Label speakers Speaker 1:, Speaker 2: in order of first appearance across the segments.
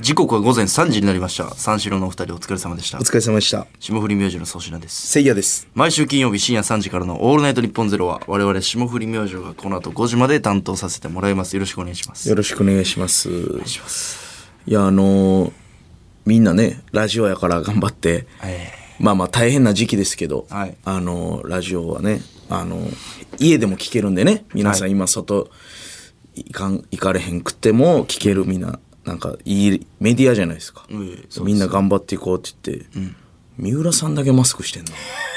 Speaker 1: 時刻は午前3時になりました三四郎のお二人お疲れ様でした
Speaker 2: お疲れ様でした。
Speaker 1: 霜降り明星の粗品です
Speaker 2: せいやです。
Speaker 1: 毎週金曜日深夜3時からの「オールナイトニッポンゼロは我々霜降り明星がこの後5時まで担当させてもらいますよろしくお願いします
Speaker 2: よろしくお願いします。いや、あのーみんなね、ラジオやから頑張って、
Speaker 1: え
Speaker 2: まあまあ大変な時期ですけど、
Speaker 1: はい
Speaker 2: あのーラジオはね、あのー家でも聞けるんでね、皆さん今外、行かん行かれへんくても聞けるみんな、なんかいいメディアじゃないですか。
Speaker 1: ええそう
Speaker 2: みんな頑張っていこうって言って、三浦さんだけマスクしてんの。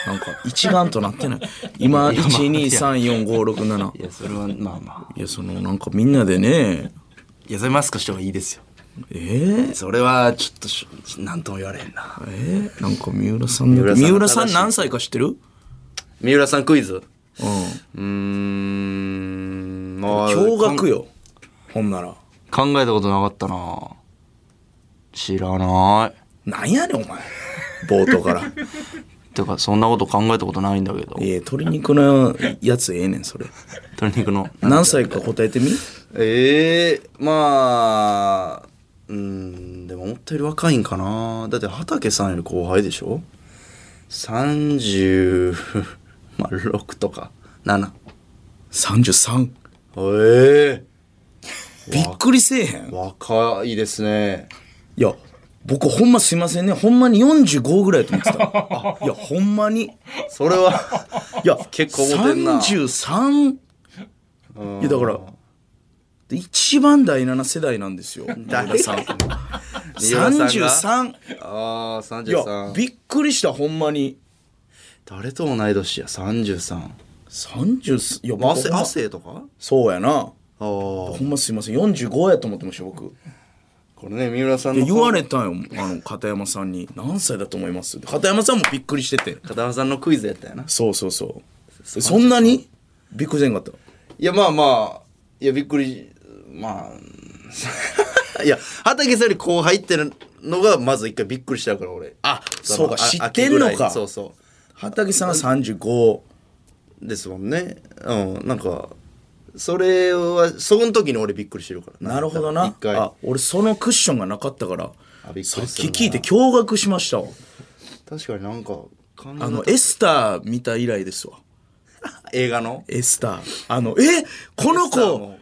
Speaker 2: なんか一丸となって ない。今、1、2、3、4、5、6、7。
Speaker 1: いやそれはまあまあ
Speaker 2: いや、その、なんかみんなでね、
Speaker 1: いやそれマスクした方がいいですよ
Speaker 2: えー、
Speaker 1: それはちょっとしなんとも言われへんな
Speaker 2: えー、なんか三浦さんの、
Speaker 1: 三
Speaker 2: 三
Speaker 1: 浦
Speaker 2: 浦
Speaker 1: さ
Speaker 2: さ
Speaker 1: ん
Speaker 2: ん何歳か知ってる
Speaker 1: 三浦さんクイズ
Speaker 2: うん。
Speaker 1: うーんまあ
Speaker 2: 驚愕よ。ほんなら。
Speaker 1: 考えたことなかったな知らない
Speaker 2: なんやねん、お前。冒頭から。
Speaker 1: てかそんなこと考えたことないんだけど
Speaker 2: いや、鶏肉のやつええねん、それ。
Speaker 1: 鶏肉の
Speaker 2: 何歳か答えてみ
Speaker 1: ええまあうんでも思ったより若いんかなだって畑さんより後輩でしょ36まあ6とか7
Speaker 2: ?33。
Speaker 1: え
Speaker 2: びっくりせえへ
Speaker 1: え
Speaker 2: ん。
Speaker 1: 若いですね
Speaker 2: いや、僕ほんますいませんね。ほんまに45ぐらいやと思って た。いや、ほんまに。
Speaker 1: それ は
Speaker 2: いや、
Speaker 1: 結構思てんな
Speaker 2: 33。いや、だから、一番第7世代なんですよ。
Speaker 1: 誰
Speaker 2: 三浦さん
Speaker 1: 三十三。
Speaker 2: 33。
Speaker 1: ああ三
Speaker 2: い
Speaker 1: 十
Speaker 2: や、
Speaker 1: 三。
Speaker 2: びっくりした、ほんまに。
Speaker 1: 誰と同い年や三十三。
Speaker 2: 30、いや、僕
Speaker 1: 汗
Speaker 2: ほんま
Speaker 1: 汗とか？
Speaker 2: そうやな。
Speaker 1: ああ
Speaker 2: ほ。んますいません、45やと思ってました、僕。
Speaker 1: これね三浦さん
Speaker 2: で
Speaker 1: の
Speaker 2: 言われたんよ、あの、片山さんに。何歳だと思います片山さんもびっくりしてて。
Speaker 1: 片山さんのクイズやったよな。
Speaker 2: そうそうそう。そんなにびっくりせんかった。
Speaker 1: いやまあまあいやびっくりまあ いや畑さんより後輩ってのがまず一回びっくりしたから俺
Speaker 2: あ、そうか、
Speaker 1: のあ
Speaker 2: 知ってんの
Speaker 1: 秋ぐら
Speaker 2: か
Speaker 1: い。そうそ
Speaker 2: 畑さんは35。
Speaker 1: うですもんねうんなんかそれはその時に俺びっくりしてるから
Speaker 2: なるほどな
Speaker 1: 一。回
Speaker 2: あ、俺そのクッションがなかったから
Speaker 1: あびっくり、す
Speaker 2: そ
Speaker 1: る
Speaker 2: れ
Speaker 1: な
Speaker 2: 聞いて驚愕しましたわ。
Speaker 1: 確かになんか感じ
Speaker 2: あの、エスター見た以来ですわ。
Speaker 1: 映画の
Speaker 2: エスター。あの、えこの
Speaker 1: エスターも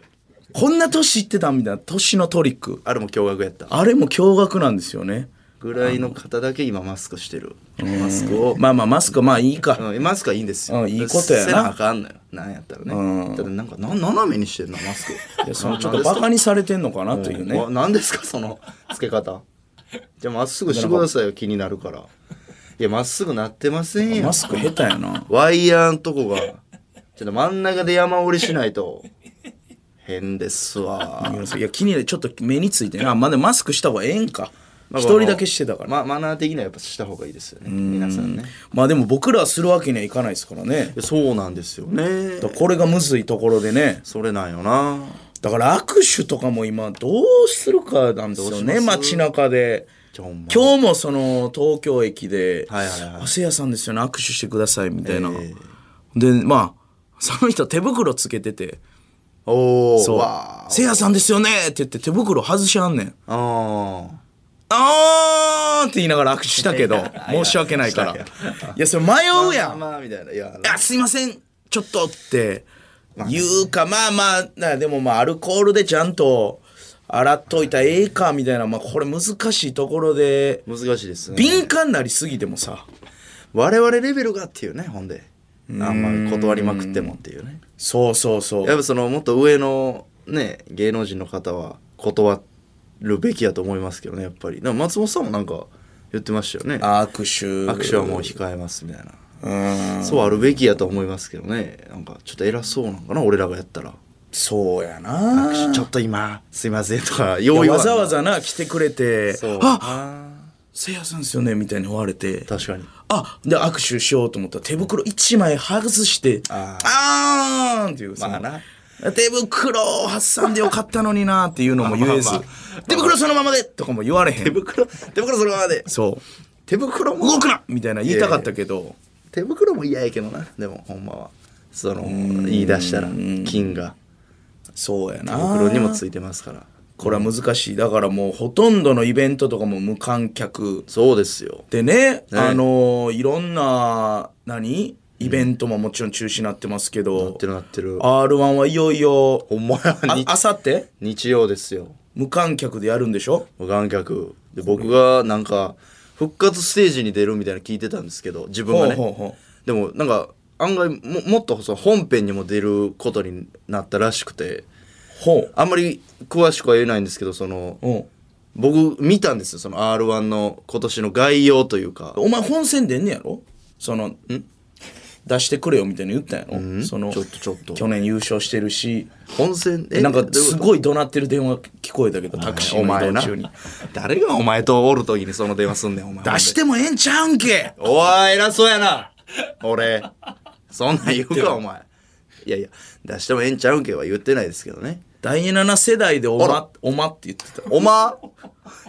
Speaker 2: 子、こんな年いってたみたいな、年のトリック。
Speaker 1: あれも驚愕やった
Speaker 2: あれも驚愕なんですよね。
Speaker 1: ぐらいの方だけ今マスクしてるマスクを
Speaker 2: まあまあ、マスク、まあいいか。
Speaker 1: うん、マスクはいいんですよ。
Speaker 2: うんいいことやな
Speaker 1: せなあかんのよ。なんやったらね。
Speaker 2: うん
Speaker 1: ただなんかな斜めにしてんなマスク。
Speaker 2: いやそのちょっとバカにされてんのかなというね。
Speaker 1: わ何ですかそのつけ方じゃあまっすぐしてくださいよ気になるからいやまっすぐなってませんよ
Speaker 2: マスク下手やな。
Speaker 1: ワイヤーんとこがちょっと真ん中で山折りしないと変ですわ
Speaker 2: ごめんなさいいや、気になる、ちょっと目についてな。まあでもマスクした方がええんか。
Speaker 1: まあ
Speaker 2: 一人だけしてたから。
Speaker 1: まマナー的にはやっぱした方がいいですよね皆さんね
Speaker 2: まあでも僕らはするわけにはいかないですからね
Speaker 1: い。やそうなんですよね
Speaker 2: だからこれがむずいところでね。
Speaker 1: それなんよな
Speaker 2: だから握手とかも今どうするかなんです
Speaker 1: どう
Speaker 2: よ
Speaker 1: しま
Speaker 2: ね
Speaker 1: す
Speaker 2: 街中で
Speaker 1: じゃあほんま
Speaker 2: 今日もその東京駅で「
Speaker 1: はいはいはい
Speaker 2: あせいやさんですよね握手してください」みたいな、
Speaker 1: え
Speaker 2: でまあその人手袋つけてて
Speaker 1: おお
Speaker 2: 「そう
Speaker 1: あ
Speaker 2: せいやさんですよね」って言って手袋外しはんねん
Speaker 1: あ
Speaker 2: 「あー」って言いながら握手し たけど申し訳ないからいやそれ迷うやん
Speaker 1: まあまあみたいないや
Speaker 2: あすいませんちょっとって言うかまあまあなでもまあアルコールでちゃんと洗っといたらええかみたいな、まあ、これ難しいところで
Speaker 1: 難しいですね
Speaker 2: 敏感になりすぎてもさ
Speaker 1: 我々レベルがっていうねほんであんま断りまくってもっていうね
Speaker 2: そうそうそ
Speaker 1: やっ
Speaker 2: う
Speaker 1: ぱそのもっと上のね芸能人の方は断るべきやと思いますけどねやっぱりなんか松本さんもなんか言ってましたよね
Speaker 2: 握手
Speaker 1: 握手はもう控えますみたいな、
Speaker 2: うん
Speaker 1: そうあるべきやと思いますけどねなんかちょっと偉そうなんかな俺らがやったら
Speaker 2: そうやな
Speaker 1: 握手ちょっと今すいませんとかよう
Speaker 2: い
Speaker 1: 言
Speaker 2: や
Speaker 1: わん
Speaker 2: わ
Speaker 1: な
Speaker 2: ざわざな来てくれて
Speaker 1: そう
Speaker 2: 「あ
Speaker 1: あ
Speaker 2: せいやさんですよね」みたいに言われて
Speaker 1: 確かに
Speaker 2: あで握手しようと思ったら手袋1枚外して
Speaker 1: あ
Speaker 2: あーんっていうその
Speaker 1: まあな
Speaker 2: 手袋を挟んでよかったのになっていうのも言えず
Speaker 1: まあま
Speaker 2: 手袋そのままでとかも言われへ
Speaker 1: 手
Speaker 2: ん
Speaker 1: 袋手袋そのままで
Speaker 2: そう
Speaker 1: 手袋も
Speaker 2: 動くなみたいな言いたかったけど
Speaker 1: 手袋も嫌やけどなでもほんまはその言い出したら金が
Speaker 2: そうや
Speaker 1: 手袋
Speaker 2: な
Speaker 1: にもついてますから
Speaker 2: これは難しいだからもうほとんどのイベントとかも無観客
Speaker 1: そうですよ
Speaker 2: でね、あのいろんな何イベントももちろん中止になってますけ
Speaker 1: なっ
Speaker 2: ど
Speaker 1: て、るなってる
Speaker 2: r 1はいよいよ
Speaker 1: ほんまや
Speaker 2: あ
Speaker 1: に
Speaker 2: あさって
Speaker 1: 日曜ですよ
Speaker 2: 無観客でやるんでしょ
Speaker 1: 無観客で僕がなんか復活ステージに出るみたいなの聞いてたんですけど自分がね
Speaker 2: ほうほうほ
Speaker 1: でもなんか案外ももっとその本編にも出ることになったらしくて
Speaker 2: ほう
Speaker 1: あんまり詳しくは言えないんですけどその
Speaker 2: うん
Speaker 1: 僕見たんですよその r 1の今年の概要というか
Speaker 2: お前本戦出んねやろその出してくれよみたいなの言ったんやろ、その
Speaker 1: ちょっとちょっと
Speaker 2: 去年優勝してるし
Speaker 1: 本戦
Speaker 2: なんかす
Speaker 1: い
Speaker 2: ごい怒鳴ってる電話聞こえたけどタクシー
Speaker 1: お
Speaker 2: の
Speaker 1: 前
Speaker 2: 移動
Speaker 1: な
Speaker 2: 中に
Speaker 1: 誰がお前とおる時にその電話すんねんお前
Speaker 2: 出してもええんちゃうんけ
Speaker 1: おい偉そうやな俺そんなん言うかお前いやいや出してもええんちゃうんけは言ってないですけどね
Speaker 2: 第7世代でお
Speaker 1: あ
Speaker 2: ま
Speaker 1: ら
Speaker 2: おまって言ってた
Speaker 1: お ま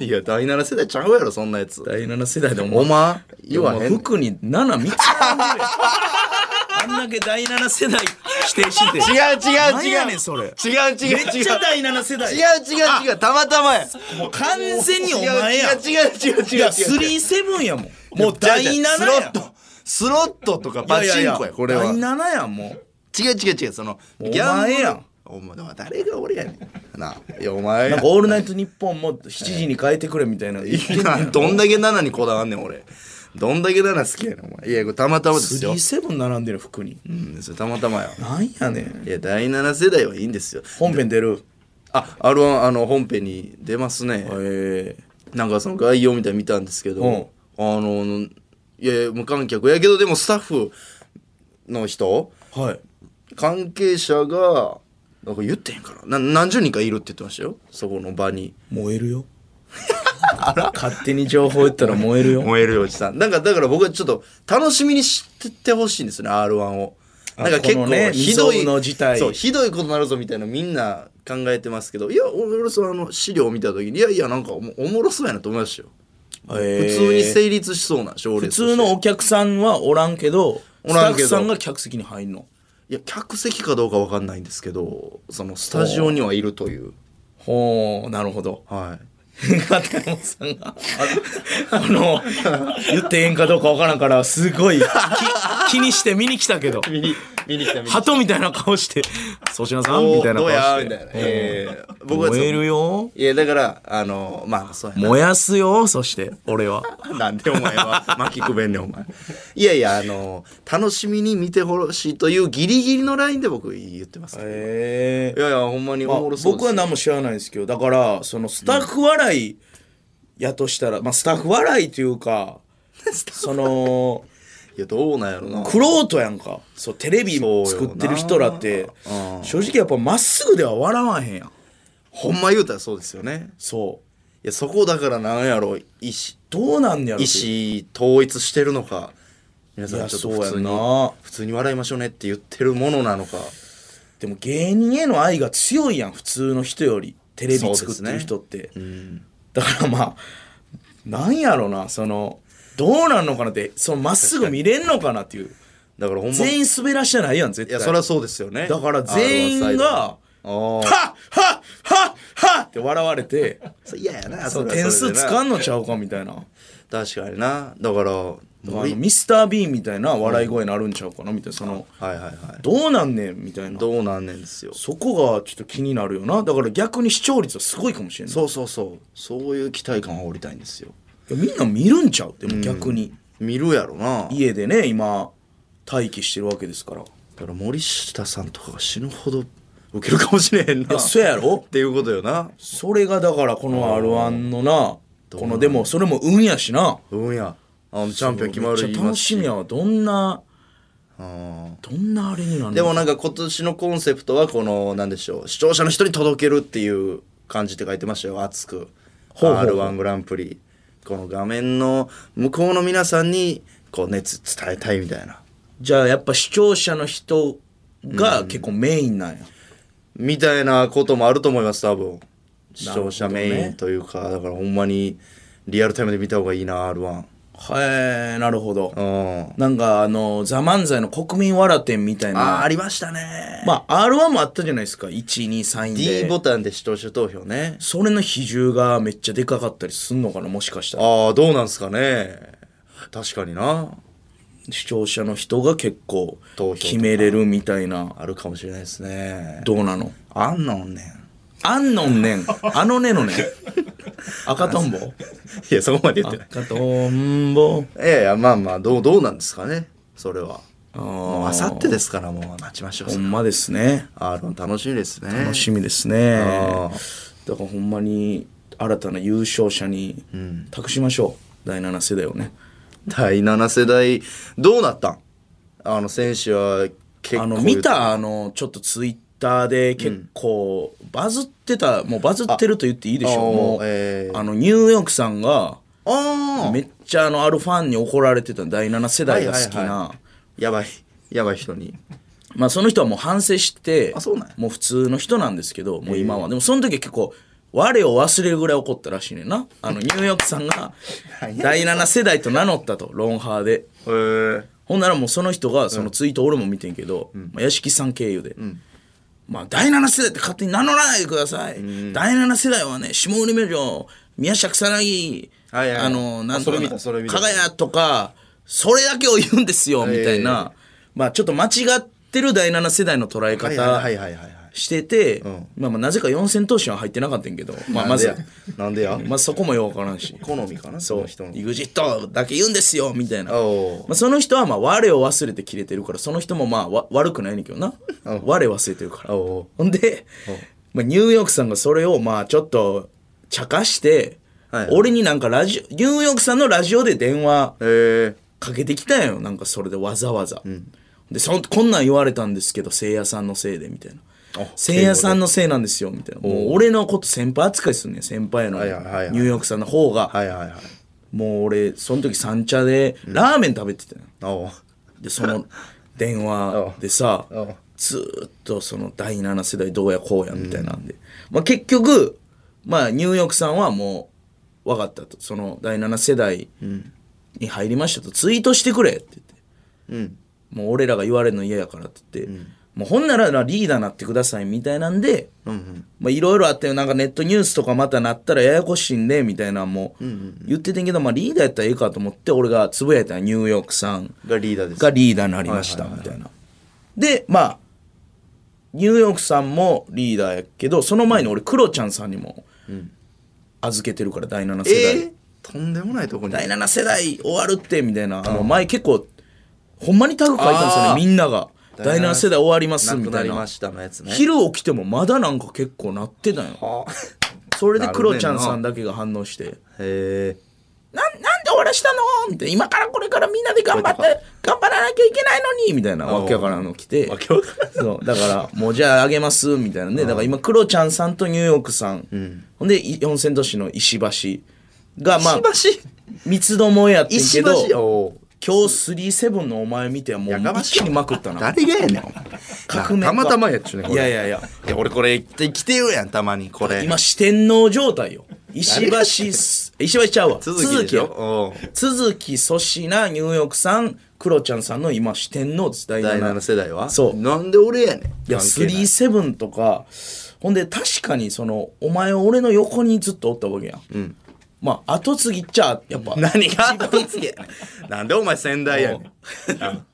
Speaker 1: いや第7世代ちゃうやろそんなやつ
Speaker 2: 第7世代でおま
Speaker 1: おま言
Speaker 2: 要
Speaker 1: わ
Speaker 2: は
Speaker 1: へんねん
Speaker 2: 服に7見つか らんぐらいあんだけ第7世代否定して
Speaker 1: 違う違う
Speaker 2: なん
Speaker 1: 違
Speaker 2: や
Speaker 1: う
Speaker 2: ねんそれ
Speaker 1: 違う違う違う
Speaker 2: めっちゃ第7世代
Speaker 1: 違う違う違うたまたまや
Speaker 2: もう完全にお前や
Speaker 1: 違
Speaker 2: ん
Speaker 1: う違う違う違う違う
Speaker 2: いや37やもんもう第7
Speaker 1: 違う違う
Speaker 2: や
Speaker 1: スロットスロットとかパチンコや
Speaker 2: いいい
Speaker 1: これは
Speaker 2: 第7やもう
Speaker 1: 違う違う違うその
Speaker 2: お前
Speaker 1: ギャンブル
Speaker 2: やん
Speaker 1: お前誰が俺やねんないやお前
Speaker 2: なんか「オールナイトニッポン」も7時に変えてくれみたいな
Speaker 1: いや どんだけ7にこだわんねん俺どんだけ7好きやねんお前いやこれたまたまですよ
Speaker 2: 37並んでる服に
Speaker 1: うんそれたまたまよ
Speaker 2: なんやねん
Speaker 1: いや第7世代はいいんですよ
Speaker 2: 本編出る
Speaker 1: あ r 1あの本編に出ますね
Speaker 2: え
Speaker 1: なんかその概要みたいなの見たんですけど、
Speaker 2: うん
Speaker 1: あのいや無観客やけどでもスタッフの人
Speaker 2: えはい
Speaker 1: 関係者がなんか言ってへんからな何十人かいるって言ってましたよそこの場に
Speaker 2: 燃えるよ勝手に情報言ったら燃えるよ
Speaker 1: 燃えるおじさんなんかだから僕はちょっと楽しみにしてってほしいんですよね r 1を
Speaker 2: あ
Speaker 1: なんか結
Speaker 2: こ
Speaker 1: 構
Speaker 2: のね
Speaker 1: ひどい、
Speaker 2: 未曾有の事態
Speaker 1: そうひどいことなるぞみたいなみんな考えてますけどいや俺俺そのあの資料を見た時にいやいやなんかおもおもろそうやなと思いましたよ、
Speaker 2: 普
Speaker 1: 普通に成立しそうな勝利
Speaker 2: 普通のお客さんはおらんけど
Speaker 1: おらん
Speaker 2: スタッ
Speaker 1: けど
Speaker 2: フさんが客席に入んの
Speaker 1: いや客席かどうかわかんないんですけどそのスタジオにはいるという
Speaker 2: ほうなるほど
Speaker 1: は
Speaker 2: 片山さんがあの言ってええんかどうかわからんからすごいき気にして見に来たけど
Speaker 1: い見に見に来た見
Speaker 2: 鳩みたいな顔 して粗品さんみ
Speaker 1: みた
Speaker 2: たい
Speaker 1: いな
Speaker 2: な顔
Speaker 1: どうや
Speaker 2: し
Speaker 1: みたいな、
Speaker 2: て
Speaker 1: ええ僕は
Speaker 2: 燃えるよ
Speaker 1: いやだからあのまあそうやな
Speaker 2: 燃やすよそして俺は
Speaker 1: なんでお前は巻きくべんねんお前いやいやあの楽しみに見てほしいというギリギリのラインで僕言ってます、
Speaker 2: え
Speaker 1: いやいやほんまにおもろそうです
Speaker 2: 僕は何も知らないですけどだからそのスタッフ笑いやとしたら、まあスタッフ笑いという かその
Speaker 1: いやどうなんやろな
Speaker 2: クロートやんかそうテレビ
Speaker 1: そうよな
Speaker 2: 作ってる人らって
Speaker 1: う
Speaker 2: 正直やっぱまっすぐでは笑わへんやん
Speaker 1: ほんま言うたらそうですよね
Speaker 2: そう
Speaker 1: いやそこだからなんやろ意思
Speaker 2: どうなんやろ
Speaker 1: 意思統一してるのか皆
Speaker 2: い
Speaker 1: さん
Speaker 2: や
Speaker 1: ちょっと普
Speaker 2: そ
Speaker 1: 通
Speaker 2: うや
Speaker 1: に
Speaker 2: な
Speaker 1: 普通に笑いましょうねって言ってるものなのか
Speaker 2: でも芸人への愛が強いやん普通の人よりテレビ作ってる人って、だからまあなんやろなそのどうなんのかなってそのまっすぐ見れんのかなっていう
Speaker 1: だからほんまい
Speaker 2: 全員滑らしてないやん絶対
Speaker 1: やそりゃそうですよね
Speaker 2: だから全員が
Speaker 1: あの
Speaker 2: 「
Speaker 1: サイドあ
Speaker 2: はっはっはっはっ!」って笑われて
Speaker 1: ー そう嫌やな
Speaker 2: そ
Speaker 1: そ
Speaker 2: の
Speaker 1: れは
Speaker 2: 点
Speaker 1: それ
Speaker 2: 数
Speaker 1: でな
Speaker 2: つかんのちゃうかみたいな。
Speaker 1: 確かになだから
Speaker 2: だからあのミスター・ビーンみたいな笑い声になるんちゃうかなみたいなその
Speaker 1: はいはいはい
Speaker 2: どうなんねんみたいな
Speaker 1: どうなんねんですよ
Speaker 2: そこがちょっと気になるよなだから逆に視聴率はすごいかもしれない
Speaker 1: そうそうそうそういう期待感を煽りたいんですよ
Speaker 2: いやみんな見るんちゃうでも逆に、
Speaker 1: 見るやろなだ
Speaker 2: 家でね今待機してるわけですからい
Speaker 1: から森下さんとかが死ぬほどウケるかもしれへんな
Speaker 2: やそやろ
Speaker 1: っていうことよな
Speaker 2: それがだからこの r 1のなこのでもそれも運やしな
Speaker 1: うんやあのチャンピオン決まる
Speaker 2: めっちゃ楽しみ
Speaker 1: や
Speaker 2: やわどんなどんなあれになるの
Speaker 1: でもなんか今年のコンセプトはこのなんでしょう視聴者の人に届けるっていう感じって書いてましたよ熱く
Speaker 2: ほうほうほう
Speaker 1: r 1グランプリこの画面の向こうの皆さんにこう熱伝えたいみたいな
Speaker 2: じゃあやっぱ視聴者の人が結構メインなんや、
Speaker 1: みたいなこともあると思います多分視聴者メインというか、だからほんまにリアルタイムで見た方がいいな r 1
Speaker 2: はい、なるほど。
Speaker 1: うん
Speaker 2: なんか、あの、ザ・漫才の国民笑点みたい
Speaker 1: あーあ
Speaker 2: な。
Speaker 1: りましたね、
Speaker 2: まあ、R1 もあったじゃないですか。1、2、3位
Speaker 1: D
Speaker 2: で。
Speaker 1: ボタンで視聴者投票ね
Speaker 2: それの比重がめっちゃでかかったりすんのかな、もしかしたら。
Speaker 1: ああどうなんすかね確かにな
Speaker 2: 視聴者の人が結構
Speaker 1: 投票とか
Speaker 2: 決めれるみたいな。
Speaker 1: あるかもしれないですね
Speaker 2: どうなの
Speaker 1: あんのんねん
Speaker 2: あんのんねん。あのねのねん。赤とんぼ
Speaker 1: いやそこまで言ってない
Speaker 2: 赤とんぼ。
Speaker 1: いやいやまあまあどうどうなんですかねそれは
Speaker 2: あ
Speaker 1: もうあ
Speaker 2: ー
Speaker 1: さってですからもう待ちましょう
Speaker 2: ほんまですね。
Speaker 1: あの楽しみですね
Speaker 2: 楽しみですね。
Speaker 1: あ
Speaker 2: だからほんまに新たな優勝者に託しましょう。第7世代をね。
Speaker 1: 第7世代どうなったんあの選手は結構
Speaker 2: あの、見た、あの、ちょっとツイッターで結構バズってた、もうバズってると言っていいでし
Speaker 1: あ
Speaker 2: ょう。もう、
Speaker 1: あえー
Speaker 2: あの、ニューヨークさんが、
Speaker 1: あ
Speaker 2: めっちゃあの、あるファンに怒られてた第7世代が好きな、
Speaker 1: はいはいはあやばいやばい人に
Speaker 2: まあその人はもう反省して
Speaker 1: あそうなんや
Speaker 2: もう普通の人なんですけどもう今は、でもその時は結構我を忘れるぐらい怒ったらしいねんなあのニューヨークさんが
Speaker 1: 何や
Speaker 2: 第7世代と名乗ったとロンハーで
Speaker 1: えー、
Speaker 2: ほんならもうその人がそのツイート俺も見てんけど、まあ、屋敷さん経由で、まあ第7世代って勝手に名乗らないでください、第7世代はね下売り明星宮下草薙、
Speaker 1: はいはいはい
Speaker 2: あのなんと
Speaker 1: それ見
Speaker 2: か
Speaker 1: たそれ見た
Speaker 2: 加賀谷とかそれだけを言うんですよみたいな、まあちょっと間違ってる第7世代の捉え
Speaker 1: はいはい
Speaker 2: 方
Speaker 1: はいはいはい
Speaker 2: してて、
Speaker 1: ん
Speaker 2: まあまあなぜか四千頭身は入ってなかったんやけど、ま
Speaker 1: な
Speaker 2: あま
Speaker 1: んで
Speaker 2: ず
Speaker 1: やなんでや、
Speaker 2: まあそこもよくわからんし
Speaker 1: 好みかなそ
Speaker 2: そう
Speaker 1: の人の
Speaker 2: EXIT だけ言うんですよみたいな、ま
Speaker 1: おう
Speaker 2: あ、その人はまあ我を忘れてキレてるからその人もまあわ悪くないねんけどな我忘れてるから
Speaker 1: おう
Speaker 2: ほんで、まあ、ニューヨークさんがそれをまあちょっと茶化して、
Speaker 1: はい
Speaker 2: 俺になんかラジオニューヨークさんのラジオで電話
Speaker 1: えー、
Speaker 2: かけてきたんよなんかそれでわざわざ、でそんこんなん言われたんですけどせいやさんのせいでみたいな
Speaker 1: あ
Speaker 2: せいやさんのせいなんですよみたいなもう俺のこと先輩扱いすんねん先輩やのに
Speaker 1: はいはいはいはい
Speaker 2: ニューヨークさんの方が、
Speaker 1: はいはいはい
Speaker 2: もう俺その時三茶でラーメン食べてたよ、
Speaker 1: おう
Speaker 2: でその電話でさ
Speaker 1: おう
Speaker 2: ずーっとその第7世代どうやこうやみたいなんで、まあ、結局、まあ、ニューヨークさんはもう分かったとその第7世代に入りましたとツイートしてくれって言って
Speaker 1: うん
Speaker 2: もう俺らが言われるの嫌やからって言って、もうほんならリーダーなってくださいみたいなんで、まあいろいろあったよなんかネットニュースとかまたなったらややこしいんでみたいなのも言っててんけど、まあ、リーダーやったらええかと思って俺がつぶやいたのニューヨークさん
Speaker 1: がリーダーです
Speaker 2: がリーダーになりましたみたいな。でまあニューヨークさんもリーダーやけどその前に俺クロちゃんさんにも預けてるから第7世代。
Speaker 1: えー、とんでもないとこに
Speaker 2: 第7世代終わるってみたいな、あの前結構ほんまにタグ書いたんですよ
Speaker 1: あー
Speaker 2: ねみんなが第7世代終わります
Speaker 1: な
Speaker 2: み
Speaker 1: く
Speaker 2: た
Speaker 1: ないり
Speaker 2: な
Speaker 1: ましたのやつね
Speaker 2: 昼起きてもまだなんか結構なってたんよ
Speaker 1: あ
Speaker 2: それでクロちゃんさんだけが反応して
Speaker 1: へえ
Speaker 2: 「ななんで終わらしたの?」みたいな「今からこれからみんなで頑張って
Speaker 1: こうい
Speaker 2: 頑張らなきゃいけないのに」みたいなわけわからんの来て
Speaker 1: わけわからん
Speaker 2: そうだからもうじゃああげますみたいなねだから今クロちゃんさんとニューヨークさん、ほんでい四千都市の石橋がまあ
Speaker 1: 石
Speaker 2: 三つどもえやってんけ
Speaker 1: 橋
Speaker 2: ど
Speaker 1: 石橋おう
Speaker 2: 今日37のお前見てはもう
Speaker 1: やかましい
Speaker 2: 一気にまくったな
Speaker 1: 誰がやねんお前
Speaker 2: 革命
Speaker 1: な
Speaker 2: 家
Speaker 1: たまたまやっちゅうねん
Speaker 2: いやいやいや
Speaker 1: いや俺これ来てよやんたまにこれ
Speaker 2: 今四天王状態 よ石橋す石橋ちゃうわ
Speaker 1: 続きでし
Speaker 2: や
Speaker 1: ょおう
Speaker 2: 続き粗品ニューヨークさんクロちゃんさんの今四天王です第
Speaker 1: 第
Speaker 2: 7
Speaker 1: 7世代は
Speaker 2: そう
Speaker 1: なんで俺やねん
Speaker 2: いや
Speaker 1: 関係ない
Speaker 2: 37とかほんで確かにそのお前は俺の横にずっとおったわけやん、まあ後継ぎっちゃやっぱ
Speaker 1: 何が後継ぎやねん なんでお前先代やねん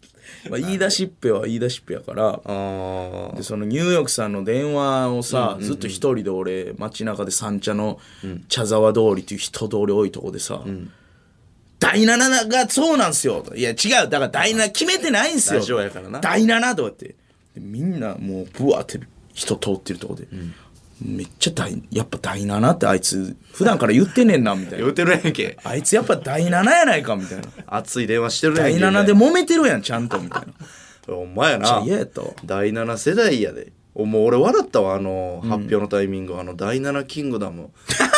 Speaker 2: まあ、言い出しっぺは言い出しっぺやから
Speaker 1: あ
Speaker 2: でそのニューヨークさんの電話をさ、ずっと一人で俺街中で三茶の茶沢通りっていう人通り多いとこでさ「第7がそうなんすよ」と「いや違うだから第7決めてないんすよ」
Speaker 1: ラジオやからな
Speaker 2: 第7」とかってでみんなもうブワーって人通ってるとこで、めっちゃ第やっぱ第7ってあいつ普段から言ってねんなみたい
Speaker 1: 言
Speaker 2: な
Speaker 1: うてるやんけ
Speaker 2: あいつやっぱ第7やないかみたいな
Speaker 1: 熱 い電話してるやん
Speaker 2: 第
Speaker 1: け
Speaker 2: 7で揉めてるやんちゃんとみたい な
Speaker 1: お前や
Speaker 2: じゃ
Speaker 1: な
Speaker 2: あ嫌やったわ
Speaker 1: 第7世代やでおもう俺笑ったわあの発表のタイミング、あの第7キングダム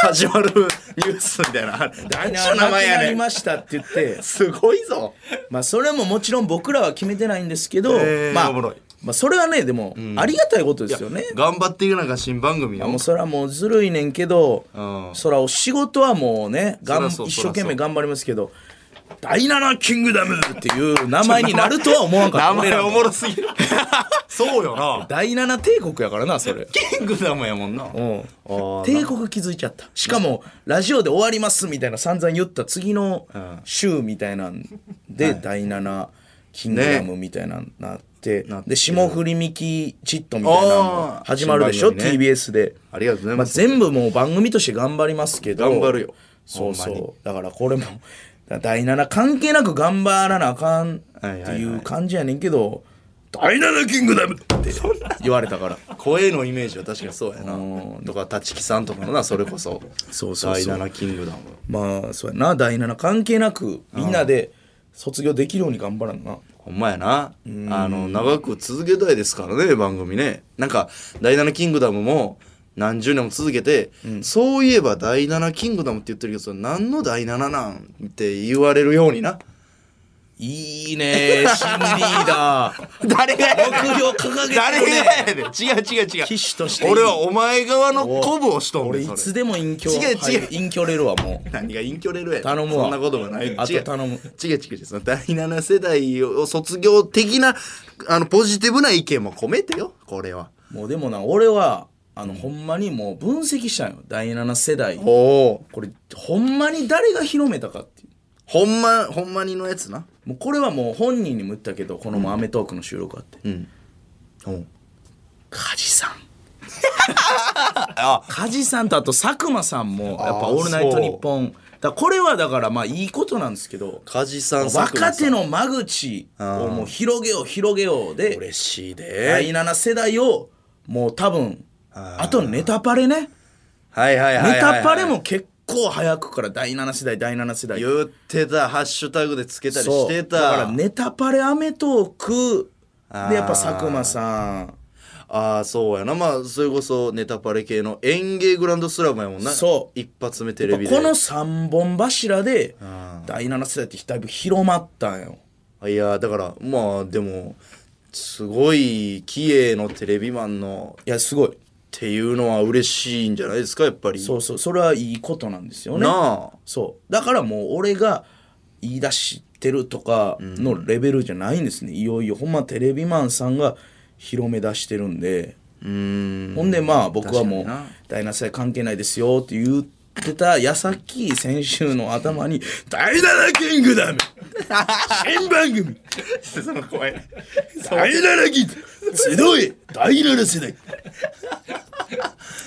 Speaker 1: 始まるニュースみたいな
Speaker 2: 第
Speaker 1: 何ちゅう
Speaker 2: 7
Speaker 1: 名前
Speaker 2: なく
Speaker 1: や
Speaker 2: な
Speaker 1: ね
Speaker 2: り
Speaker 1: ん
Speaker 2: ましたって言って
Speaker 1: すごいぞ
Speaker 2: まあそれももちろん僕らは決めてないんですけど、
Speaker 1: えー
Speaker 2: まあ
Speaker 1: おもろい
Speaker 2: まあそれはねでもありがたいことですよね。
Speaker 1: 頑張っていくなんか新番組よ
Speaker 2: もうそれはもうずるいねんけど、
Speaker 1: うん
Speaker 2: そらお仕事はもうねがん
Speaker 1: そらそう
Speaker 2: 一生懸命頑張りますけど「第7キングダム」っていう名前になるとは思わんかった
Speaker 1: 名前おも
Speaker 2: ろ
Speaker 1: ろす ぎるそうよな
Speaker 2: 第7帝国やからなそれ
Speaker 1: キングダムやもんな
Speaker 2: うん
Speaker 1: ー
Speaker 2: 帝国気づいちゃったしかもラジオで終わりますみたいな散々言った次の
Speaker 1: ん
Speaker 2: 週みたいなんで、第7キングダムみたいなんなって,、
Speaker 1: なって
Speaker 2: で霜降りミキチットみたいなのも始まるでしょ、
Speaker 1: あー新番組ね
Speaker 2: TBS で
Speaker 1: ありがとうござい
Speaker 2: ま
Speaker 1: ま
Speaker 2: あ、
Speaker 1: す
Speaker 2: 全部もう番組として頑張りますけど
Speaker 1: 頑張るよ
Speaker 2: そ
Speaker 1: ほ
Speaker 2: う
Speaker 1: んまに
Speaker 2: そうだからこれもだ第7関係なく頑張らなあかんって
Speaker 1: はいはいいは
Speaker 2: う
Speaker 1: い
Speaker 2: 感じやねんけど「第7キングダム!」って言われたから
Speaker 1: 声のイメージは確かにそうやな
Speaker 2: うん
Speaker 1: とか立木さんとかのなそれこそ
Speaker 2: そうそうそう
Speaker 1: 第7キングダム
Speaker 2: まあそうやな第7関係なくみんなで卒業できるように頑張らんな
Speaker 1: ほんまやなあの長く続けたいですからね番組ねなんか第7キングダムも何十年も続けて、そういえば第7キングダムって言ってるけどそれ何の第7なんって言われるようにない
Speaker 2: いね新リーダ ー
Speaker 1: 誰がや
Speaker 2: 目標掲げ
Speaker 1: 誰
Speaker 2: てる
Speaker 1: が
Speaker 2: ね
Speaker 1: やねん違う違う違う
Speaker 2: 騎士として
Speaker 1: 俺はお前側の鼓舞をしとん
Speaker 2: 俺
Speaker 1: ねん
Speaker 2: い
Speaker 1: それ
Speaker 2: つでも隠居
Speaker 1: 違う違う
Speaker 2: 入る隠居れるわもう
Speaker 1: 何が隠居れるやねん
Speaker 2: 頼むわ
Speaker 1: そんなことがない
Speaker 2: あと
Speaker 1: 違う
Speaker 2: 頼む
Speaker 1: 違う違う違うその第7世代を卒業的なあのポジティブな意見も込めてよこれは
Speaker 2: もうでもな俺はあの、ほんまにもう分析したんよ第7世代
Speaker 1: おお
Speaker 2: これほんまに誰が広めたかっていう
Speaker 1: ほんまほんまにのやつな
Speaker 2: もうこれはもう本人にも言ったけどこのもう『アメトーーク』の収録あって
Speaker 1: うんうん
Speaker 2: 「梶さん」梶さんとあと佐久間さんもやっぱ「
Speaker 1: あー
Speaker 2: オールナイトニッポン」だからこれはだからまあいいことなんですけど
Speaker 1: 梶さん佐久間
Speaker 2: 若
Speaker 1: さ
Speaker 2: 手
Speaker 1: ん
Speaker 2: の間口をもう広げよう広げようで
Speaker 1: 嬉しい
Speaker 2: 第
Speaker 1: で
Speaker 2: 7世代をもう多分あとネタパレね
Speaker 1: はいはいはいはい
Speaker 2: ネ
Speaker 1: はい
Speaker 2: タパレも結構早くから第7世代第7世代
Speaker 1: 言ってたハッシュタグでつけたり
Speaker 2: そ
Speaker 1: し
Speaker 2: う
Speaker 1: て
Speaker 2: だか
Speaker 1: た
Speaker 2: らネタパレアメトーク
Speaker 1: あー
Speaker 2: でやっぱ佐久間さん
Speaker 1: ああそうやなまあそれこそネタパレ系の演芸グランドスラムやもんな
Speaker 2: そう
Speaker 1: 一発目テ
Speaker 2: や
Speaker 1: レ
Speaker 2: っぱ
Speaker 1: ビで
Speaker 2: この3本柱で
Speaker 1: あ
Speaker 2: 第7世代ってだいぶ広まったんよ
Speaker 1: あいやだからまあでもすごい綺麗のテレビマンのっ
Speaker 2: いやすごい
Speaker 1: ていうのは嬉しいんじゃないですかやっぱり
Speaker 2: そうそうそれはいいことなんですよね
Speaker 1: なあ
Speaker 2: そうだからもう俺が言い出してるとかのレベルじゃないんですね、いよいよほんまテレビマンさんが広め出してるんで
Speaker 1: うーん
Speaker 2: ほんでまあ僕はもう
Speaker 1: 確かにな
Speaker 2: 「第7世代関係ないですよ」って言ってた矢先先週の頭に「第7キン グダム」新番組
Speaker 1: その声
Speaker 2: 第7キング集え第7世代
Speaker 1: い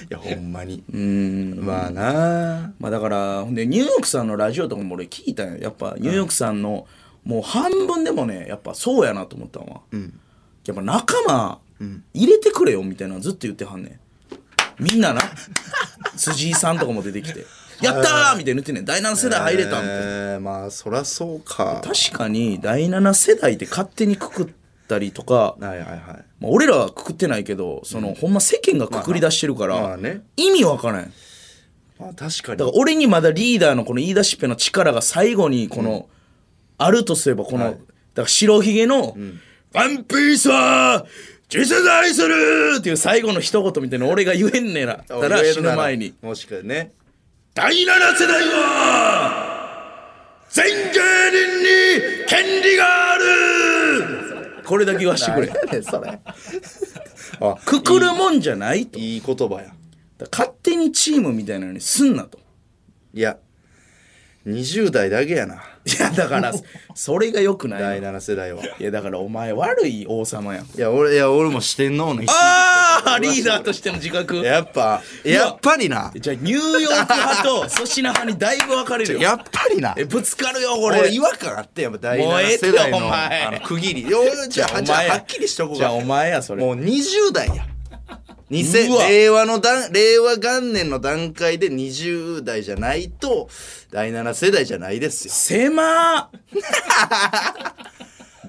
Speaker 1: やほんまにうんまあな
Speaker 2: まあだからほんでニューヨークさんのラジオとかも俺聞いたんよやっぱニューヨークさんのもう半分でもねやっぱそうやなと思ったのは、やっぱ仲間入れてくれよみたいなのずっと言ってはんねんみ んなな辻井さんとかも出てきて「やったー!」みたいな言ってんねん第7世代入れたみたいな、
Speaker 1: えー、まあそらそうか
Speaker 2: 確かに第7世代って勝手にくくったりとか、
Speaker 1: はいはいはい
Speaker 2: まあ、俺らはくくってないけどその、ほんま世間がくくり出してるから、
Speaker 1: まあね
Speaker 2: 意味わからん
Speaker 1: まあ確かに
Speaker 2: だから俺にまだリーダーのこの言い出しっぺの力が最後にこの、あるとすればこの、だから白ひげの「ワンピースは次世代する!」っていう最後の一言みたいなの俺が言えんねえなったら死ぬ前に
Speaker 1: もしかね
Speaker 2: 「第7世代は全芸人に権利がある!」これだけ言わしてくれ
Speaker 1: ねそれあ
Speaker 2: くくるもんじゃないと
Speaker 1: いい言葉や
Speaker 2: だから勝手にチームみたいなのにすんなと。
Speaker 1: いや20代だけやない
Speaker 2: やだからそれが良くないの
Speaker 1: 第7世代はい
Speaker 2: やだからお前悪い王様やん。
Speaker 1: いや俺いや俺も四天王の一
Speaker 2: ああリーダーとしての自覚。
Speaker 1: やっぱやっぱりな
Speaker 2: じゃあニューヨーク派と粗品派にだいぶ分かれるよ。
Speaker 1: やっぱりな
Speaker 2: えぶつかるよこれ。
Speaker 1: 俺違和感あってやっぱ第
Speaker 2: もうえ
Speaker 1: 7
Speaker 2: えって
Speaker 1: 世代の
Speaker 2: お前
Speaker 1: あの区切りよじゃあじゃあはっきりしとこう
Speaker 2: じゃあ
Speaker 1: か
Speaker 2: お前やそれ。
Speaker 1: もう20代や2000
Speaker 2: うわ
Speaker 1: 令和の段令和元年の段階で20代じゃないと第7世代じゃないですよ
Speaker 2: 狭 ー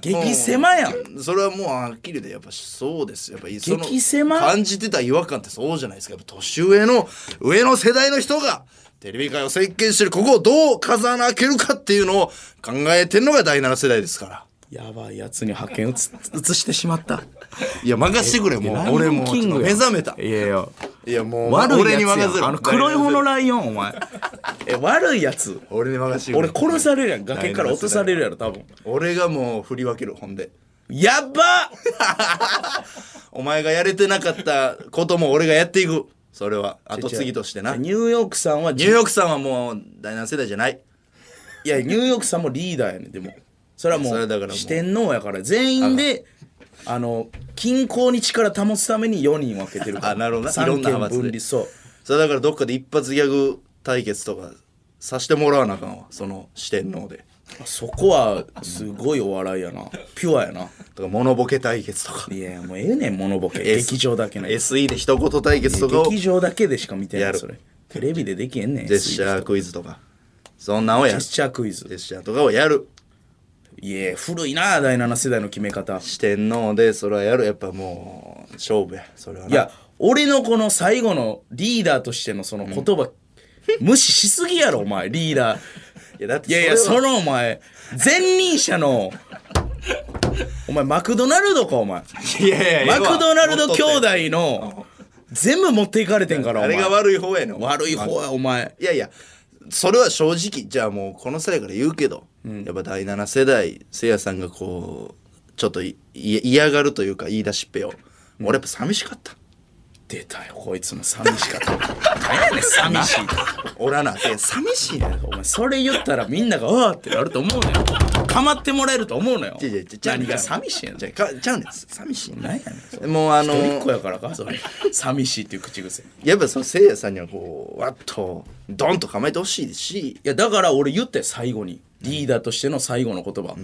Speaker 2: 激狭やん。
Speaker 1: それはもうはっきりでやっぱそうですやっぱその
Speaker 2: 激狭
Speaker 1: 感じてた違和感ってそうじゃないですかやっぱ年上の上の世代の人がテレビ界を席巻してるここをどう風穴開けるかっていうのを考えてるのが第7世代ですから
Speaker 2: やばいやつに派遣移移してしまった
Speaker 1: いや任してくれもう
Speaker 2: ライオン
Speaker 1: 俺も
Speaker 2: キン
Speaker 1: ち
Speaker 2: グ
Speaker 1: ょっと目覚めた
Speaker 2: いやいや
Speaker 1: いやもう
Speaker 2: 悪い
Speaker 1: 俺
Speaker 2: やつや
Speaker 1: に任せろ
Speaker 2: あの黒い方のライオン お前え悪いやつ
Speaker 1: 俺に任せてく
Speaker 2: 俺
Speaker 1: れ
Speaker 2: 殺されるやん崖から落とされるやろ多分
Speaker 1: 俺がもう振り分けるほんで
Speaker 2: やっば
Speaker 1: お前がやれてなかったことも俺がやっていくそれは後継ぎとしてなニ
Speaker 2: ニューヨークさんは
Speaker 1: ューヨークさんはもう第何世代じゃない
Speaker 2: いやニューヨークさんもリーダーやねんでもそれはも
Speaker 1: それはだから
Speaker 2: う
Speaker 1: もう
Speaker 2: 四天王やから全員であの均衡に力保つために4人分けてるから
Speaker 1: あなるほどな
Speaker 2: 三
Speaker 1: いろんな
Speaker 2: 権
Speaker 1: 派閥
Speaker 2: 分
Speaker 1: で
Speaker 2: 離そう
Speaker 1: それだからどっかで一発ギャグ対決とかさしてもらわなあかんわその四天王で
Speaker 2: そこはすごいお笑いやなピュアやな
Speaker 1: とかモノボケ対決とか
Speaker 2: いやもうええねんモノボケ
Speaker 1: S
Speaker 2: 劇場だけの
Speaker 1: SE で一言対決とかを
Speaker 2: 劇場だけでしか見てな
Speaker 1: や
Speaker 2: い
Speaker 1: る
Speaker 2: それテレビでできへんねん
Speaker 1: ジェスチャークイズとかそんなんを
Speaker 2: ジ
Speaker 1: や
Speaker 2: ェ
Speaker 1: る
Speaker 2: ス
Speaker 1: ジ
Speaker 2: チャークイズ
Speaker 1: ェスチャーとかをやる
Speaker 2: いや古いな第7世代の決め方
Speaker 1: 四天王でそれはやるやっぱもう勝負やそれはない
Speaker 2: や俺のこの最後のリーダーとしてのその言葉、無視しすぎやろお前リーダー
Speaker 1: いやだって
Speaker 2: いやいや
Speaker 1: それ
Speaker 2: そ
Speaker 1: は
Speaker 2: のお前前任者のお前マクドナルドかお前
Speaker 1: いやいや
Speaker 2: マクドナルド兄弟
Speaker 1: 弟
Speaker 2: の全部持っていかれてんからお
Speaker 1: あ
Speaker 2: 前
Speaker 1: れが悪い方やねん
Speaker 2: 悪い方やお前
Speaker 1: いやいやそれは正直じゃあもうこの際から言うけど、やっぱ第7世代せいやさんがこうちょっといい嫌がるというか言い出しっぺを、俺やっぱ寂しかった
Speaker 2: 出たよこいつの寂しかった何やねん寂しいって
Speaker 1: おらなって寂しいね
Speaker 2: お前それ言ったらみんなが「わあ」ってなると思うのよかまってもらえると思うのよ
Speaker 1: 違う違う違う
Speaker 2: 何が寂しいん
Speaker 1: じ
Speaker 2: じゃ
Speaker 1: ゃあかちゃうねん寂しいね
Speaker 2: 何やねんそれ
Speaker 1: もうあの
Speaker 2: 一人っ子やからかそれ寂しいっていう口癖い
Speaker 1: やっぱそのせいやさんにはこうわっとドンと構えてほしいし
Speaker 2: やだから俺言ったよ最後にリーダーとしての最後の言葉、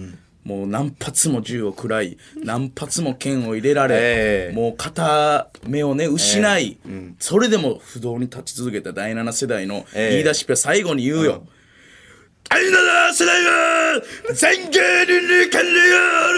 Speaker 2: もう何発も銃を食らい何発も剣を入れられ、
Speaker 1: ええ
Speaker 2: もう片目をね失い、それでも不動に立ち続けた第7世代のリ
Speaker 1: ええ
Speaker 2: ーダーシップは最後に言うよ、第7世代は全権に権利があ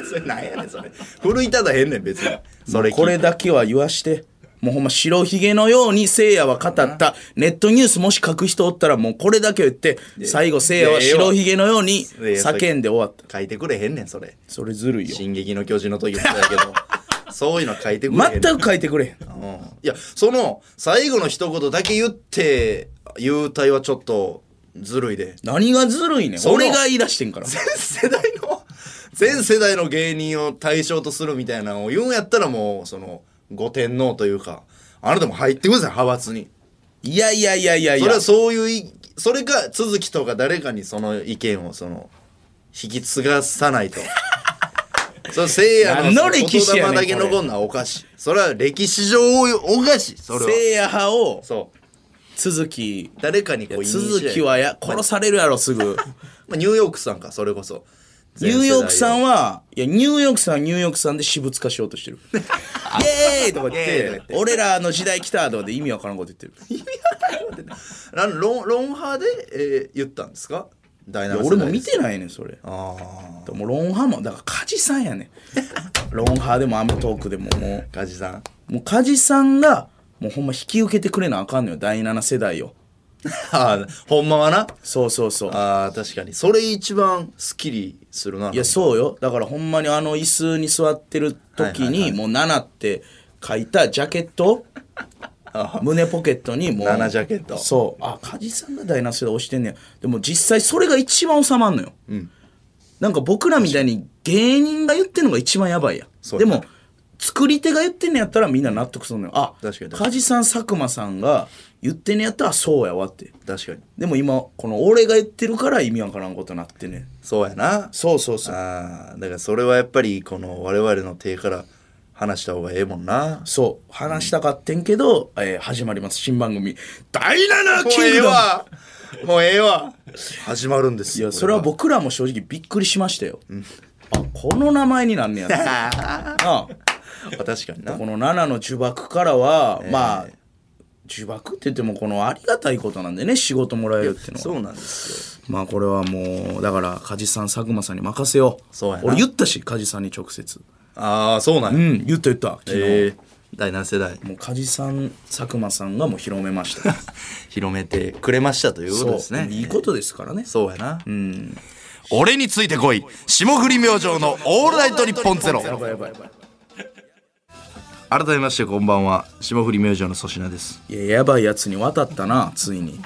Speaker 2: る
Speaker 1: それなんやねんそれ奮いただへんねん別にそれ聞いて
Speaker 2: これだけは言わしてもうほんま白ひげのようにせいやは語ったネットニュースもし書く人おったらもうこれだけは言って最後せいやは白ひげのように
Speaker 1: いやいや
Speaker 2: 叫んで終わった
Speaker 1: 書いてくれへんねんそれ
Speaker 2: それずる
Speaker 1: 「
Speaker 2: いよ
Speaker 1: 進撃の巨人」の時もそうやけど そういうの書いてくれへんねん
Speaker 2: 全く書いてくれへん
Speaker 1: うんいやその最後の一言だけ言って優待はちょっとずるいで
Speaker 2: 何がずるいねん
Speaker 1: の
Speaker 2: 俺が言い出してんから
Speaker 1: 全世代の全世代の芸人を対象とするみたいなのを言うんやったらもうそのご天皇というかあなたも入ってください派閥に
Speaker 2: いやいやいやいやい
Speaker 1: そ
Speaker 2: や
Speaker 1: れはそういういそれか都築とか誰かにその意見をその引き継がさない とそれせいやの
Speaker 2: 何
Speaker 1: そ
Speaker 2: の
Speaker 1: の
Speaker 2: 歴
Speaker 1: 言
Speaker 2: 史やねん
Speaker 1: 霊だけ残んのはおかしいそれは歴史上おかしいそれは
Speaker 2: せいや派を
Speaker 1: そう
Speaker 2: 続き
Speaker 1: 誰かにこう
Speaker 2: 続きはや殺されるやろ すぐ
Speaker 1: まあ、ニューヨークさんかそれこそ
Speaker 2: ニューヨークさん
Speaker 1: は
Speaker 2: はいやニューヨークさんはニューヨークさんで私物化しよう としてるイエーイとか言っ
Speaker 1: イエーイとか
Speaker 2: て
Speaker 1: 言って
Speaker 2: 俺らの時代来たとかで意味わからんこと言ってる
Speaker 1: ロンロン派で、えー言ったんですかダイナマイト
Speaker 2: 俺も見てないねんそれ
Speaker 1: あ
Speaker 2: でもロンハーもだからカジさんや ねんロンハーでもアメトークでもも
Speaker 1: あガジさん
Speaker 2: うもうカジさんがもうほんま引き受けてくれなあかんのよ第7世代を
Speaker 1: あーほんまはな
Speaker 2: そうそうそう
Speaker 1: あー確かにそれ一番スッキリするない
Speaker 2: いやそうよだからほんまにあの椅子に座ってる時に、もう7って書いたジャケッ ト胸ポケットにもう
Speaker 1: 7ジャケット
Speaker 2: そうあ梶さんがダイナソーで押してんねやでも実際それが一番収まんのよ、なんか僕らみたいに芸人が言ってんのが一番やばいや
Speaker 1: そう
Speaker 2: で
Speaker 1: や
Speaker 2: も作り手が言ってんのやったらみんな納得するのよあ
Speaker 1: 確かに確かに
Speaker 2: 梶さん佐久間さんが言ってんのやったらそうやわって
Speaker 1: 確かに
Speaker 2: でも今この俺が言ってるから意味わからんことになってんねん
Speaker 1: そうやな
Speaker 2: そうそうそう
Speaker 1: あーだからそれはやっぱりこの我々の手から話した方がええもんな
Speaker 2: そう話したかってんけど、えー始まります新番組「第7キングダム」
Speaker 1: もうええわ始まるんです
Speaker 2: い
Speaker 1: よ
Speaker 2: やそれは僕らも正直びっくりしましたよ、あこの名前になん ねやってなあ
Speaker 1: は確かにな
Speaker 2: この7の呪縛からは、まあ呪縛って言ってもこのありがたいことなんでね仕事もらえるっていうのは
Speaker 1: そうなんですよ
Speaker 2: まあこれはもうだから梶さん佐久間さんに任せよう
Speaker 1: そうやな
Speaker 2: 俺言ったし梶さんに直接
Speaker 1: ああそうなん
Speaker 2: う
Speaker 1: や
Speaker 2: ん言った言った昨日、
Speaker 1: えー、第何世代
Speaker 2: もう梶さん佐久間さんがもう広めました
Speaker 1: 広めてくれましたということです
Speaker 2: そう
Speaker 1: ね
Speaker 2: いいことですからね
Speaker 1: そうやな、俺についてこい霜降り明星のオールナイトニッポンゼロ
Speaker 2: やばいやばいやばい
Speaker 1: 改めましてこんばんは霜降り明星の粗品です
Speaker 2: いややばいやつに渡ったなついに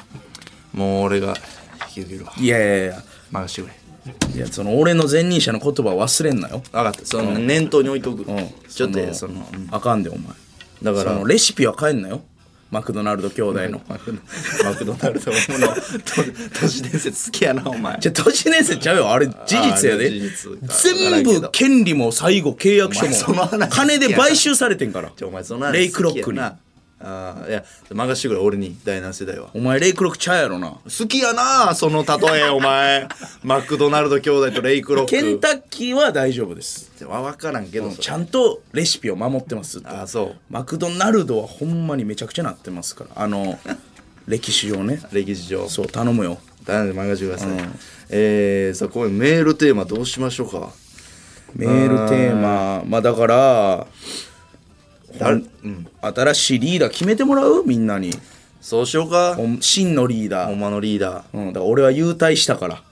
Speaker 1: もう俺が引き受けるわ
Speaker 2: いやいやいや
Speaker 1: 任してくれ
Speaker 2: いやその俺の前任者の言葉を忘れんなよ、
Speaker 1: 分かったその念頭に置いとく、
Speaker 2: うん、
Speaker 1: ちょっとその
Speaker 2: あかんでお前
Speaker 1: だか
Speaker 2: そ
Speaker 1: ら
Speaker 2: のレシピは変えんなよマクドナルド兄弟の
Speaker 1: マクドマクドナルドの 都都市伝説好きやなお前
Speaker 2: じゃあ都市伝説ちゃうよあれ事実や
Speaker 1: あれ
Speaker 2: で
Speaker 1: 事実か
Speaker 2: 全部権利も最後契約書も
Speaker 1: お前その話好きやな
Speaker 2: 金で買収されてんから
Speaker 1: じゃあお前その話
Speaker 2: レイクロッ
Speaker 1: 好
Speaker 2: ク
Speaker 1: き
Speaker 2: に
Speaker 1: やなあーいや任してくれ俺に第7世代は
Speaker 2: お前レイクロックちゃうやろな
Speaker 1: 好きやなその例えお 前マクドナルド兄弟とレイクロック
Speaker 2: ケンタッキーは大丈夫です
Speaker 1: わ分からんけど、それ
Speaker 2: ちゃんとレシピを守ってますずっと
Speaker 1: あそう
Speaker 2: マクドナルドはほんまにめちゃくちゃなってますからあの 歴史上ね
Speaker 1: 歴史上
Speaker 2: そう頼むよ
Speaker 1: 頼んで任せてください、えー、さあこういうメールテーマどうしましょうか
Speaker 2: メールテーマまあだから
Speaker 1: 誰
Speaker 2: ほん新しいリーダー決めてもらうみんなに
Speaker 1: そうしようか
Speaker 2: ほん真のリーダ
Speaker 1: ほ
Speaker 2: ー、
Speaker 1: んまのリーダー
Speaker 2: うん、だから俺は優退したから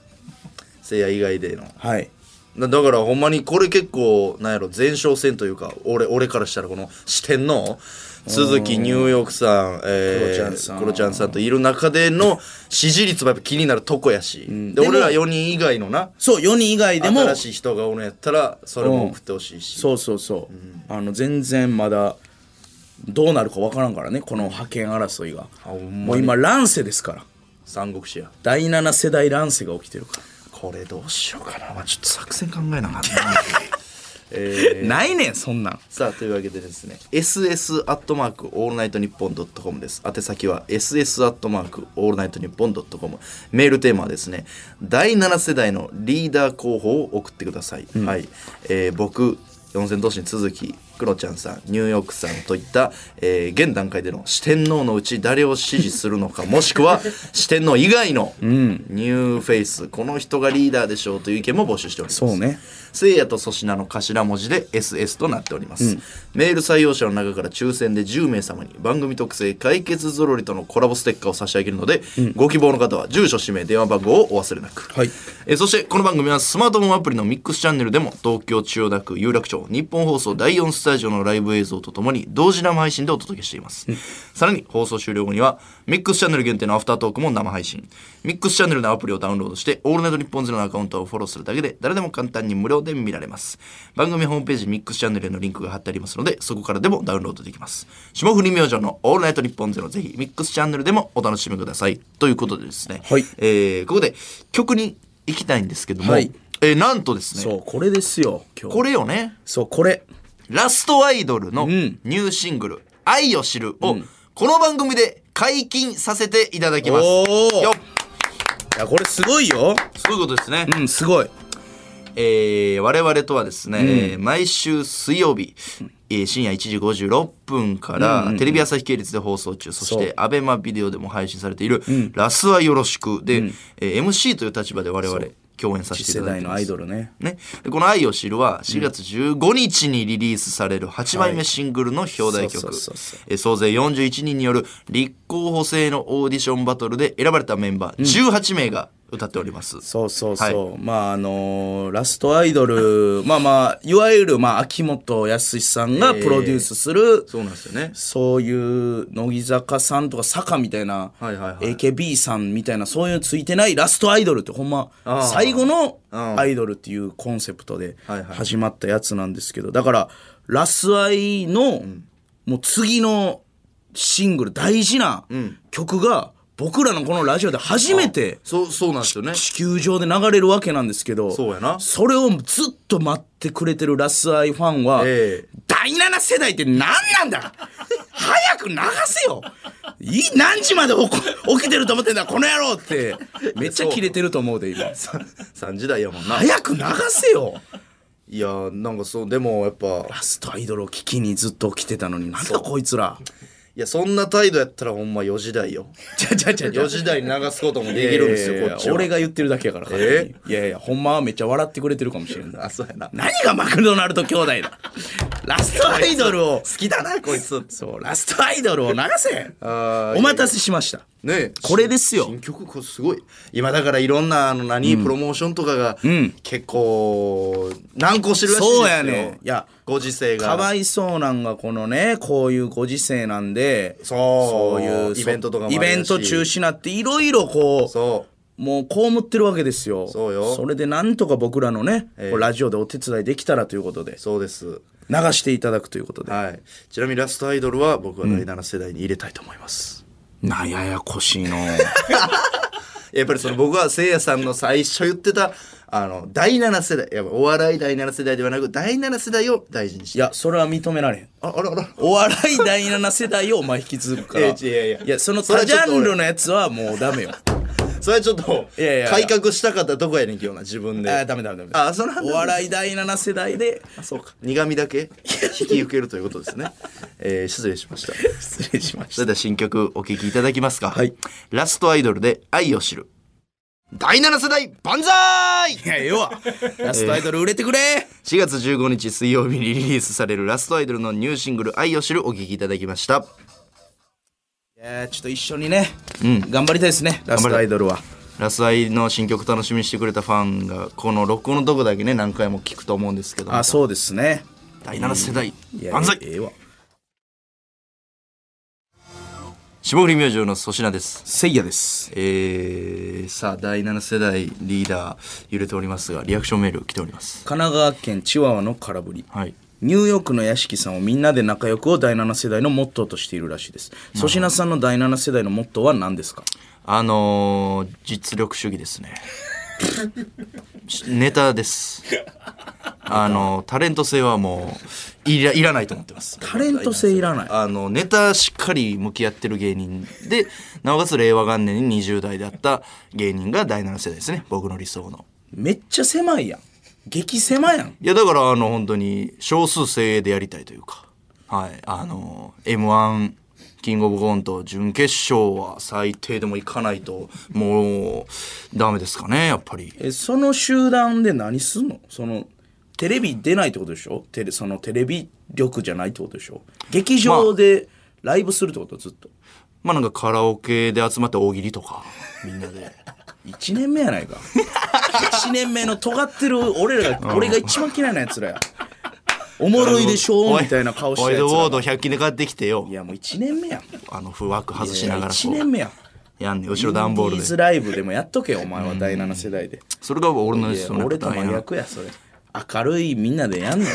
Speaker 1: せいや以外での
Speaker 2: はい
Speaker 1: だだからほんまにこれ結構なんやろ前哨戦というか俺俺からしたらこの四天王鈴木ニューヨークさん、えー、
Speaker 2: クロちゃんさん
Speaker 1: クロちゃんさんといる中での支持率もやっぱ気になるとこやし、で
Speaker 2: でも
Speaker 1: 俺ら4人以外のな
Speaker 2: そう4人以外でも
Speaker 1: 新しい人がおるんやったらそれも送ってほしいし、
Speaker 2: そうそうそう、あの全然まだどうなるか分からんからねこの覇権争いが
Speaker 1: ほんまに
Speaker 2: もう今乱世ですから
Speaker 1: 三国志や
Speaker 2: 第7世代乱世が起きてるか
Speaker 1: これどうしようかな、まあ、ちょっと作戦考えな かったな、えー
Speaker 2: らないねんそんなん
Speaker 1: さあというわけでですね ss アットマークオールナイトニッポンドットコムです宛先は ss アットマークオールナイトニッポンドットコムメールテーマはですね第7世代のリーダー候補を送ってください、はい、えー僕四千頭身続きクロちゃんさんニューヨークさんといった、えー現段階での四天王のうち誰を支持するの かもしくは四天王以外のニューフェイスこの人がリーダーでしょうという意見も募集しております
Speaker 2: そうね
Speaker 1: せいやと粗品の頭文字で SS となっております、メール採用者の中から抽選で10名様に番組特製解決ぞろりとのコラボステッカーを差し上げるので、ご希望の方は住所氏名電話番号をお忘れなく、
Speaker 2: はい
Speaker 1: えーそしてこの番組はスマートフォンアプリのミックスチャンネルでも東京千代田区有楽町日本放送第4スタジオのライブ映像とともに同時生配信でお届けしています、さらに放送終了後にはミックスチャンネル限定のアフタートークも生配信ミックスチャンネルのアプリをダウンロードして「オールナイトニッポンゼロのアカウントをフォローするだけで誰でも簡単に無料で見られます番組ホームページミックスチャンネルへのリンクが貼ってありますのでそこからでもダウンロードできます霜降り明星の「オールナイトニッポンゼロぜひミックスチャンネルでもお楽しみくださいということでですね、
Speaker 2: はい
Speaker 1: えーここで曲に行きたいんですけども、
Speaker 2: はい
Speaker 1: えーなんとですね
Speaker 2: そうこれですよ今日
Speaker 1: これよね
Speaker 2: そうこれ
Speaker 1: ラストアイドルのニューシングル「愛を知る」をこの番組で解禁させていただきます、
Speaker 2: おー
Speaker 1: よっ
Speaker 2: いやこれすごいよ
Speaker 1: そういうことですね、
Speaker 2: うんすごい
Speaker 1: えー我々とはですね、えー毎週水曜日、えー深夜1時56分から、テレビ朝日系列で放送中そし
Speaker 2: そ
Speaker 1: て
Speaker 2: う
Speaker 1: アベマビデオでも配信されている「ラスはよろしくで」えー MC という立場で我々共演させ
Speaker 2: 次
Speaker 1: てい
Speaker 2: 世
Speaker 1: ただいて
Speaker 2: 代の
Speaker 1: ま
Speaker 2: ア
Speaker 1: す
Speaker 2: イドルね
Speaker 1: ね、でこの「愛を知る」は4月15日にリリースされる8枚目シングルの表題曲
Speaker 2: そうそうそうそ
Speaker 1: えー総勢41人による立候補制のオーディションバトルで選ばれたメンバー18名が歌っております、
Speaker 2: そうそうそう、まああのーラストアイドルまあまあいわゆる、まあ、秋元康さんがプロデュースする、
Speaker 1: そうなんですよね
Speaker 2: そういう乃木坂さんとか坂みたいな、
Speaker 1: はいはいはい
Speaker 2: AKB さんみたいなそういうついてないラストアイドルってほんま
Speaker 1: あー
Speaker 2: 最後の
Speaker 1: うん
Speaker 2: アイドルっていうコンセプトで
Speaker 1: はいはい
Speaker 2: 始まったやつなんですけどだからラスアイのもう次のシングル大事な曲が僕らのこのラジオで初めて
Speaker 1: そうそうなんですよね
Speaker 2: 地球上で流れるわけなんですけど
Speaker 1: そうやな
Speaker 2: それをずっと待ってくれてるラスアイファンは、
Speaker 1: ええ
Speaker 2: 第7世代って何なんだ早く流せよい何時まで起こ起きてると思ってんだこの野郎ってめっちゃキレてると思うで今
Speaker 1: 3時代やもんな
Speaker 2: 早く流せよ
Speaker 1: いやなんかそうでもやっぱ
Speaker 2: ラストアイドルを聞きにずっと起きてたのになんだこいつら
Speaker 1: いやそんな態度やったらほんま4時代よ
Speaker 2: ちゃちゃちゃちゃ
Speaker 1: 4時代に流すこともできるんですよ
Speaker 2: いやい
Speaker 1: こ
Speaker 2: や
Speaker 1: っ
Speaker 2: い
Speaker 1: ち
Speaker 2: や
Speaker 1: は
Speaker 2: 俺が言ってるだけやから、
Speaker 1: え
Speaker 2: いやいやほんまはめっちゃ笑ってくれてるかもしれない
Speaker 1: あそうやな
Speaker 2: 何がマクドナルド兄弟だ ラストアイドルを
Speaker 1: 好きだなこいつ
Speaker 2: そうラストアイドルを流せ
Speaker 1: あー
Speaker 2: お待たせしました
Speaker 1: ね
Speaker 2: これですよ
Speaker 1: 新新曲これすごい今だからいろんなあの何、プロモーションとかが、
Speaker 2: ん
Speaker 1: 結構難航してるらしいですよ
Speaker 2: そうやねいや
Speaker 1: ご時世が
Speaker 2: かわいそうなんがこのねこういうご時世なんで
Speaker 1: そう
Speaker 2: そういう
Speaker 1: イベントとかもあ
Speaker 2: イ
Speaker 1: るらしい
Speaker 2: ベント中止なっていろいろこう
Speaker 1: そ
Speaker 2: もう被ってるわけですよ
Speaker 1: そうよ
Speaker 2: それでなんとか僕らのね、
Speaker 1: ええ
Speaker 2: こうラジオでお手伝いできたらということで
Speaker 1: うそうです
Speaker 2: 流していただくということで、
Speaker 1: はいちなみにラストアイドルは僕は第7世代に入れたいと思います、
Speaker 2: なややこ しいの
Speaker 1: やっぱりその僕はせいやさんの最初言ってたあの第7世代やっぱお笑い第7世代ではなく第7世代を大事にし
Speaker 2: い
Speaker 1: て
Speaker 2: やそれは認められへん
Speaker 1: ああらあら
Speaker 2: お笑い第7世代をお前引き継ぐか ら
Speaker 1: いやいやいや
Speaker 2: いやその
Speaker 1: それは
Speaker 2: 他ジ
Speaker 1: ちょっ
Speaker 2: ャ
Speaker 1: と俺
Speaker 2: ンルのやつはもうダメよ
Speaker 1: それはちょっと
Speaker 2: いやいやいや
Speaker 1: 改革したかったとこやねんけどな自分で
Speaker 2: あダメダメダメ
Speaker 1: あそうなんだ
Speaker 2: お笑い第7世代で
Speaker 1: そうか苦味だけ引き受けるということですね、えー失礼しました
Speaker 2: 失礼しまし
Speaker 1: それでは新曲お聴きいただきますか
Speaker 2: はい
Speaker 1: ラストアイドルで愛を知る第7世代万歳
Speaker 2: たいやえ えわラストアイドル売れてくれ、
Speaker 1: 4月15日水曜日にリリースされるラストアイドルのニューシングル「愛を知る」お聴きいただきました
Speaker 2: いやーちょっと一緒にね、頑張りたいですねラストアイドルは
Speaker 1: ラスアイの新曲楽しみにしてくれたファンがこの録音のとこだけね何回も聞くと思うんですけど
Speaker 2: あそうですね
Speaker 1: 第7世代
Speaker 2: いや
Speaker 1: 万歳
Speaker 2: ええわ
Speaker 1: 霜降り明星の粗品です
Speaker 2: せいやです
Speaker 1: えー、さあ第7世代リーダー揺れておりますがリアクションメール来ております
Speaker 2: 神奈川県チワワの空振り
Speaker 1: はい
Speaker 2: ニューヨークの屋敷さんをみんなで仲良くを第7世代のモットーとしているらしいです粗品さんの第7世代のモットーは何ですか
Speaker 1: あのー、実力主義ですね しネタですあのータレント性はもういらいらないと思ってます
Speaker 2: タレント性いらない
Speaker 1: あのネタしっかり向き合ってる芸人でなおかつ令和元年に20代だった芸人が第7世代ですね僕の理想の
Speaker 2: めっちゃ狭いやん激狭やん
Speaker 1: いやだからあの本当に少数精鋭でやりたいというかはいあの m 1キングオブコント準決勝は最低でもいかないともうダメですかねやっぱり
Speaker 2: えその集団で何すんのそのテレビ出ないってことでしょテレそのテレビ力じゃないってことでしょ劇場でライブするってことずっと
Speaker 1: まあなんかカラオケで集まって大喜利とかみんなで
Speaker 2: 1年目や ないか1年目の尖ってる俺らが俺が一番嫌いなやつらやおもろいでしょみたいな顔して
Speaker 1: ホワイ
Speaker 2: や
Speaker 1: ト
Speaker 2: つ
Speaker 1: ボー
Speaker 2: ら
Speaker 1: ド100均で買ってきてよ
Speaker 2: いやもう1年目やん
Speaker 1: あの不枠外しながら
Speaker 2: 1
Speaker 1: こ
Speaker 2: 年
Speaker 1: う
Speaker 2: 目やん
Speaker 1: やんねん後ろ段ボール
Speaker 2: インディーズ
Speaker 1: で
Speaker 2: ライブでもやっとけよお前は第7世代で
Speaker 1: それが俺の
Speaker 2: いや
Speaker 1: その
Speaker 2: 俺と
Speaker 1: 第
Speaker 2: 真
Speaker 1: 七
Speaker 2: 逆やそれ明るいみんなでやんのよ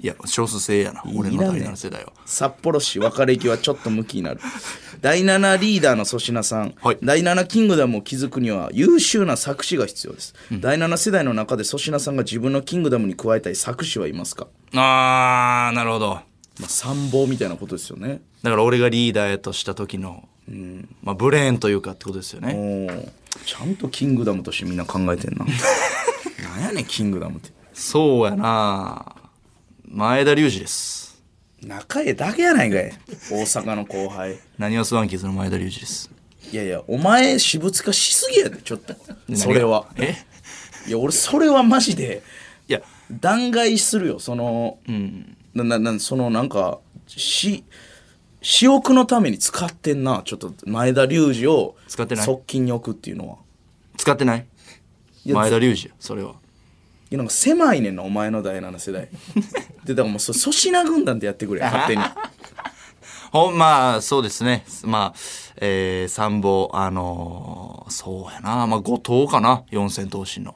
Speaker 1: いや少数精鋭やな俺の
Speaker 2: いら
Speaker 1: 第
Speaker 2: ねえ
Speaker 1: 7世代は
Speaker 2: 札幌市別れ際はちょっと向きになる第7リーダーの粗品さん、
Speaker 1: はい
Speaker 2: 第7キングダムを築くには優秀な作詞が必要です、第7世代の中で粗品さんが自分のキングダムに加えたい作詞はいますか、
Speaker 1: あーなるほど
Speaker 2: まあ、参謀みたいなことですよね
Speaker 1: だから俺がリーダーやとした時の、まあ、ブレーンというかってことですよね。
Speaker 2: おーちゃんとキングダムとしてみんな考えて んななんやねんキングダムって
Speaker 1: そうやな前田隆二です。
Speaker 2: 中江だけやないかい大阪の後輩
Speaker 1: 何をスワンキーズの前田隆二です。
Speaker 2: いやいやお前私物化しすぎやでちょっとそれは
Speaker 1: え
Speaker 2: いや俺それはマジで
Speaker 1: いや、
Speaker 2: 弾劾するよその、なななそのなんかし私欲のために使ってんなちょっと前田隆二を
Speaker 1: 使ってない
Speaker 2: 側近に置くっていうのは
Speaker 1: 使ってない
Speaker 2: や
Speaker 1: 前田隆二やそれは。
Speaker 2: いやなんか狭いねんなお前の第7世代 でだからもうそ粗品軍団でやってくれ勝手に
Speaker 1: ほんまあ、そうですね。まあ、えー、参謀、あのーそうやなまあ、後藤かな四千頭身の。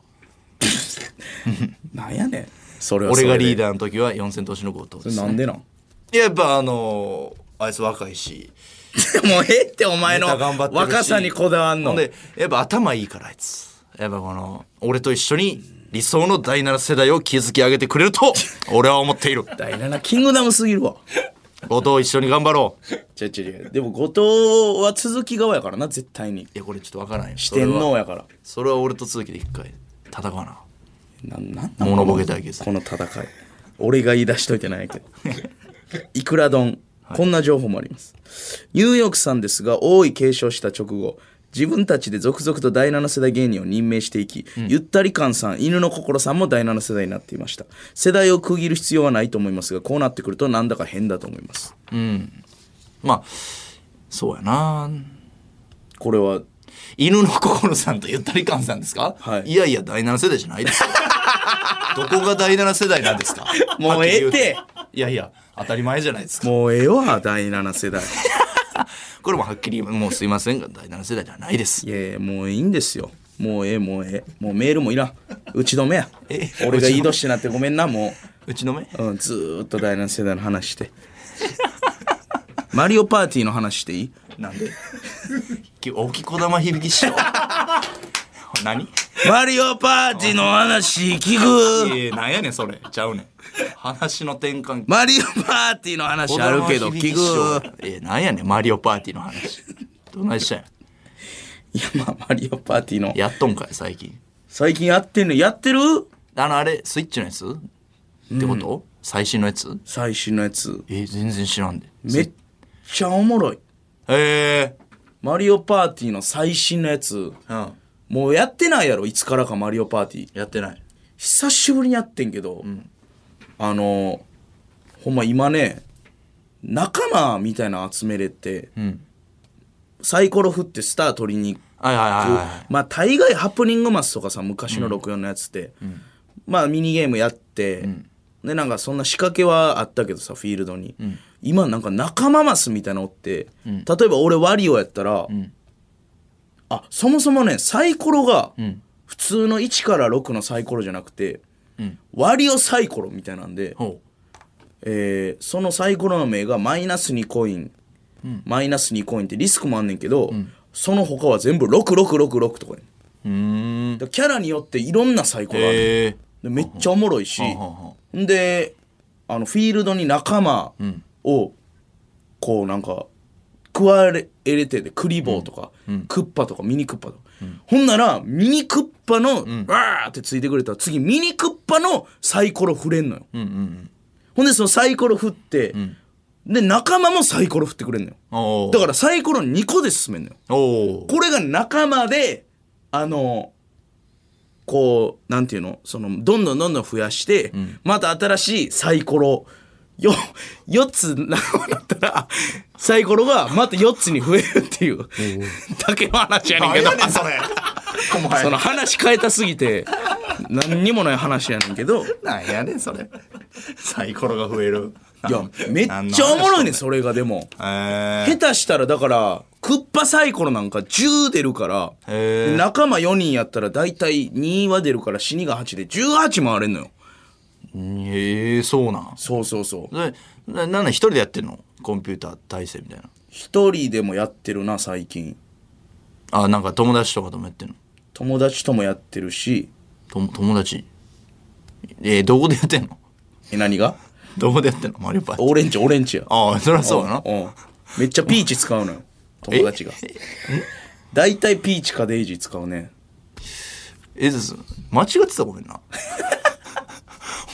Speaker 2: なんやねんそれは
Speaker 1: 俺がリー
Speaker 2: ダ
Speaker 1: ダーの時は四千頭身の後藤です、
Speaker 2: なんでなんも
Speaker 1: いややっぱあのーあいつ若いし。
Speaker 2: うええってお前の
Speaker 1: ネタ頑張ってるし
Speaker 2: 若さにこだわん
Speaker 1: ほ
Speaker 2: の
Speaker 1: んでやっぱ頭いいからあいつやっぱこの俺と一緒に理想の第7世代を築き上げてくれる と俺は思っている
Speaker 2: 第7キングダムすぎ るわ
Speaker 1: 後藤一緒に頑張ろう
Speaker 2: 違う違う違うでも後藤は続き側やからな絶対に
Speaker 1: いやこれちょっとわからんよ
Speaker 2: 四天
Speaker 1: それ
Speaker 2: 王
Speaker 1: は
Speaker 2: やから
Speaker 1: それは俺と続きで一回戦わな
Speaker 2: なんなんなん
Speaker 1: 物ボケ対決
Speaker 2: この戦い俺が言い出しといてない けどいくら丼こんな情報もあります、ニューヨークさんですが王位継承した直後自分たちで続々と第7世代芸人を任命していき、ゆったり感さん犬の心さんも第7世代になっていました世代を区切る必要はないと思いますがこうなってくるとなんだか変だと思います
Speaker 1: まあそうやな
Speaker 2: これは
Speaker 1: 犬の心さんとゆったり感さんですか、
Speaker 2: はい
Speaker 1: いやいや第7世代じゃない ですよどこが第7世代なんですか
Speaker 2: もうええって
Speaker 1: はきり言いやいや当たり前じゃないですか
Speaker 2: もうええわ第7世代
Speaker 1: これもはっきりもうすいませんが第7世代じゃないです
Speaker 2: いやいやもういいんですよもうええもうええもうメールもいらん打ち止めや
Speaker 1: え
Speaker 2: 俺が言い年になってごめんなも
Speaker 1: うちの目
Speaker 2: う、うん、ずーっと第7世代の話してマリオパーティーの話していい
Speaker 1: なんで 大きこ玉響き師匠 何
Speaker 2: マリオパーティーの話聞 く
Speaker 1: えー、なんやねんそれちゃうねん話の転換
Speaker 2: マリオパーティーの話あるけど聞く
Speaker 1: えー、なんやねんマリオパーティーの話どないしたんや
Speaker 2: いやまあマリオパーティーの
Speaker 1: やっとんかい最近
Speaker 2: 最近やってんのやってる
Speaker 1: あのあれスイッチのやつってこと、最新のやつ
Speaker 2: 最新のやつ
Speaker 1: えー、全然知らんで
Speaker 2: めっちゃおもろい
Speaker 1: え
Speaker 2: マリオパーティーの最新のやつ
Speaker 1: ー、うん
Speaker 2: もうやってないやろいつからかマリオパーティー
Speaker 1: やってない
Speaker 2: 久しぶりにやってんけど、あのほんま今ね仲間みたいなの集めれて、
Speaker 1: ん
Speaker 2: サイコロ振ってスター取りに行く
Speaker 1: はいはいはいはい
Speaker 2: まあ大概ハプニングマスとかさ昔の64のやつって、まあミニゲームやって、でなんかそんな仕掛けはあったけどさフィールドに、今なんか仲間マスみたいなのおって、例えば俺ワリオやったら、あそもそもねサイコロが普通の1から6のサイコロじゃなくて、ワリオサイコロみたいなんで、
Speaker 1: ほ
Speaker 2: えーそのサイコロの目がマイナス2コイン、マイナス2コインってリスクもあんねんけど、その他は全部6666とかやね
Speaker 1: う
Speaker 2: ん
Speaker 1: うーん
Speaker 2: だからキャラによっていろんなサイコロある、
Speaker 1: え
Speaker 2: でめっちゃおもろいし、
Speaker 1: ー、は
Speaker 2: んであのフィールドに仲間をこうなんか食われれててクリボーとか、クッパとかミニクッパとか、ほんならミニクッパの、わーってついてくれたら次ミニクッパのサイコロ振れんのよ、
Speaker 1: うんうん
Speaker 2: ほんでそのサイコロ振って、で仲間もサイコロ振ってくれんのよ
Speaker 1: うんお
Speaker 2: だ
Speaker 1: だ
Speaker 2: か
Speaker 1: から
Speaker 2: サイコロ2個で進めんのよ
Speaker 1: らおー
Speaker 2: これが仲間であのこうなんていうのそのどんどんどんどん増やして、また新しいサイコロよ4つ仲間だったらサイコロがまた4つに増えるっていうだけの話やねんけど
Speaker 1: 何やねん それお前
Speaker 2: その話変えたすぎて何にもない話やねんけどい
Speaker 1: なんやねんそれサイコロが増える
Speaker 2: やめっちゃおもろいねんそれがでも。
Speaker 1: へ
Speaker 2: 下手したらだからクッパサイコロなんか10出るから
Speaker 1: へー
Speaker 2: 仲間4人やったら大体2は出るから死にが8で18回れんのよ
Speaker 1: えー、そうなん
Speaker 2: そうそうそう
Speaker 1: それななんだ一人でやってんのコンピューター体制みたいな
Speaker 2: 一人でもやってるな最近
Speaker 1: あなんか友達とかともやってんの
Speaker 2: 友達ともやってるし
Speaker 1: とも友達えー、どこでやってんの
Speaker 2: え何が
Speaker 1: どこでやってんのマリオパーティー
Speaker 2: オレンジオレンジや
Speaker 1: ああそりゃそうやな
Speaker 2: うんめっちゃピーチ使うのよ友達が大体ピーチかデイジー使うね
Speaker 1: えずす間違ってたらごめんな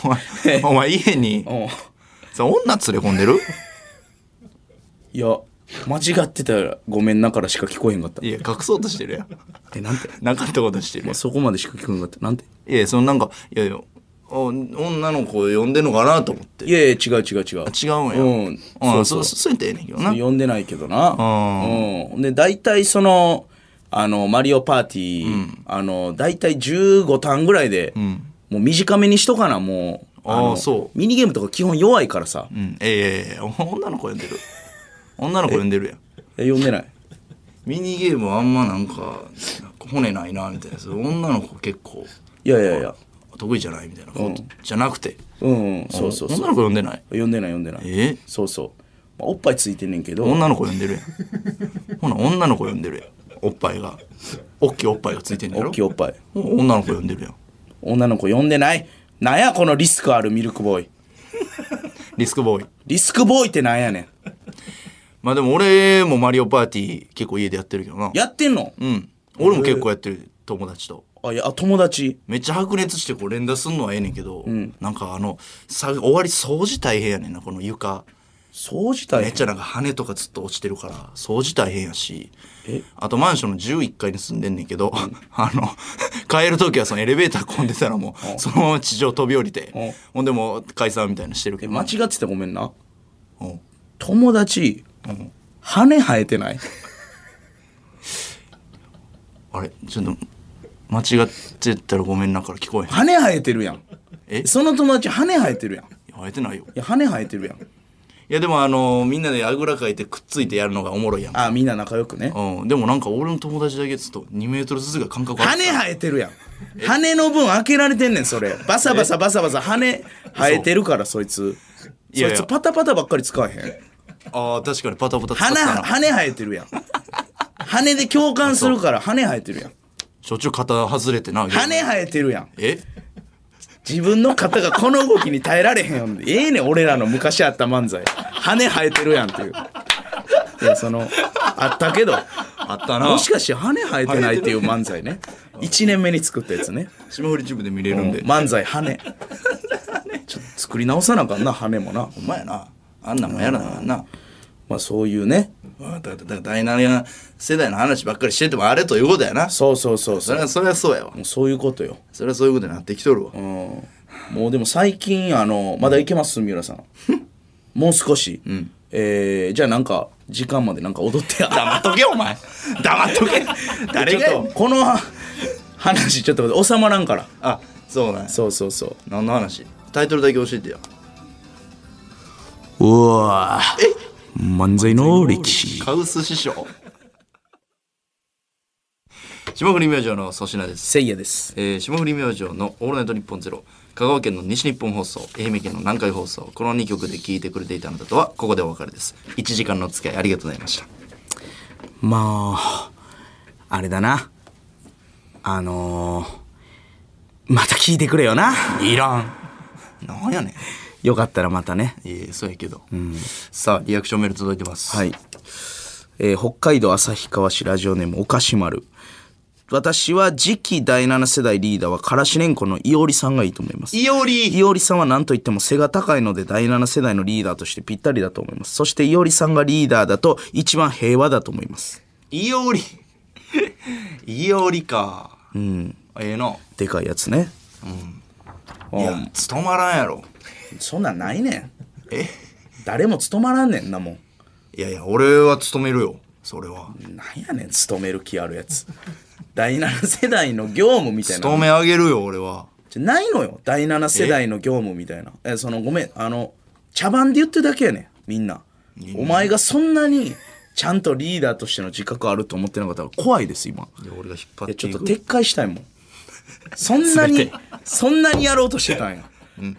Speaker 1: お前お前家に
Speaker 2: うん
Speaker 1: さ女連れ込んでる
Speaker 2: いや間違ってたらごめんなからしか聞こえへんかった
Speaker 1: いや隠そうとしてるやん
Speaker 2: えなんて
Speaker 1: なかったことしてるやん
Speaker 2: そこまでしか聞こえへんかったなんて
Speaker 1: いやそのなんかいやいやお女の子呼んでんのかなと思って
Speaker 2: いやいや違う
Speaker 1: 違う
Speaker 2: 違う違う
Speaker 1: んや
Speaker 2: うん
Speaker 1: あそうそうそうやったらええねんけどな
Speaker 2: 呼んでないけどな。
Speaker 1: ん
Speaker 2: うん。で、大体その、あの、マリオパーティー、あの、大体15ターンぐらいで、もう短めにしとかな、もう。
Speaker 1: あー
Speaker 2: の
Speaker 1: そ
Speaker 2: ミニゲームとか基本弱いからさ。
Speaker 1: うんええ女の子呼んでる女の子呼んでるやん
Speaker 2: え、呼んでない。
Speaker 1: ミニゲームあんまなんか骨ないなみたいなそう女の子結構
Speaker 2: いやいやいや。
Speaker 1: 得意じゃないみたいなこと、じゃなくて
Speaker 2: うん、うん、そうそうそう。
Speaker 1: 女の子呼んでない
Speaker 2: 呼んでない、呼んでない。
Speaker 1: え
Speaker 2: そうそう。まあおっぱいついてんねんけど、
Speaker 1: 女の子呼んでるやんほな女の子呼んでるやんおっぱいがおっきいおっぱいがついてんだ
Speaker 2: お
Speaker 1: ろ
Speaker 2: っきいおっぱい。
Speaker 1: ほな女の子呼んでるやん
Speaker 2: 女の子呼んでない。なんや、このリスクあるミルクボーイ。
Speaker 1: リスクボーイ
Speaker 2: リスクボーイってなんやねん。
Speaker 1: まあでも俺もマリオパーティー結構家でやってるけどな
Speaker 2: やってんの
Speaker 1: うん俺も結構やってる友達と
Speaker 2: あ、いや、あ友達。
Speaker 1: めっちゃ白熱してこう連打すんのはええねんけど、なんかあのさ終わり掃除大変やねんなこの床
Speaker 2: 掃除
Speaker 1: め
Speaker 2: 大
Speaker 1: っ
Speaker 2: 変。
Speaker 1: ちゃなんか羽とかずっと落ちてるから掃除大変やし
Speaker 2: え
Speaker 1: あとマンションの11階に住んでんねんけど、 あの帰る時はそのエレベーター混んでたらもうそのまま地上飛び降りて、
Speaker 2: うん
Speaker 1: ほんでもう解散みたいなのしてるけど
Speaker 2: 間違ってたらごめんな。
Speaker 1: うん
Speaker 2: 友達、羽生えてない
Speaker 1: あれちょっと間違ってたらごめんなから聞こえへん
Speaker 2: 羽生えてるやん
Speaker 1: え
Speaker 2: その友達羽生えてるやんい
Speaker 1: 生えてないよ
Speaker 2: や羽生えてるやん
Speaker 1: いやでもあのみんなであぐらかいてくっついてやるのがおもろいやん
Speaker 2: あみんな仲良くね
Speaker 1: うん、でもなんか俺の友達だけちょっと2メートルずつが間隔あ
Speaker 2: 羽生えてるやん羽の分開けられてんねんそれバサバサバサバサ羽生えてるからそいつ
Speaker 1: いやいや
Speaker 2: そいつパタパタばっかり使わへん
Speaker 1: あー確かにパタパタ使った
Speaker 2: 羽
Speaker 1: な
Speaker 2: 羽生えてるやん羽で共感するから羽生えてるやん
Speaker 1: しょっちゅう肩外れてな
Speaker 2: 羽生えてるやん
Speaker 1: え
Speaker 2: 自分の肩がこの動きに耐えられへんよんでええねん俺らの昔あった漫才羽生えてるやんっていういやそのあったけど
Speaker 1: あったな
Speaker 2: もしかして羽生えてないっていう漫才ね1年目に作ったやつね
Speaker 1: 霜降りチューブで見れるんで
Speaker 2: 漫才羽ちょっと作り直さなあかんな羽もな
Speaker 1: お前やなあんなんもやらなあかんな
Speaker 2: まあそういうね
Speaker 1: まあだだだ第7世代の話ばっかりしててもあれということやなそ
Speaker 2: そうそうそうそう
Speaker 1: れはそれはそうやわ
Speaker 2: もうそういうことよ
Speaker 1: それはそういうことになってきとるわ
Speaker 2: うんもうでも最近あのまだいけます三浦さんもう少し、えーじゃあなんか時間までなんか踊ってや
Speaker 1: 黙っとけお前黙っ とけ誰が
Speaker 2: ちょっとこの話ちょっと収まらんから
Speaker 1: あそうなんや
Speaker 2: そうそうそう
Speaker 1: 何の話タイトルだけ教えてよ
Speaker 2: うわ漫才の歴史
Speaker 1: カウス師匠霜降り明星の粗品です
Speaker 2: せいやです
Speaker 1: えー、霜降り明星の「オールナイトニッポンゼロ香川県の西日本放送愛媛県の南海放送この2曲で聴いてくれていたあなたとはここでお別れです1時間のお付き合いありがとうございました
Speaker 2: まああれだなあのーまた聞いてくれよない
Speaker 1: らんなんやね
Speaker 2: よかったらまたね
Speaker 1: んええそうやけど、さあリアクションメール届いてます
Speaker 2: はい、えー北海道旭川市ラジオネームおかし丸私は次期第7世代リーダーはからしれんこのいおりさんがいいと思います
Speaker 1: いおり
Speaker 2: いおりさんは何と言っても背が高いので第7世代のリーダーとしてぴったりだと思いますそしていおりさんがリーダーだと一番平和だと思います
Speaker 1: いおりいおりかうんええな
Speaker 2: でかいやつねうん
Speaker 1: いや務まらんやろ
Speaker 2: そんなんないねん
Speaker 1: え
Speaker 2: 誰も務まらんねんなもん
Speaker 1: いやいや俺は務めるよそれは
Speaker 2: なんやねん勤める気あるやつ第7世代の業務みたいな
Speaker 1: 務め上げるよ俺は
Speaker 2: じゃないのよ第7世代の業務みたいなえそのごめんあの茶番で言ってるだけやねんみんなお前がそんなにちゃんとリーダーとしての自覚あると思ってなかったら怖いです今
Speaker 1: いや俺が引っ張っ
Speaker 2: いや
Speaker 1: て
Speaker 2: ちょ
Speaker 1: い
Speaker 2: っ
Speaker 1: く
Speaker 2: と撤回したいもんそんな
Speaker 1: 全
Speaker 2: に
Speaker 1: て
Speaker 2: そんなにやろうとしてたんや、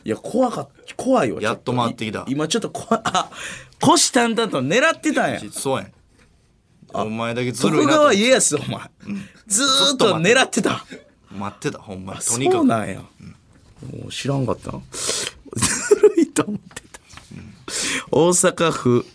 Speaker 2: いや怖かっ怖いわ
Speaker 1: やっと
Speaker 2: ちょ
Speaker 1: 回ってきた
Speaker 2: い今ちょっと怖いあ虎視眈々と狙ってたんや
Speaker 1: そうやん。お前だけずるい
Speaker 2: 徳
Speaker 1: なと
Speaker 2: 川家康お前、ずーっと狙ってた
Speaker 1: 待ってたほんまにとに
Speaker 2: そう
Speaker 1: か
Speaker 2: なんや、もう知らんかったなずるいと思ってた、大阪府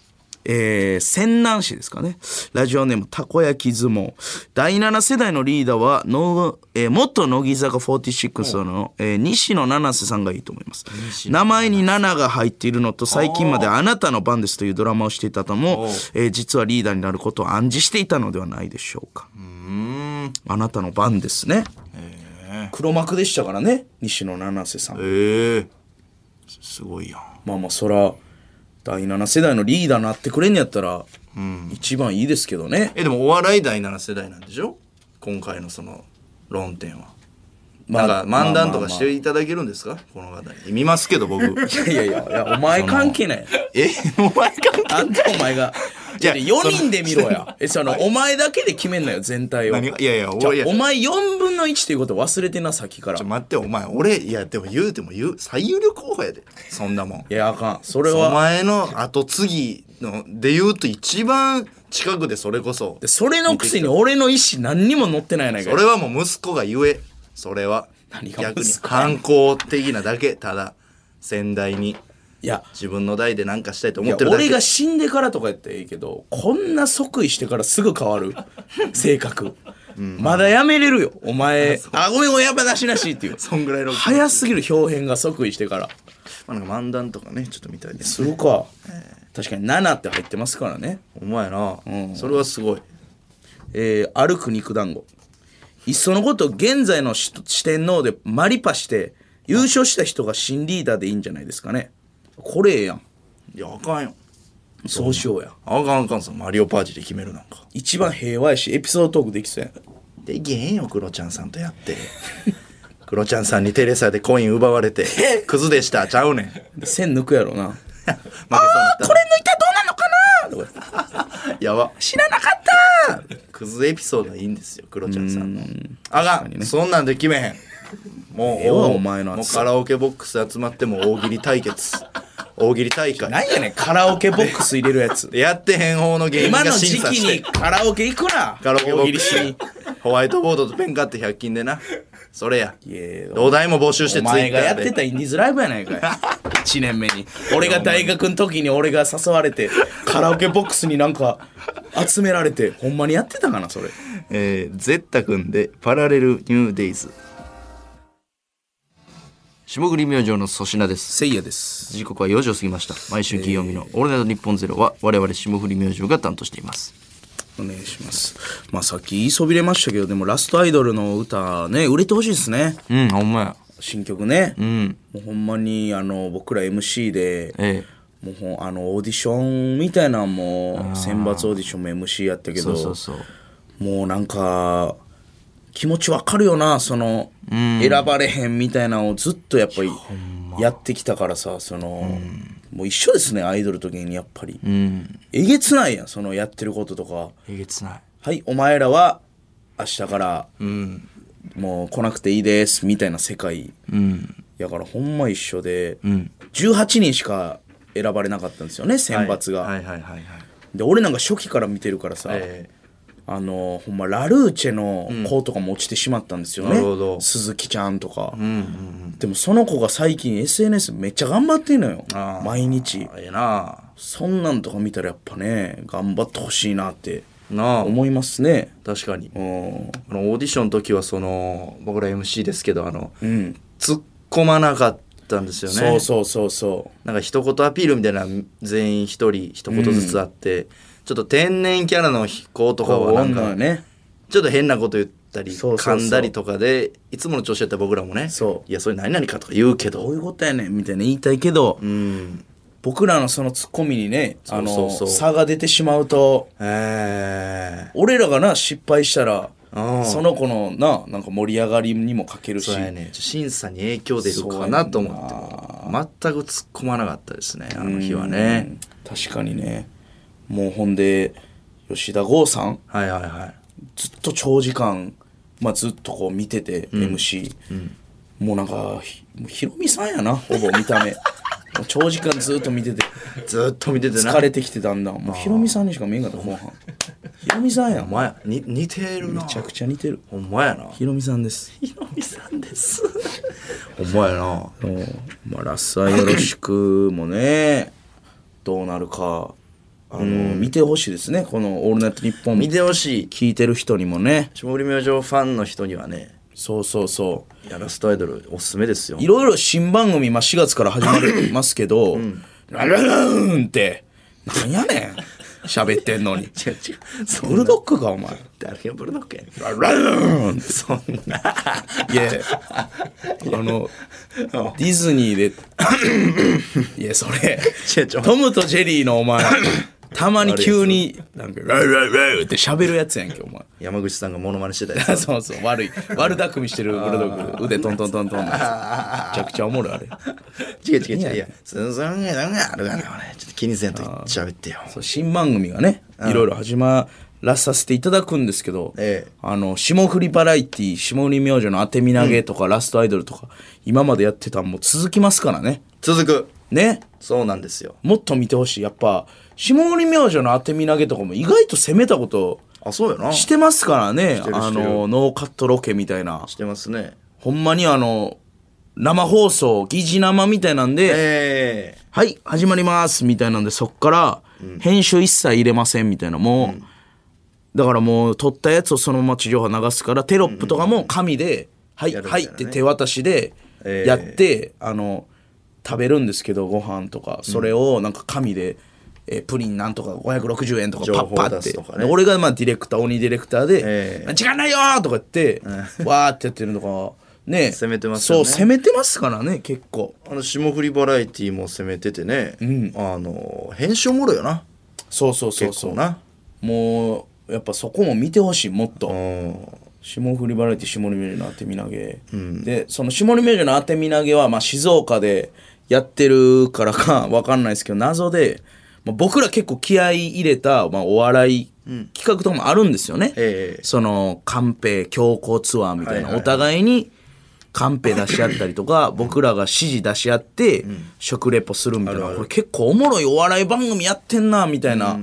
Speaker 2: えー、泉南市ですかねラジオネームたこ焼き相撲第7世代のリーダーはの、えー、元乃木坂46の、えー、西野七瀬さんがいいと思います名前に「七」が入っているのと最近まで「あなたの番です」というドラマをしていたと
Speaker 1: お
Speaker 2: も
Speaker 1: う、
Speaker 2: えー実はリーダーになることを暗示していたのではないでしょうか
Speaker 1: くうーん
Speaker 2: あなたの番ですね。黒幕でしたからね、西野七瀬さん。
Speaker 1: ええすすごいやん
Speaker 2: まあまあ、そら、第7世代のリーダーになってくれんやったら、一番いいですけどね。
Speaker 1: えでもお笑い第7世代なんでしょ今回のその論点は、
Speaker 2: まあ
Speaker 1: なんか漫談とかし
Speaker 2: ま
Speaker 1: ていただけるんですか、この方に見ますけど 僕
Speaker 2: あまあまあいやいやいや、いやお前関係ない。
Speaker 1: えお前関係
Speaker 2: あんたお前が。
Speaker 1: いや
Speaker 2: 4人で見ろや。え、その、お前だけで決めんなよ、全体を。
Speaker 1: 何がいやいや
Speaker 2: じゃあ
Speaker 1: 俺いや
Speaker 2: お前4分の1ということ忘れてな、さっきから。い
Speaker 1: 待ってお前俺いやでも言うても言う最有力候補やでそんなもん
Speaker 2: や、あかん。それ
Speaker 1: お
Speaker 2: は、
Speaker 1: 前の後次ので言うと一番近くでそれこそ
Speaker 2: でそれのくせに俺の意思何にも乗ってないやないか
Speaker 1: そ
Speaker 2: い。
Speaker 1: れはもう息子が言えそれは
Speaker 2: 何が
Speaker 1: 逆に
Speaker 2: 息子や
Speaker 1: 反抗的なだけただ先代に
Speaker 2: いや、
Speaker 1: 自分の代で何かしたいと
Speaker 2: い
Speaker 1: 思
Speaker 2: や
Speaker 1: ってるだけ
Speaker 2: 俺が死んでからとかやったらいいけどこんな即位してからすぐ変わ る性格、まだやめれるよお前 あごめんごめんやっぱなしなしっていう
Speaker 1: そんぐらいの
Speaker 2: 早すぎる表現が即位してから
Speaker 1: まあなんか漫談とかねちょっと見たいです
Speaker 2: するか確かに7って入ってますからね
Speaker 1: お前な、それはすごい
Speaker 2: えー歩く肉団子いっそのこと現在のし四天王でマリパして優勝した人が新リーダーでいいんじゃないですかねこれええやん
Speaker 1: いやあかんよ
Speaker 2: そうしようや
Speaker 1: あかんあかんさマリオパーティーで決めるなんか
Speaker 2: 一番平和やしエピソードトークできそうやん
Speaker 1: できへんよクロちゃんさんとや ってクロちゃんさんにテレサでコイン奪われてクズでしたちゃうねん負け
Speaker 2: 線抜くやろ
Speaker 1: そう
Speaker 2: な
Speaker 1: になった
Speaker 2: これ抜いたらどうなのかなとか
Speaker 1: やば
Speaker 2: 知らなかった
Speaker 1: クズエピソードはいいんですよクロちゃんさんのあがん、そんなんで決めへんもう、
Speaker 2: ええわお前の
Speaker 1: もう
Speaker 2: 熱さ
Speaker 1: カラオケボックス集まっても大喜利対決 大喜利大会
Speaker 2: なんやねんカラオケボックス入れるやつ
Speaker 1: やってへん方の芸人
Speaker 2: 今
Speaker 1: が
Speaker 2: の
Speaker 1: 審
Speaker 2: 時期
Speaker 1: 査して
Speaker 2: にカラオケ行くな
Speaker 1: カラオケボック
Speaker 2: 大喜利
Speaker 1: ス
Speaker 2: しに
Speaker 1: にホワイトボードとペン買って100均でなそれや
Speaker 2: いや
Speaker 1: お題も募集して
Speaker 2: お
Speaker 1: ツイッ
Speaker 2: 前が
Speaker 1: タ
Speaker 2: や
Speaker 1: ー
Speaker 2: っ
Speaker 1: で
Speaker 2: てたインディーズライブやないかい1年目に俺が大学の時に俺が誘われてカラオケボックスになんか集められてほんまにやってたかなそれ
Speaker 1: えー、ゼッタ君でパラレルニューデイズ霜降り明星の粗品です
Speaker 2: せいやです
Speaker 1: 時刻は4時を過ぎました毎週金曜日の「オールナイトニッポンゼロは我々霜降り明星が担当しています
Speaker 2: お願いしますまあさっき言いそびれましたけどでもラストアイドルの歌ね売れてほしいですね
Speaker 1: うんほんまや
Speaker 2: 新曲ね、
Speaker 1: うん
Speaker 2: もうほんまにあの僕ら MC で、
Speaker 1: ええ
Speaker 2: もうほんあのオーディションみたいなんも選抜オーディションも MC やったけ
Speaker 1: そ
Speaker 2: ど
Speaker 1: うそうそう
Speaker 2: もうなんか気持ちわかるよなその、選ばれへんみたいなのをずっとやっぱりやってきたからさその、もう一緒ですねアイドルと芸人やっぱり、
Speaker 1: うん
Speaker 2: えげつないやんそのやってることとか
Speaker 1: えげつない
Speaker 2: はいお前らは明日から
Speaker 1: うん
Speaker 2: もう来なくていいですみたいな世界
Speaker 1: うん
Speaker 2: やからほんま一緒で、
Speaker 1: ん
Speaker 2: 18人しか選ばれなかったんですよね選抜が、
Speaker 1: はいはいはいはい
Speaker 2: で俺なんか初期から見てるからさ、
Speaker 1: え
Speaker 2: あのほんまラルーチェの子とかも落ちてしまったんですよね、
Speaker 1: なるほど
Speaker 2: 鈴木ちゃんとか、
Speaker 1: えうんうん
Speaker 2: でもその子が最近 SNS めっちゃ頑張ってんのよ
Speaker 1: あー
Speaker 2: 毎日
Speaker 1: ええな
Speaker 2: そんなんとか見たらやっぱね頑張ってほしいなって
Speaker 1: なあ
Speaker 2: 思いますね
Speaker 1: 確かに
Speaker 2: うん
Speaker 1: あのオーディションの時はその僕ら MC ですけどあの、
Speaker 2: うん
Speaker 1: 突っ込まなかったんですよね
Speaker 2: そうそうそうそ
Speaker 1: なんか一言アピールみたいな全員一人一言ずつあって、ちょっと天然キャラの子と
Speaker 2: う
Speaker 1: かはなん
Speaker 2: こう女
Speaker 1: か
Speaker 2: はね
Speaker 1: ちょっと変なこと言ったり
Speaker 2: そうそうそう
Speaker 1: 噛んだりとかでいつもの調子やったら僕らもね
Speaker 2: そう
Speaker 1: やそれ何々かとか言うけ
Speaker 2: ど
Speaker 1: ど
Speaker 2: ういうことやねんみたいな言いたいけど、
Speaker 1: うん
Speaker 2: 僕らのそのツッコミにね
Speaker 1: う
Speaker 2: あの
Speaker 1: そうそう
Speaker 2: 差が出てしまうと
Speaker 1: え
Speaker 2: 俺らがな失敗したら
Speaker 1: うん
Speaker 2: その子のななんか盛り上がりにも欠ける
Speaker 1: ー、
Speaker 2: し
Speaker 1: そうやねちょ審査に影響出るかなと思って全く突っ込まなかったですねあの日は
Speaker 2: う
Speaker 1: ね
Speaker 2: ん確かにねもうほんで吉田剛さん
Speaker 1: はいはいはい
Speaker 2: ずっと長時間、まあ、ずっとこう見てて、MC、もうなんかひもうヒロミさんやなほぼ 見た目もう長時間ずっと見てて
Speaker 1: ずーっと見ててな
Speaker 2: 疲れてきてだんだんもうヒロミさんにしか見えんかった後半ヒロミさんやん
Speaker 1: お
Speaker 2: め
Speaker 1: 前やに似てるな
Speaker 2: ちゃくちゃ似てる
Speaker 1: ほんまやな
Speaker 2: ヒロミさんです
Speaker 1: ひろみさんです。 ほんまやな。
Speaker 2: うんまあラッサーよろしくもねどうなるかあの見てほしいですねこの「オールナイトニッポン」
Speaker 1: 見てほしい。
Speaker 2: 聞いてる人にもね
Speaker 1: 霜降り明星ファンの人にはね、
Speaker 2: そうそうそう
Speaker 1: いやラストアイドルおすすめですよ
Speaker 2: い。ろいろ新番組、まあ、4月から始まりますけど、ラララーンって、なんやねん。喋ってんの に。
Speaker 1: 違う違う。そ
Speaker 2: ブルドッグか、お前。
Speaker 1: 誰がブルドッグやね
Speaker 2: ラララーン
Speaker 1: んそんな。
Speaker 2: いや、あの、ディズニーで、いや、それ
Speaker 1: 違う違う、
Speaker 2: トムとジェリーのお前、たまに急に、なんか、ララララーンって喋るやつやんけ、お前。
Speaker 1: 山口さんがモノマネしてた やつ。
Speaker 2: そうそう、悪い。悪巧みしてるブルドッグ。腕トントントントン のやつ。めちゃくちゃおもろい、あれ。
Speaker 1: 違う違う違う。いや、そんなのがあるかな、俺。ちょっと気にせんと喋ってよ。
Speaker 2: そう新番組がね、いろいろ始まらさせていただくんですけど、
Speaker 1: ええ
Speaker 2: あの霜降りバラエティー霜降り明星の当て身投げとか、ラストアイドルとか今までやってたんも続きますからね
Speaker 1: 続く。
Speaker 2: ね
Speaker 1: そうなんですよ。
Speaker 2: もっと見てほしいやっぱ霜降り明星の当て身投げとかも意外と攻めたこと
Speaker 1: あ、そうやな。
Speaker 2: し
Speaker 1: して
Speaker 2: ますからね
Speaker 1: てる
Speaker 2: あ
Speaker 1: してる
Speaker 2: のノーカットロケみたいな
Speaker 1: てますね。
Speaker 2: ほんまにあの生放送疑似生みたいなんで、
Speaker 1: え
Speaker 2: はい、始まりますみたいなんで、そっから、編集一切入れませんみたいな、もう、だからもう、撮ったやつをそのまま地上波流すから、テロップとかも紙で、はい、
Speaker 1: やるみ
Speaker 2: は
Speaker 1: たい
Speaker 2: い
Speaker 1: な
Speaker 2: っ
Speaker 1: ね
Speaker 2: て手渡しで
Speaker 1: えー
Speaker 2: やって、あの、食べるんですけど、ご飯とか、それをなんか紙で、えープリンなんとか560円とかパ
Speaker 1: 情報
Speaker 2: ッパっ
Speaker 1: 出
Speaker 2: て、
Speaker 1: すとかね
Speaker 2: で俺がまあディレクター鬼ディレクターで「
Speaker 1: えー
Speaker 2: 時間ないよ!」とか言って、わーってやってるのがね
Speaker 1: 攻めてますよね
Speaker 2: そう攻めてますからね結構
Speaker 1: えあの霜降りバラエティも攻めててね、あの編集おもろいよな
Speaker 2: そうそうそう
Speaker 1: 結
Speaker 2: そう
Speaker 1: 構な
Speaker 2: もうやっぱそこも見てほしいもっと
Speaker 1: うん
Speaker 2: 霜降りバラエティ下に明星の当て身投げ、でその下に明星の当て身投げは、まあ、静岡でやってるからか わかんないですけど謎で、まあ、僕ら結構気合い入れた、まあ、お笑い企画とかもあるんですよね、
Speaker 1: ええ
Speaker 2: そのカンペ強行ツアーみた
Speaker 1: は
Speaker 2: いな、
Speaker 1: いはいはい
Speaker 2: お互いにカンペ出し合ったり とか僕らが指示出し合って、食レポするみたいなこれ結構おもろいお笑い番組やってんなみたいな、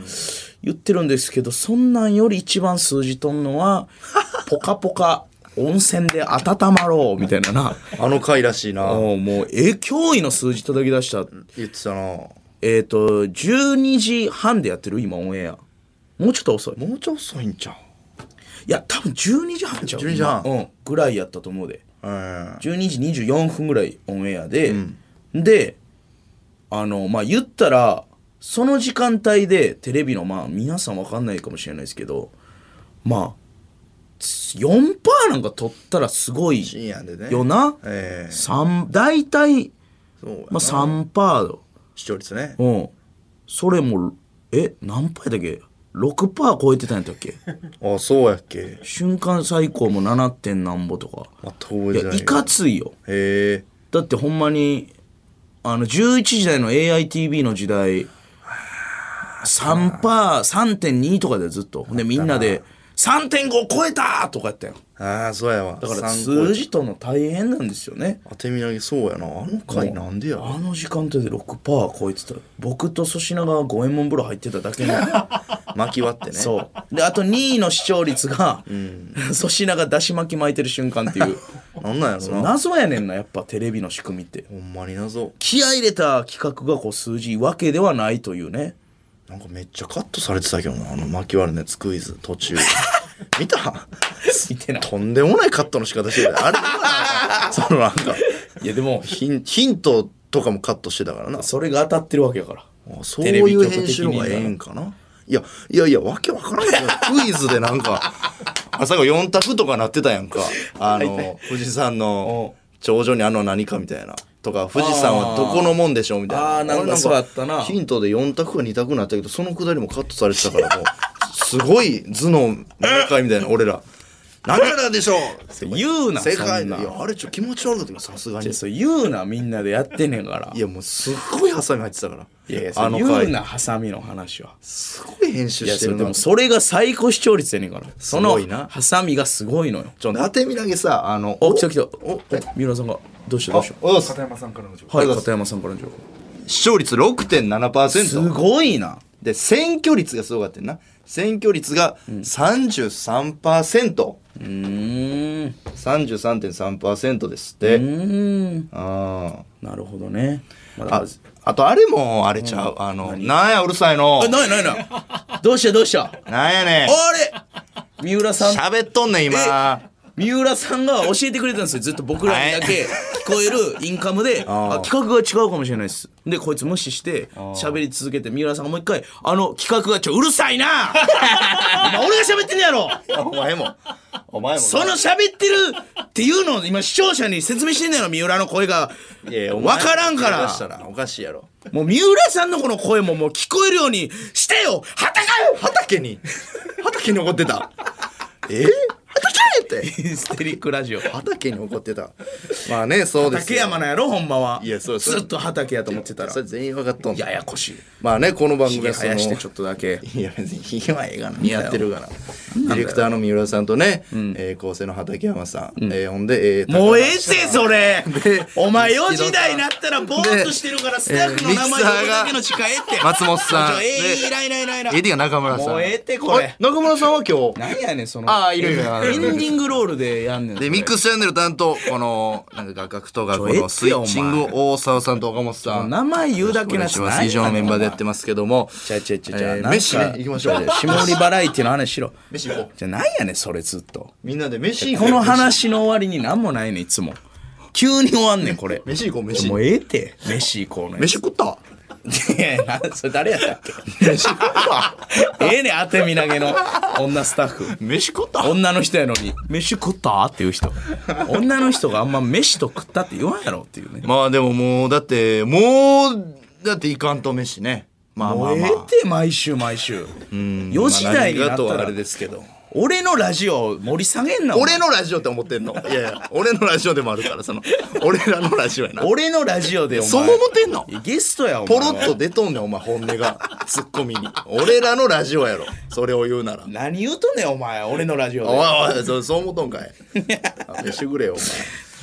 Speaker 2: 言ってるんですけどそんなんより一番数字とん のは「ポカポカ温泉で温まろう」みたいなな
Speaker 1: あの回らしいな
Speaker 2: もうもうえ驚異の数字叩き出した
Speaker 1: 言ってたなも
Speaker 2: えっ、と12時半でやってる今オンエアもうちょっと遅いう
Speaker 1: ちょい遅いんちゃ
Speaker 2: いや多分12時半ちゃう
Speaker 1: 12時半
Speaker 2: 今うんぐらいやったと思うで
Speaker 1: ううん
Speaker 2: 12時24分ぐらいオンエアで、であのまあ言ったらその時間帯でテレビのまあ皆さんわかんないかもしれないですけどまあ4%なんか取ったらすごい
Speaker 1: 深夜でね
Speaker 2: よな、
Speaker 1: ええ
Speaker 2: 三大体、
Speaker 1: そうやな
Speaker 2: まあ、3%
Speaker 1: 視聴率ね
Speaker 2: うんそれもえ何パーだっけ6%超えてたんやったっけ
Speaker 1: あそうやっけ
Speaker 2: 瞬間最高も 7. 点なんぼとか
Speaker 1: あ遠いじ
Speaker 2: い
Speaker 1: ゃ
Speaker 2: や
Speaker 1: ない
Speaker 2: いかついよ
Speaker 1: へえ
Speaker 2: だってほんまにあの11時代の AITV の時代3パー3.2とかでずっとほんでみんなで3.5超えたとかやったよ
Speaker 1: ああそうやわ
Speaker 2: だ
Speaker 1: だ
Speaker 2: から数字との大変なんですよね
Speaker 1: 当て身投げそうやなあの回なんでや
Speaker 2: あの時間帯で6パー超えてた僕と粗品が五右衛門風呂入ってただけ の
Speaker 1: 巻き割ってね
Speaker 2: そうであと2位の視聴率が粗品がだし巻き巻いてる瞬間って いう
Speaker 1: なんなんやろな
Speaker 2: 謎やねんなやっぱテレビの仕組みって
Speaker 1: ほんまに謎
Speaker 2: 気合い入れた企画がこう数字いいわけではないというね
Speaker 1: なんかめっちゃカットされてたけどなあの巻き割るのやつクイズ途中 見た
Speaker 2: 見てない
Speaker 1: とんでもないカットの仕方してたあれはそのなんか
Speaker 2: いやでも
Speaker 1: ヒンヒントとかもカットしてたからな
Speaker 2: それが当たってるわけやから
Speaker 1: あそういう編集の方がええんかないやいやいやわけわからん けどクイズでなんかあ最後4択とかなってたや んかあの富士山の頂上にあの何かみたいなとか富士山はどこのもんでしょうみたいな
Speaker 2: あーなんか
Speaker 1: 俺
Speaker 2: そうやったな
Speaker 1: ヒントで4択か2択になったけどそのくだりもカットされてたからもうすごい頭脳明快み たいな俺ら何やらでしょう
Speaker 2: 言うな
Speaker 1: 正
Speaker 2: そ
Speaker 1: 解
Speaker 2: ん
Speaker 1: い
Speaker 2: な
Speaker 1: やあれちょっと気持ち悪かったけどさすが
Speaker 2: じ
Speaker 1: に
Speaker 2: ゃあそれ言うなみんなでやってんねんから
Speaker 1: いやもうすっごいハサミ入ってたから
Speaker 2: いやいやそ
Speaker 1: あ
Speaker 2: れ
Speaker 1: の
Speaker 2: 言う
Speaker 1: 回
Speaker 2: なハサミの話は
Speaker 1: すごい編集
Speaker 2: いや
Speaker 1: して
Speaker 2: それ
Speaker 1: る
Speaker 2: で
Speaker 1: な
Speaker 2: もそれが最高視聴率やねんからその
Speaker 1: すごいな
Speaker 2: ハサミがすごいのよ
Speaker 1: ちょ、当てみなげさ、あの、
Speaker 2: お来た来た
Speaker 1: お
Speaker 2: お
Speaker 1: え
Speaker 2: 三浦さんがどうした
Speaker 1: あ
Speaker 2: どうし
Speaker 1: おはようござい
Speaker 3: 片山さんからの情報
Speaker 2: たはい片山さんからの情報
Speaker 1: ます視聴率
Speaker 2: す
Speaker 1: 6.7%。
Speaker 2: ごいな
Speaker 1: で、選挙率がすごかったよな。選挙率が33%。
Speaker 2: うーん
Speaker 1: 33.3%ですって。
Speaker 2: うーん
Speaker 1: あ
Speaker 2: なるほどねま
Speaker 1: あ
Speaker 2: だ
Speaker 1: あ。あと、あれも、あれちゃう。あの、なんや、うるさいの
Speaker 2: あ。ないないないどうしたどうした
Speaker 1: なんやねん。
Speaker 2: あれ三浦さん
Speaker 1: 喋っとんねん、今。
Speaker 2: 三浦さんが教えてくれたんですよずっと僕らにだけ聞こえるインカムで
Speaker 1: あー
Speaker 2: あ企画が違うかもしれないですでこいつ無視して喋り続けて三浦さんがもう一回「あの企画がちょう るさいな!今俺が喋ってんねやろ
Speaker 1: お前も。お前もな。
Speaker 2: その喋ってるっていうのを今視聴者に説明してんねやろ三浦の声が
Speaker 1: いやいや、
Speaker 2: わからんか
Speaker 1: お
Speaker 2: ら
Speaker 1: 前も出したらおかしいやろ。
Speaker 2: もう三浦さんのこの声ももう聞こえるようにしてよはたかよ
Speaker 1: 畑に、畑に怒ってた。え畑って。
Speaker 2: ヒステリックラジオ
Speaker 1: 畑に怒ってた。まあね、そうです
Speaker 2: 竹
Speaker 1: よ。
Speaker 2: 山なんやろほんまはい
Speaker 1: やそうそう
Speaker 2: ずっと畑やと思ってたら
Speaker 1: それ全員分かっとんの
Speaker 2: ややこしい
Speaker 1: まあね、この番組
Speaker 2: ひげ
Speaker 1: はそ
Speaker 2: 生
Speaker 1: の
Speaker 2: やしてちょっとだけ
Speaker 1: いや別にひげはええがな似合ってるからディレクターの三浦さんとね、えー構成の畠山さん、えーほんで、えー
Speaker 2: もうええぜそれ
Speaker 1: で
Speaker 2: お前
Speaker 1: ミス
Speaker 2: 4
Speaker 1: キドさん
Speaker 2: 時台になったらボーっとしてるからスタッフの名前呼ぶだけの時間ええって
Speaker 1: 松本さん
Speaker 2: ちょええ
Speaker 1: で
Speaker 2: いらいらいらいら
Speaker 1: AD が中村さん
Speaker 2: もうええってこれ
Speaker 1: あ中村さんは今日
Speaker 2: 何やねんその
Speaker 1: ああいるいる
Speaker 2: エンディングロールでやんねん
Speaker 1: でミックスチャンネル担当このなんか画角とかこ
Speaker 2: ちょええって
Speaker 1: のスイッチン
Speaker 2: お
Speaker 1: グ大沢さんと岡本さん
Speaker 2: 名前言うだけ
Speaker 1: お願い
Speaker 2: なやつ
Speaker 1: します以上のメンバーでやってますけども
Speaker 2: ちゃちゃちゃちゃ
Speaker 1: えー飯ね行きましょう
Speaker 2: 下降りバラエティの話しろ
Speaker 1: 飯行こう
Speaker 2: じゃあ何やねんそれずっと
Speaker 1: みんなで飯行こ
Speaker 2: こ
Speaker 1: う
Speaker 2: の話の終わりに何もないねんいつも急に終わんねんこれ
Speaker 1: 飯行こう飯
Speaker 2: もうええって飯行こうのやつ
Speaker 1: 飯食った
Speaker 2: いやいやなそれ誰やったっ
Speaker 1: 飯食った
Speaker 2: け ええねん当て身投げの女スタッ フ
Speaker 1: 飯食った
Speaker 2: 女の人やのに「飯食った?」っていう人女の人があんま飯と食ったって言わんやろっていうね
Speaker 1: まあでももうだってもうだっていかんと飯ねまあま
Speaker 2: も
Speaker 1: あ
Speaker 2: うええ
Speaker 1: まあ
Speaker 2: って毎週毎週4時台になった
Speaker 1: まあ何がとは
Speaker 2: ら
Speaker 1: あれですけど
Speaker 2: 俺のラジオ盛り下げんなお前
Speaker 1: 俺のラジオって思ってんのいやいや俺のラジオでもあるからその俺らのラジオやな
Speaker 2: 俺のラジオでお前
Speaker 1: そう思ってんの
Speaker 2: いやゲストやお前
Speaker 1: ポ
Speaker 2: は
Speaker 1: ロッと出とんねんお前本音がツッコミに俺らのラジオやろそれを言うなら
Speaker 2: 何言うとんねんお前俺のラジオで
Speaker 1: おいおいそそう思っとんかい消してくれよお前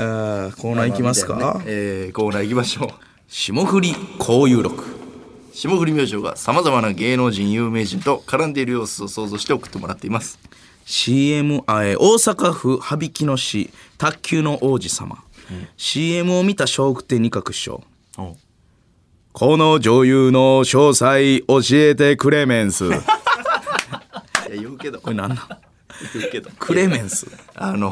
Speaker 2: あーコーナー行きます
Speaker 1: まあ
Speaker 2: か
Speaker 1: みたいなねえーコーナー行きましょう
Speaker 2: 霜降り交友録
Speaker 1: 霜降り明星がさまざまな芸能人有名人と絡んでいる様子を想像して送ってもらっています
Speaker 2: CM あえ大阪府羽曳野市卓球の王子様、CM を見た小福亭二角師匠この女優の詳細教えてクレメンスこ
Speaker 1: いや言うけど
Speaker 2: れ何なん
Speaker 1: 言うけど
Speaker 2: クレメンス
Speaker 1: あの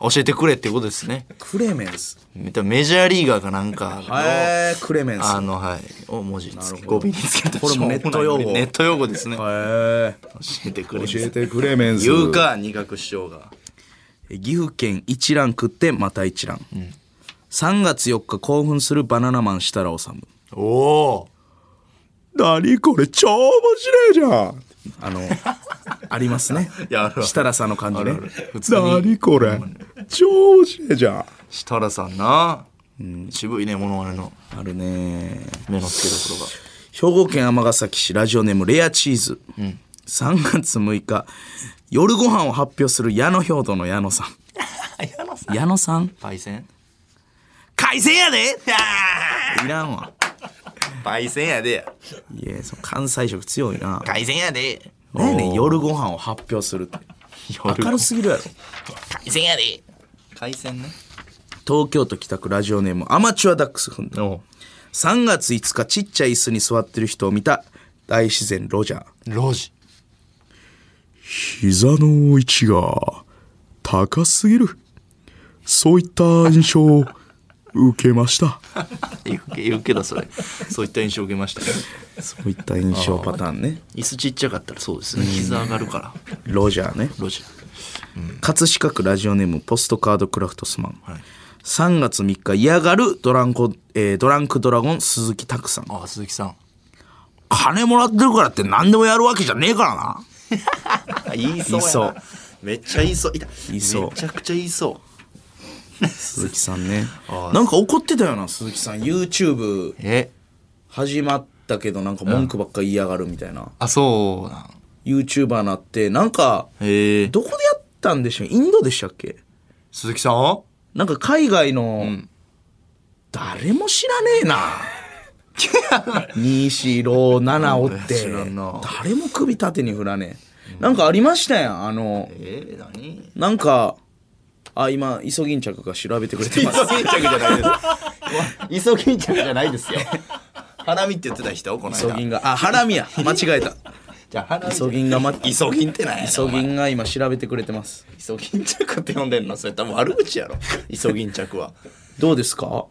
Speaker 1: 教えてくれってことですね
Speaker 2: クレメンス
Speaker 1: メジャーリーガーかなんかの
Speaker 2: へえクレメンス
Speaker 1: あのはいを文字につけ語尾につけた
Speaker 2: これもネット用語
Speaker 1: しょうもないネット用語ですね教
Speaker 2: へえ
Speaker 1: えてくれ
Speaker 2: 教えてクレメンス
Speaker 1: 言うか二角師匠が
Speaker 2: 岐阜県一蘭食ってまた一蘭、3月4日興奮するバナナマン設楽治
Speaker 1: おお
Speaker 2: 何これ超面白いじゃんあ のありますね
Speaker 1: いやあるある
Speaker 2: 設楽さんの感じね
Speaker 1: 普通に
Speaker 2: これ超面白いじゃん
Speaker 1: 設楽さんな渋いねものまねの
Speaker 2: あるね
Speaker 1: 目の付けどころが
Speaker 2: 兵庫県尼崎市ラジオネームレアチーズ、3月6日夜ご飯を発表する矢野兵道の矢野さん
Speaker 1: 矢野さ
Speaker 2: 矢野さん
Speaker 1: パイセン
Speaker 2: 改善やでいらんわ
Speaker 1: パイセンやで
Speaker 2: いやその関西色強いな
Speaker 1: 海鮮やで
Speaker 2: 何やねん夜ご飯を発表するって明るすぎるやろ
Speaker 1: 海鮮やで海鮮ね
Speaker 2: 東京都北区ラジオネームアマチュアダックスフンド
Speaker 1: お
Speaker 2: 3月5日ちっちゃい椅子に座ってる人を見た大自然ロジャー
Speaker 1: ロジ
Speaker 2: 膝の位置が高すぎるそういった印象を受けました
Speaker 1: 言うけ言うけどそれそういった印象を受けましたね
Speaker 2: そういった印象パターンね
Speaker 1: 椅子ちっちゃかったらそうですね膝上がるから
Speaker 2: ロジャーね
Speaker 1: ロジ
Speaker 2: 葛飾区ラジオネームポストカードクラフトスマン、3月3日嫌がるドランコ、えードランクドラゴン鈴木拓さん
Speaker 1: あ鈴木さん
Speaker 2: 金もらってるからって何でもやるわけじゃねえからな
Speaker 1: 言いそうや
Speaker 2: いそ
Speaker 1: な
Speaker 2: う
Speaker 1: めっちゃ言いそういた
Speaker 2: 言いそ
Speaker 1: め
Speaker 2: う
Speaker 1: ちゃくちゃ言いそう
Speaker 2: 鈴木さんねなんか怒ってたよな鈴木さん YouTube
Speaker 1: え
Speaker 2: 始まったけどなんか文句ばっか言いやがるみたいな、
Speaker 1: あそうなん
Speaker 2: YouTuber なってなんか
Speaker 1: へえ
Speaker 2: どこでやったんでしょうインドでしたっけ
Speaker 1: 鈴木さん
Speaker 2: なんか海外の、誰も知らね えな2467おって
Speaker 1: 知らんな
Speaker 2: 誰も首縦に振らねえ、なんかありましたやんあの
Speaker 1: ええ何
Speaker 2: なんかあ今イソギンチャクが調べてくれてます
Speaker 1: 急ぎんちゃくじゃない です急ぎんちゃくじゃない ですよ花見って言ってた人この
Speaker 2: イソギ
Speaker 1: 間
Speaker 2: ンがあハラミや間違えた
Speaker 1: じゃあ花
Speaker 2: イ
Speaker 1: 見
Speaker 2: ソギンがま
Speaker 1: イソギンってない
Speaker 2: イソギンが今調べてくれてます
Speaker 1: イソギンチャクって呼んでんのそれ多分悪口やろイソギンチャクは
Speaker 2: どうですか
Speaker 1: 調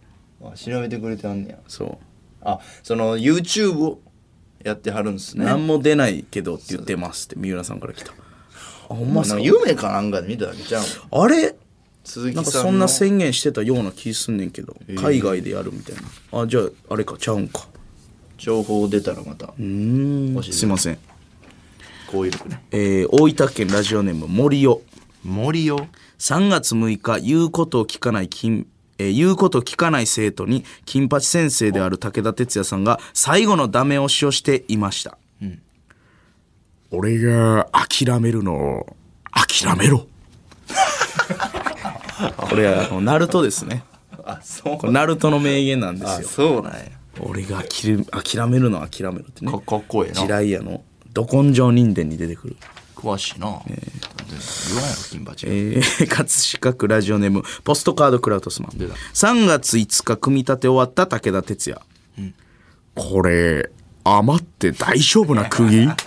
Speaker 1: べてくれ てあんねや
Speaker 2: そう
Speaker 1: あその YouTube をやってはるんですね
Speaker 2: 何も出ないけどって言ってますって三浦さんから来たあほんまっす
Speaker 1: なん
Speaker 2: か
Speaker 1: か夢かなんかで見ただけじゃん
Speaker 2: あれ
Speaker 1: 鈴木
Speaker 2: なんか
Speaker 1: さん
Speaker 2: そん
Speaker 1: の
Speaker 2: な宣言してたような気すんねんけど、海外でやるみたいなあじゃああれかちゃうんか
Speaker 1: 情報出たらまた教えて
Speaker 2: すいません、
Speaker 1: こういうのね
Speaker 2: えー大分県ラジオネーム森尾
Speaker 1: 森よ
Speaker 2: 3月6日言うことを聞かない金、えー言うことを聞かない生徒に金八先生である武田鉄矢さんが最後のダメ押しをしていました、俺が諦めるのを諦めろ これはあのナルトですね
Speaker 1: あそう
Speaker 2: これナルトの名言なんで
Speaker 1: あ
Speaker 2: すよ
Speaker 1: そうなんや
Speaker 2: 俺が諦め諦めるのは諦めろってね
Speaker 1: かかっこええな
Speaker 2: 地雷屋のど根性人間に出てくる
Speaker 1: 詳しいな、言わんやろ金八、
Speaker 2: えー 葛飾区ラジオネームポストカードクラウトスマン3月5日組み立て終わった武田鉄矢、これ余って大丈夫な釘
Speaker 1: あ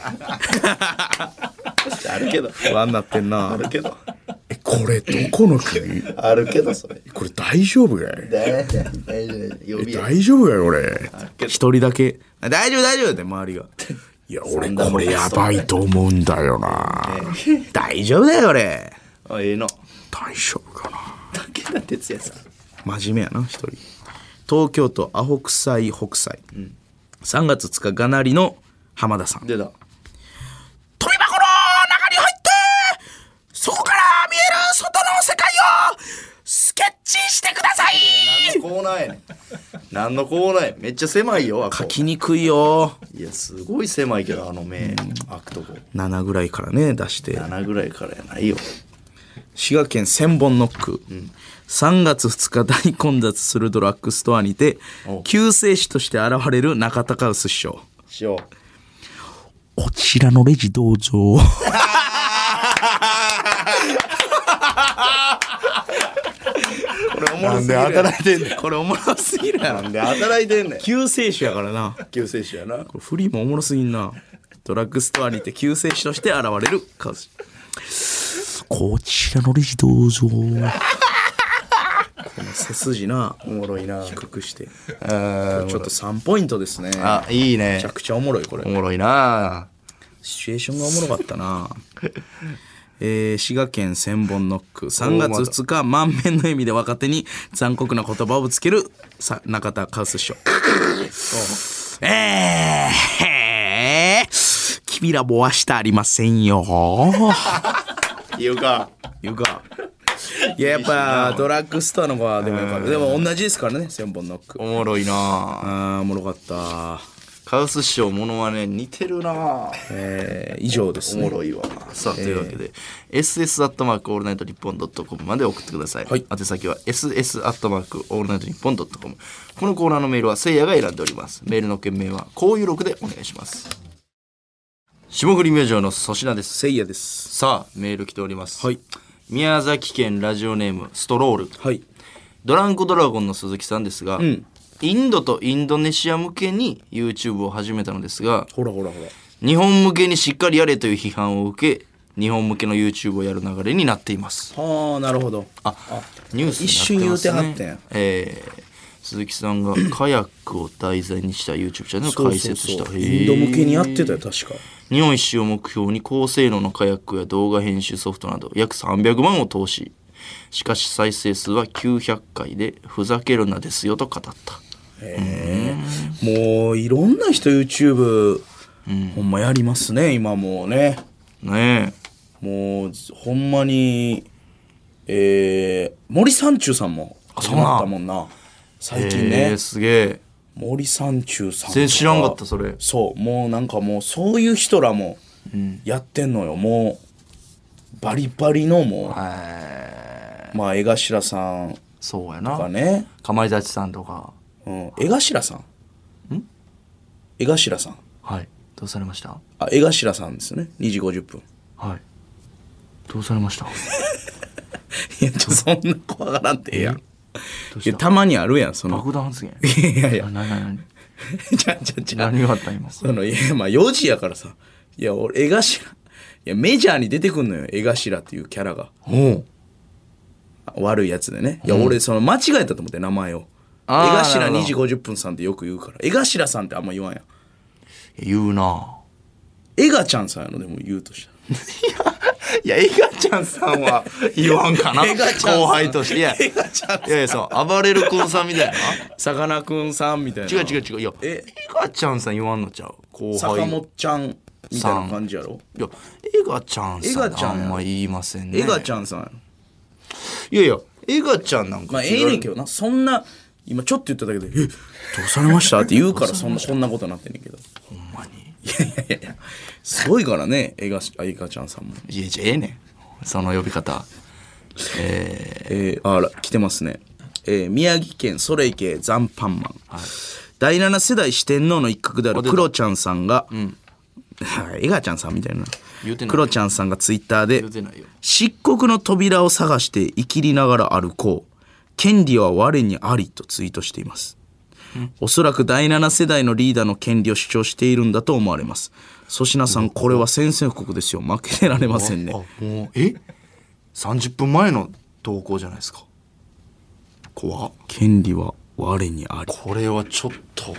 Speaker 1: るけど
Speaker 2: 不安なってん
Speaker 1: あ
Speaker 2: な
Speaker 1: るけど
Speaker 2: えこれどこの釘
Speaker 1: あるけどそれ
Speaker 2: これ大丈夫かい
Speaker 1: 大丈夫大丈夫呼びや
Speaker 2: 大丈夫かよ俺一人だけ「大丈夫大丈夫」って周りが「いや俺これやばいと思うんだよな大丈夫だよ俺
Speaker 1: あええな
Speaker 2: 大丈夫かな
Speaker 1: 武田鉄矢さん
Speaker 2: 真面目やな一人東京都アホ臭い北斎、3月2日がなりの浜田さん
Speaker 1: 出た
Speaker 2: 「飛び箱の中に入って
Speaker 1: 何のコーナーやめっちゃ狭いよあ
Speaker 2: 書
Speaker 1: こ
Speaker 2: きにくいよ
Speaker 1: いやすごい狭いけどあの目開くとこ
Speaker 2: 7ぐらいからね出して
Speaker 1: 7ぐらいからやないよ
Speaker 2: 滋賀県千本ノック、3月2日大混雑するドラッグストアにて
Speaker 1: お
Speaker 2: 救世主として現れる中高臼師匠
Speaker 1: しよう
Speaker 2: こちらのレジどうぞ
Speaker 1: これおもろ
Speaker 2: な
Speaker 1: す
Speaker 2: ん
Speaker 1: ぎる
Speaker 2: で
Speaker 1: やん
Speaker 2: 働いてんねんこれおもろすぎるや
Speaker 1: な
Speaker 2: ろ
Speaker 1: んで働いてんねん
Speaker 2: 救世主やからな
Speaker 1: 救世主やな
Speaker 2: これフリーもおもろすぎんなドラッグストアにて救世主として現れるカズこちらのレジどうぞこの背筋な
Speaker 1: おもろいな
Speaker 2: 低くして
Speaker 1: あ
Speaker 2: ちょっと3ポイントですね
Speaker 1: あいい
Speaker 2: め
Speaker 1: ね
Speaker 2: ちゃくちゃおもろいこれ
Speaker 1: おもろいな
Speaker 2: シチュエーションがおもろかったなえー滋賀県千本ノック3月2日満面の笑みで若手に残酷な言葉をぶつけるさ中田カウス師匠 えーへー君らもわしたありませんよ
Speaker 1: 言うか
Speaker 2: いうかいややっぱドラッグストアの子はでもよかったでも同じですからね千本ノック
Speaker 1: おもろいな
Speaker 2: あーおもろかった
Speaker 1: カウス師匠モノマネ似てるな
Speaker 2: えー以上です
Speaker 1: お
Speaker 2: ね
Speaker 1: もろいわさあというわけで、SS アットマークオールナイトニッポンドットコムまで送ってください、
Speaker 2: はい
Speaker 1: 宛先は SS アットマークオールナイトニッポンドットコムこのコーナーのメールはせいやが選んでおりますメールの件名はこういう録でお願いします霜降り明星の粗品です
Speaker 2: せいやです
Speaker 1: さあメール来ております、
Speaker 2: はい
Speaker 1: 宮崎県ラジオネームストロール
Speaker 2: はい
Speaker 1: ドランクドラゴンの鈴木さんですが、インドとインドネシア向けに YouTube を始めたのですが
Speaker 2: ほらほらほら
Speaker 1: 日本向けにしっかりやれという批判を受け日本向けの YouTube をやる流れになっています
Speaker 2: はあなるほど
Speaker 1: あニュース
Speaker 2: 一瞬
Speaker 1: に
Speaker 2: 言
Speaker 1: な
Speaker 2: う
Speaker 1: って
Speaker 2: て
Speaker 1: ます
Speaker 2: は
Speaker 1: ね
Speaker 2: ったんや
Speaker 1: えー鈴木さんがカヤックを題材にした YouTube チャンネルを
Speaker 2: そう
Speaker 1: 開
Speaker 2: そう
Speaker 1: 設
Speaker 2: そう
Speaker 1: した
Speaker 2: インド向けにやってた
Speaker 1: よ
Speaker 2: よ確か
Speaker 1: 日本一周を目標に高性能のカヤックや動画編集ソフトなど約300万を投資しかし再生数は900回でふざけるなですよと語った
Speaker 2: へえもういろんな人 YouTube、ほんまやりますね今もうね
Speaker 1: ね
Speaker 2: もうほんまにえー、森三中さんも始まったもんな
Speaker 1: え
Speaker 2: 最近ね、
Speaker 1: えーすげえ
Speaker 2: 森三中さんと
Speaker 1: 全然知らんかったそれ
Speaker 2: そうもうなんかもうそういう人らもやってんのよもうバリバリのもう、まあ江頭さん
Speaker 1: そうやな
Speaker 2: がね
Speaker 1: かまいたちさんとか
Speaker 2: うん、江頭さん江頭さん
Speaker 1: はいどうされました
Speaker 2: あ江頭さんですよね2時50分
Speaker 1: はいどうされました
Speaker 2: いやちょそんな怖がらんてええやんい
Speaker 1: どうし
Speaker 2: や
Speaker 1: た
Speaker 2: たまにあるやんその
Speaker 1: 爆弾発言
Speaker 2: い やいやいや
Speaker 1: ななな
Speaker 2: じゃじゃじゃ
Speaker 1: 何があった今
Speaker 2: そのいやまあ4時やからさいや俺江頭いやメジャーに出てくんのよ江頭っていうキャラが
Speaker 1: おう
Speaker 2: 悪いやつでねいや俺その間違えたと思って名前を江
Speaker 1: あーなる
Speaker 2: 頭
Speaker 1: ほど
Speaker 2: 2時50分さんってよく言うから江頭さんってあんま言わんやん
Speaker 1: 言うな
Speaker 2: 江がちゃんさんやのでも言うとしたら
Speaker 1: いや、エガちゃんさん は言わんかな。
Speaker 2: エガちゃんさん
Speaker 1: 後輩として。いや、
Speaker 2: 江がちゃん
Speaker 1: いやいや、そう、暴れる君さんみ たいな。
Speaker 2: さかなクンさんみたいな
Speaker 1: 違う違う違う。いや、エ
Speaker 2: え
Speaker 1: ガちゃんさん言わんのちゃう。後
Speaker 2: 坂
Speaker 1: 輩。
Speaker 2: 本ちゃんみたいな感じやろ
Speaker 1: いや、エガちゃん
Speaker 2: エ
Speaker 1: さ
Speaker 2: ガ
Speaker 1: ん
Speaker 2: ちゃ
Speaker 1: あ
Speaker 2: んや
Speaker 1: んま言いませんね。
Speaker 2: エガち
Speaker 1: ゃん。
Speaker 2: ゃんさんやろ
Speaker 1: いやいや、エガちゃんなんか。
Speaker 2: まあええねんけどなそんな今ちょっと言っただけで「えどうされ ました?」って言うからそんなこんなことになってんねんけど
Speaker 1: ほんまに。
Speaker 2: いやいやいやすごいからねエガエガちゃんさんも
Speaker 1: いや、じゃあええねん。その呼び方。え
Speaker 2: えー、あら来てますね、えー宮城県ソレイ系ザンパンマン、第7世代四天王の一角であるクロちゃんさんが、 エガちゃんさんみたいな
Speaker 1: 言うてない
Speaker 2: クロちゃんさんがツイッターで
Speaker 1: 言うてないよ
Speaker 2: 漆黒の扉を探して生きりながら歩こう権利は我にありとツイートしていますおそらく第7世代のリーダーの権利を主張しているんだと思われます粗品さんこれは宣戦布告ですよ負けてられませ
Speaker 1: ー、
Speaker 2: んね
Speaker 1: あ、もう、え ?30 分前の投稿じゃないですか。怖っ
Speaker 2: 権利は我にあり
Speaker 1: これはちょっと。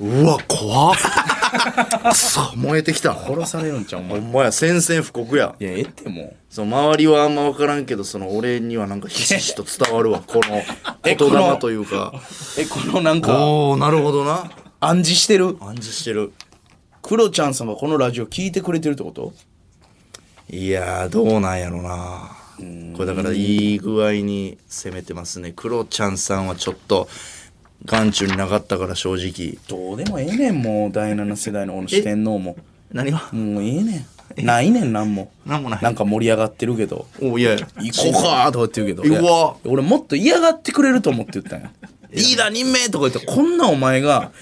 Speaker 1: うわ、怖っくそ、燃えてきた。
Speaker 2: 殺されるんちゃうお前
Speaker 1: ほんまや、宣戦布告や
Speaker 2: い。や、ええっても
Speaker 1: その周りはあんま分からんけど、その俺にはなんかひしひしと伝わる わ、この
Speaker 2: え
Speaker 1: 言霊というか。
Speaker 2: え、このなんか、
Speaker 1: おおなるほどな。
Speaker 2: 暗示してる。
Speaker 1: 暗示してる。
Speaker 2: クロちゃんさんがこのラジオ聞いてくれてるってこと
Speaker 1: いやー、どうなんやろな。これだからいい具合に攻めてますね。クロちゃんさんはちょっと、眼中になかったから正直
Speaker 2: どうでもええねんもう第7世代のこの四天王も
Speaker 1: 何が
Speaker 2: もうええねんないねんなんも
Speaker 1: なんもない
Speaker 2: なんか盛り上がってるけど
Speaker 1: おいやいや
Speaker 2: 行こうかとか言って言うけど
Speaker 1: うわ
Speaker 2: いや俺もっと嫌がってくれると思って言ったんやリーダー任命とか言ってこんなお前 が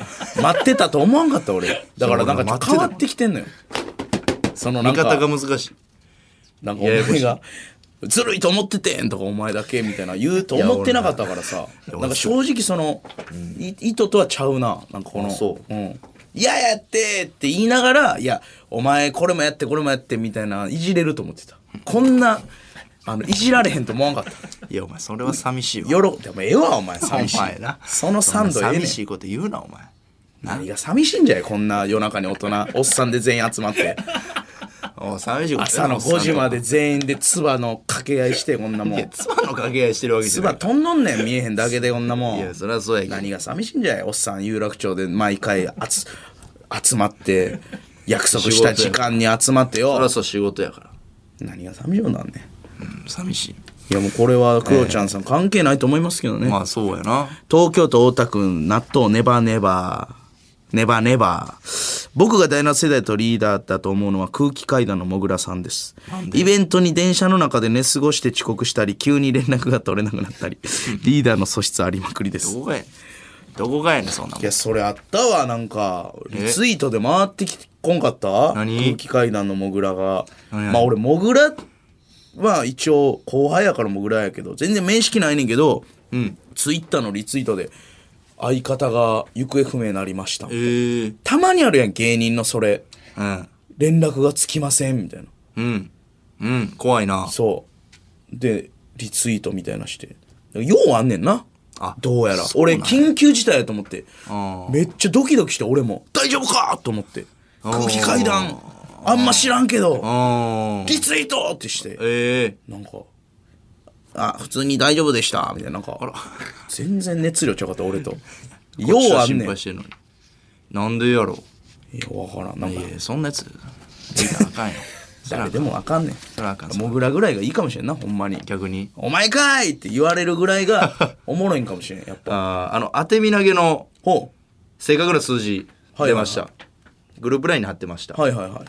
Speaker 2: 待ってたと思わんかった俺だからなんか変わってきてんのよそのな
Speaker 1: 見
Speaker 2: んか
Speaker 1: 方が難しい
Speaker 2: なんかお前がずるいと思っててんとかお前だけみたいな言うと思ってなかったからさ
Speaker 1: や
Speaker 2: なんか正直その、い意図とはちゃうななんかこの
Speaker 1: あそうん
Speaker 2: いややってって言いながらいやお前これもやってこれもやってみたいないじれると思ってたこんなあのいじられへんと思わんかった
Speaker 1: いやお前それは寂しいわ
Speaker 2: よろでもええわお前寂しい
Speaker 1: お前な
Speaker 2: そのサンド
Speaker 1: そんな
Speaker 2: ええねん
Speaker 1: 寂しいこと言うなお前
Speaker 2: 何が寂しいんじゃいこんな夜中に大人おっさんで全員集ま って
Speaker 1: おう寂しいこと言う
Speaker 2: 朝
Speaker 1: な
Speaker 2: の5時まで
Speaker 1: おっ
Speaker 2: 全員で唾の掛け合いしてこんな
Speaker 1: さん
Speaker 2: も
Speaker 1: いや
Speaker 2: ん
Speaker 1: 妻の掛け合いしてるわけじゃな
Speaker 2: 唾
Speaker 1: い
Speaker 2: とんどんねん見えへんだけでこんなも
Speaker 1: い
Speaker 2: ん
Speaker 1: やそりゃそうやけど
Speaker 2: 何が寂しいんじゃいおっさん有楽町で毎回あつ集まって約束した時間に集まって
Speaker 1: そり
Speaker 2: よ
Speaker 1: ゃそう仕事やから
Speaker 2: 何が寂しいよなんねん
Speaker 1: うん寂しい
Speaker 2: いやもうこれはクロちゃんさん関係ないと思いますけどね、
Speaker 1: まあそうやな
Speaker 2: 東京都大田区納豆ネバネバネバネバ僕が第7世代とリーダーだと思うのは空気階段のもぐらさんですイベントに電車の中で寝過ごして遅刻したり急に連絡が取れなくなったりリーダーの素質ありまくりです
Speaker 1: どこがやねんどこがやねんそんなもん
Speaker 2: いやそれあったわなんか
Speaker 1: え
Speaker 2: リツイートで回ってきてこんかった
Speaker 1: 何
Speaker 2: 空気階段のもぐらが
Speaker 1: 何々
Speaker 2: まあ俺もぐらは一応後輩やからもぐらやけど全然面識ないねんけど、
Speaker 1: ん
Speaker 2: ツイッターのリツイートで相方が行方不明になりました
Speaker 1: ええ
Speaker 2: たまにあるやん芸人のそれ
Speaker 1: うん
Speaker 2: 連絡がつきませんみたいな
Speaker 1: うんうん怖いな
Speaker 2: そうでリツイートみたいなしてようあんねんな
Speaker 1: あ
Speaker 2: どうやら
Speaker 1: そうな
Speaker 2: 俺
Speaker 1: んや
Speaker 2: 緊急事態やと思って
Speaker 1: あ
Speaker 2: めっちゃドキドキして俺も大丈夫かと思って
Speaker 1: あー
Speaker 2: 空気階段あんま知らんけど
Speaker 1: あ
Speaker 2: リツイートってして
Speaker 1: ええ
Speaker 2: なんかあ普通に大丈夫でしたみたいななんか全然熱量ちゃうかった俺とよ
Speaker 1: こっち
Speaker 2: う
Speaker 1: は
Speaker 2: あん
Speaker 1: 心
Speaker 2: ねんい
Speaker 1: 配
Speaker 2: や
Speaker 1: してるのになんでやろ
Speaker 2: 分からんなん
Speaker 1: う
Speaker 2: か
Speaker 1: いやそんなやつ見たらあ かんよそらあか
Speaker 2: 誰で
Speaker 1: ん
Speaker 2: もあかんねん
Speaker 1: そらあかんそら
Speaker 2: モグラぐらいがいいかもしれんなほんまに
Speaker 1: 逆に
Speaker 2: お前かいって言われるぐら いがおもろいんかもしれんやっぱ
Speaker 1: あーあの当て身投げの
Speaker 2: ほ
Speaker 1: 正確な数字
Speaker 2: はいはいは
Speaker 1: 出ま
Speaker 2: い
Speaker 1: した、グループラインに貼ってました、
Speaker 2: うはいはいはい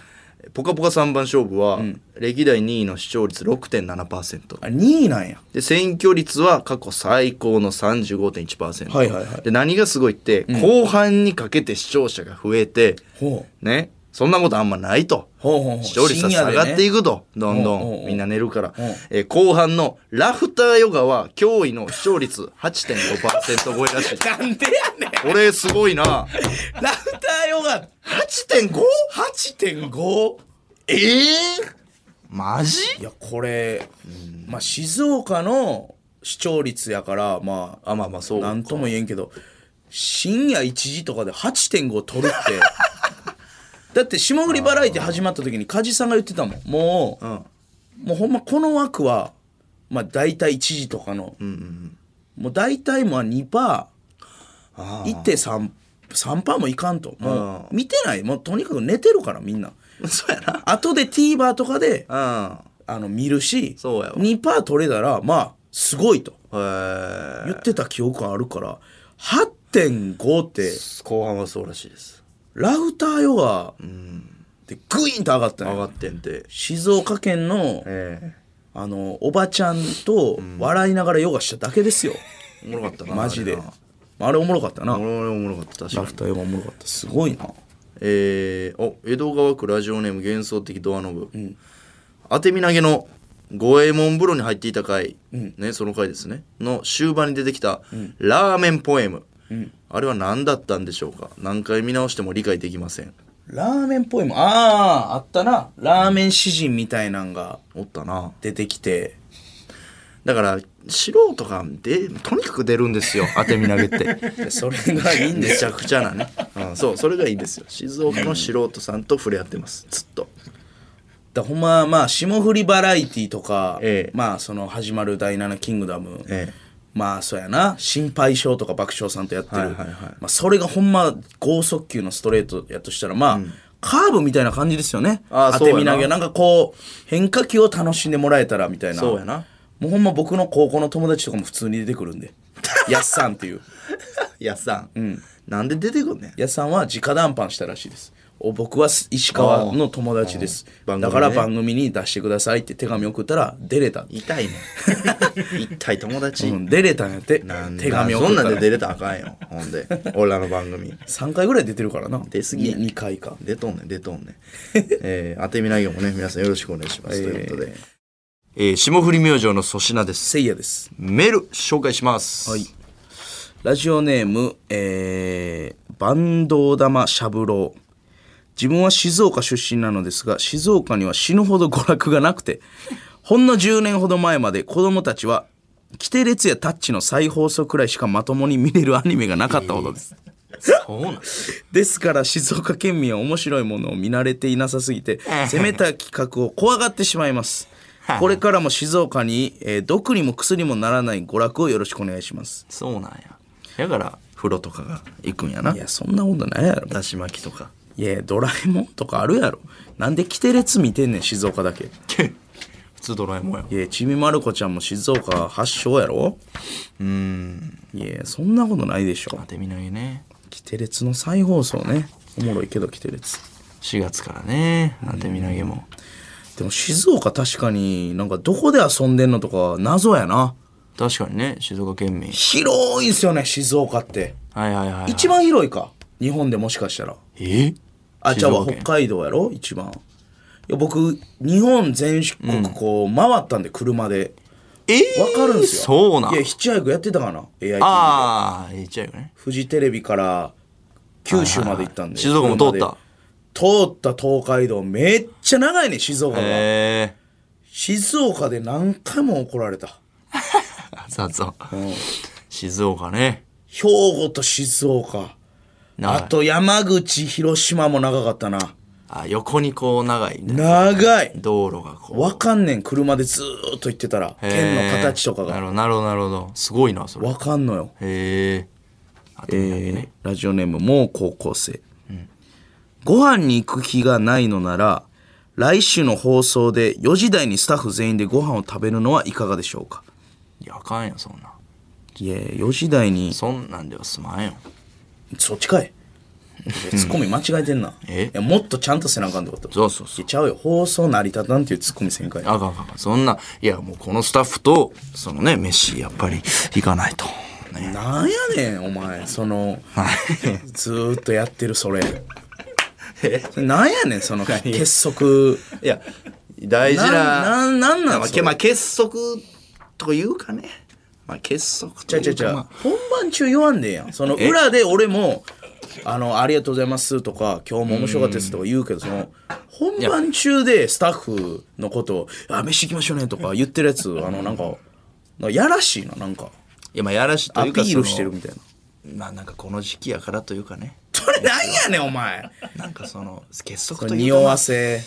Speaker 1: ぽかぽか3番勝負は、歴代2位の視聴率6.7%
Speaker 2: あ2位なんや
Speaker 1: で選挙率は過去最高の35.1%、
Speaker 2: はいはいはい
Speaker 1: で何がすごいって、後半にかけて視聴者が増えて
Speaker 2: ほう
Speaker 1: ねそんなことあんまないと
Speaker 2: ほうほうほう
Speaker 1: 視聴率は下がっていくと、どんど
Speaker 2: うんうんうん
Speaker 1: んみんな寝るから、
Speaker 2: うん
Speaker 1: えー後半のラフターヨガは驚異の視聴率8.5%超えらしい
Speaker 2: なんで やねん
Speaker 1: 俺すごいな
Speaker 2: ラフターヨガ
Speaker 1: 8.5?
Speaker 2: 8.5?
Speaker 1: ええマジ
Speaker 2: いやこれ、まあ、静岡の視聴率やからまあ
Speaker 1: あまあまあそう
Speaker 2: なんとも言えんけど深夜1時とかで8.5取るって だって霜降りバラエティ始まった時に梶さんが言ってたもんもう、
Speaker 1: うん
Speaker 2: もうほんまこの枠はまあ大体1時とかの、もう大体まあ2パー1.3 3パーもいかんともう見てないもうとにかく寝てるからみん な
Speaker 1: そうやな
Speaker 2: 後で TVer とかで
Speaker 1: うん
Speaker 2: あの見るし
Speaker 1: そうやわ
Speaker 2: 2パー取れたらまあすごいと
Speaker 1: えー
Speaker 2: 言ってた記憶があるから8.5って
Speaker 1: 後半はそうらしいです
Speaker 2: ラフターヨガでグイーンと上がった
Speaker 1: 上
Speaker 2: の
Speaker 1: が
Speaker 2: よ
Speaker 1: ってんて
Speaker 2: 静岡県の
Speaker 1: え
Speaker 2: あのおばちゃんと笑いながらヨガしただけですよ、
Speaker 1: えおもろかったな
Speaker 2: マジ
Speaker 1: あ
Speaker 2: で
Speaker 1: れな
Speaker 2: あれおもろかったな
Speaker 1: おもろおもろかった確か
Speaker 2: ラ
Speaker 1: に
Speaker 2: フターヨガおもろかったすごいな
Speaker 1: えー、お江戸川区ラジオネーム幻想的ドアノブ、当て身投げの五右衛門風呂に入っていた回、ね、その回ですねの終盤に出てきた、ラーメンポエム、あれは何だったんでしょうか何回見直しても理解できません
Speaker 2: ラーメンポエムあああったなラーメン詩人みたいなんが
Speaker 1: おったな
Speaker 2: 出てきて
Speaker 1: だから素人がでとにかく出るん ですよ当て身投げって
Speaker 2: でそれがいいんで
Speaker 1: め
Speaker 2: す
Speaker 1: ちゃくちゃなね、うん、そうそれがいいんですよ静岡の素人さんと触れ合ってますずっと
Speaker 2: だほんままあ霜降りバラエティとか、
Speaker 1: ええ
Speaker 2: まあその始まる「第7キングダム」
Speaker 1: ええ
Speaker 2: まあそうやな心配性とか爆笑さんとやってる、
Speaker 1: はいはいはい
Speaker 2: まあ、それがほんま剛速球のストレートやとしたらまあ、カーブみたいな感じですよね
Speaker 1: ああ
Speaker 2: 当てみ
Speaker 1: そうやな
Speaker 2: 投げなんかこう変化球を楽しんでもらえたらみたいな
Speaker 1: そうやな
Speaker 2: もうほんま僕の高校の友達とかも普通に出てくるんでやっさんっていう
Speaker 1: やっさん、なんで出てくんねん
Speaker 2: やさんは直談判したらしいですお僕は石川の友達です、
Speaker 1: あー
Speaker 2: だから
Speaker 1: 番
Speaker 2: 番組に出してくださいって手紙送ったら出れた、
Speaker 1: 痛いね 痛い友達、
Speaker 2: うん出れたんやって
Speaker 1: なんだ
Speaker 2: 手紙
Speaker 1: そ
Speaker 2: 送
Speaker 1: ん
Speaker 2: った
Speaker 1: なんで
Speaker 2: ら
Speaker 1: 出れたらあかんよほんで俺らの番組
Speaker 2: 3回ぐらい出てるからな
Speaker 1: 出過ぎや
Speaker 2: 2回か
Speaker 1: 出とんねん出とんねんえー、当てみ内容もね皆さんよろしくお願いします、ということで、えー、霜降り明星の粗品です
Speaker 2: せいやです
Speaker 1: メール紹介します
Speaker 2: はいラジオネーム、えー、バンド玉三郎。自分は静岡出身なのですが、静岡には死ぬほど娯楽がなくて、ほんの10年ほど前まで子供たちは、規定列やタッチの再放送くらいしかまともに見れるアニメがなかったほどです。
Speaker 1: そうなん
Speaker 2: ですから静岡県民は面白いものを見慣れていなさすぎて攻めた企画を怖がってしまいますこれからも静岡に、えー毒にも薬にもならない娯楽をよろしくお願いします
Speaker 1: そうなんやだから風呂とかが行くんやない
Speaker 2: やそんなことないやろ
Speaker 1: だし巻きとか
Speaker 2: いやドラえもんとかあるやろなんでキテレツ見てんねん静岡だけ
Speaker 1: 普通ドラえもんや
Speaker 2: いやちびまる子ちゃんも静岡発祥やろうんいやそんなことないでしょ
Speaker 1: 当てみないね
Speaker 2: キテレツの再放送ねおもろいけどキテレツ
Speaker 1: 4月からね当てみ投げも
Speaker 2: でも静岡確かになんかどこで遊んでんのとか謎やな
Speaker 1: 確かにね静岡県民
Speaker 2: 広いんすよね静岡って
Speaker 1: はいはいはい、はい、
Speaker 2: 一番広いか日本でもしかしたら
Speaker 1: え
Speaker 2: あじゃあ
Speaker 1: 静岡
Speaker 2: 北
Speaker 1: 県
Speaker 2: 海道やろ一番いや僕日本全国こう回ったんで車で、
Speaker 1: え
Speaker 2: わかるんですよ。
Speaker 1: そうなん
Speaker 2: いや、ヒッチハイクやってたかな ?AIT。
Speaker 1: ああ言っちゃうよね
Speaker 2: フジテレビから九州ま
Speaker 1: は
Speaker 2: で行ったんで。
Speaker 1: いはいはい静岡も通った
Speaker 2: 車で。通った東海道、めっちゃ長いね、静岡が。
Speaker 1: へえ
Speaker 2: 静岡で何回も怒られた。
Speaker 1: そうそう静岡ね
Speaker 2: 兵庫と静岡。
Speaker 1: 長い
Speaker 2: あと山口、広島も長かったな。
Speaker 1: あ横にこう長いね
Speaker 2: 長い。
Speaker 1: 道路がこう
Speaker 2: わかんねん、車でずーっと行ってたら。
Speaker 1: へー
Speaker 2: 県の形とか
Speaker 1: な
Speaker 2: が。
Speaker 1: るほどなるほどなるほどすごいなそれへ
Speaker 2: わかんのよ。
Speaker 1: え当てみ投げね、
Speaker 2: ラジオネームもう高校生、ご飯に行く日がないのなら来週の放送で4時台にスタッフ全員でご飯を食べるのはいかがでしょうか
Speaker 1: いやあかんやんそんない
Speaker 2: や4時台に
Speaker 1: そんなんではすまんよ
Speaker 2: そっちかいツッコミ間違えてんな、
Speaker 1: え
Speaker 2: いやもっとちゃんとせなあかんってこと
Speaker 1: そうそうそう
Speaker 2: いやちゃうよ放送成り立たんっていうツッコミせんかい
Speaker 1: あかんあかんあかんそんな、いや、もうこのスタッフと、そのね、飯、やっぱり、行かないと。ね。
Speaker 2: なんやねんお前そのずーっとやってるそれ
Speaker 1: え
Speaker 2: それなんやねんその結束
Speaker 1: いや、大事な、
Speaker 2: なんなんなんなん
Speaker 1: まあ
Speaker 2: それ
Speaker 1: まあ、結束というかね、まあ、結束
Speaker 2: ち
Speaker 1: という
Speaker 2: ゃ
Speaker 1: か。
Speaker 2: ちゃちゃ、
Speaker 1: まあ
Speaker 2: 本番中言わんでええやんその裏で俺も「あのありがとうございます」とか「今日も面白かったです」とか言うけどその本番中でスタッフのことを「あ飯行きましょうね」とか言ってるやつあのなんかなんかやらしいななんか
Speaker 1: いや、まあ、やらしと
Speaker 2: ア
Speaker 1: い
Speaker 2: ピ
Speaker 1: うか、
Speaker 2: ールしてるみ
Speaker 1: そ
Speaker 2: たいな
Speaker 1: のまあ、なんかこの時期やからというかね、
Speaker 2: それなんやねんお前
Speaker 1: なんかその、結
Speaker 2: こ
Speaker 1: 束
Speaker 2: れ
Speaker 1: という
Speaker 2: 匂
Speaker 1: か、
Speaker 2: わせ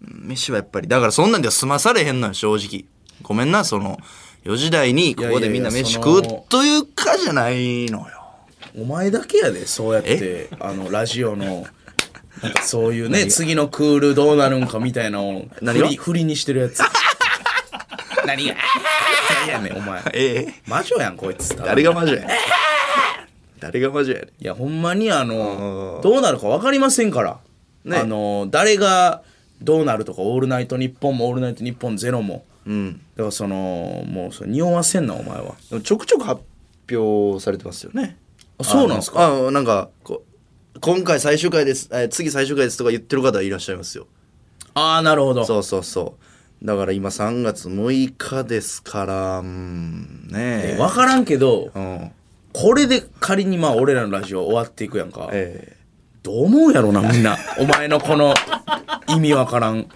Speaker 1: 飯はやっぱり、だからそんなんでは済まされへんのよ、正直。ごめんな、その、4時台にここでみんない
Speaker 2: やいや
Speaker 1: 飯
Speaker 2: そ
Speaker 1: 食
Speaker 2: の
Speaker 1: うというかじゃないのよ。
Speaker 2: お前だけやでそうやってあのラジオのなんかそういうね次のクールどうなるんかみたいなのを
Speaker 1: 何が
Speaker 2: 振り振りにしてるやつ 何が何やねんお前
Speaker 1: ええ
Speaker 2: 魔女やんこいつ
Speaker 1: 誰が魔女やねん誰が魔女やねん
Speaker 2: いやほんまにあのどうなるか分かりませんから、
Speaker 1: ね
Speaker 2: あの誰がどうなるとか「オールナイトニッポン」も「オールナイトニッポンゼロも
Speaker 1: うん
Speaker 2: だからそのもうそれ匂わせんなお前は
Speaker 1: でもちょくちょく発表されてますよね
Speaker 2: あそうなんすか
Speaker 1: かあなんかこ今回最終回ですえ次最終回ですとか言ってる方いらっしゃいますよ
Speaker 2: ああなるほど
Speaker 1: そうそうそうだから今3月6日ですからうんねえ
Speaker 2: 分からんけど
Speaker 1: うん
Speaker 2: これで仮にまあ俺らのラジオ終わっていくやんか、
Speaker 1: え
Speaker 2: どう思うやろなみん なお前のこの意味わからんい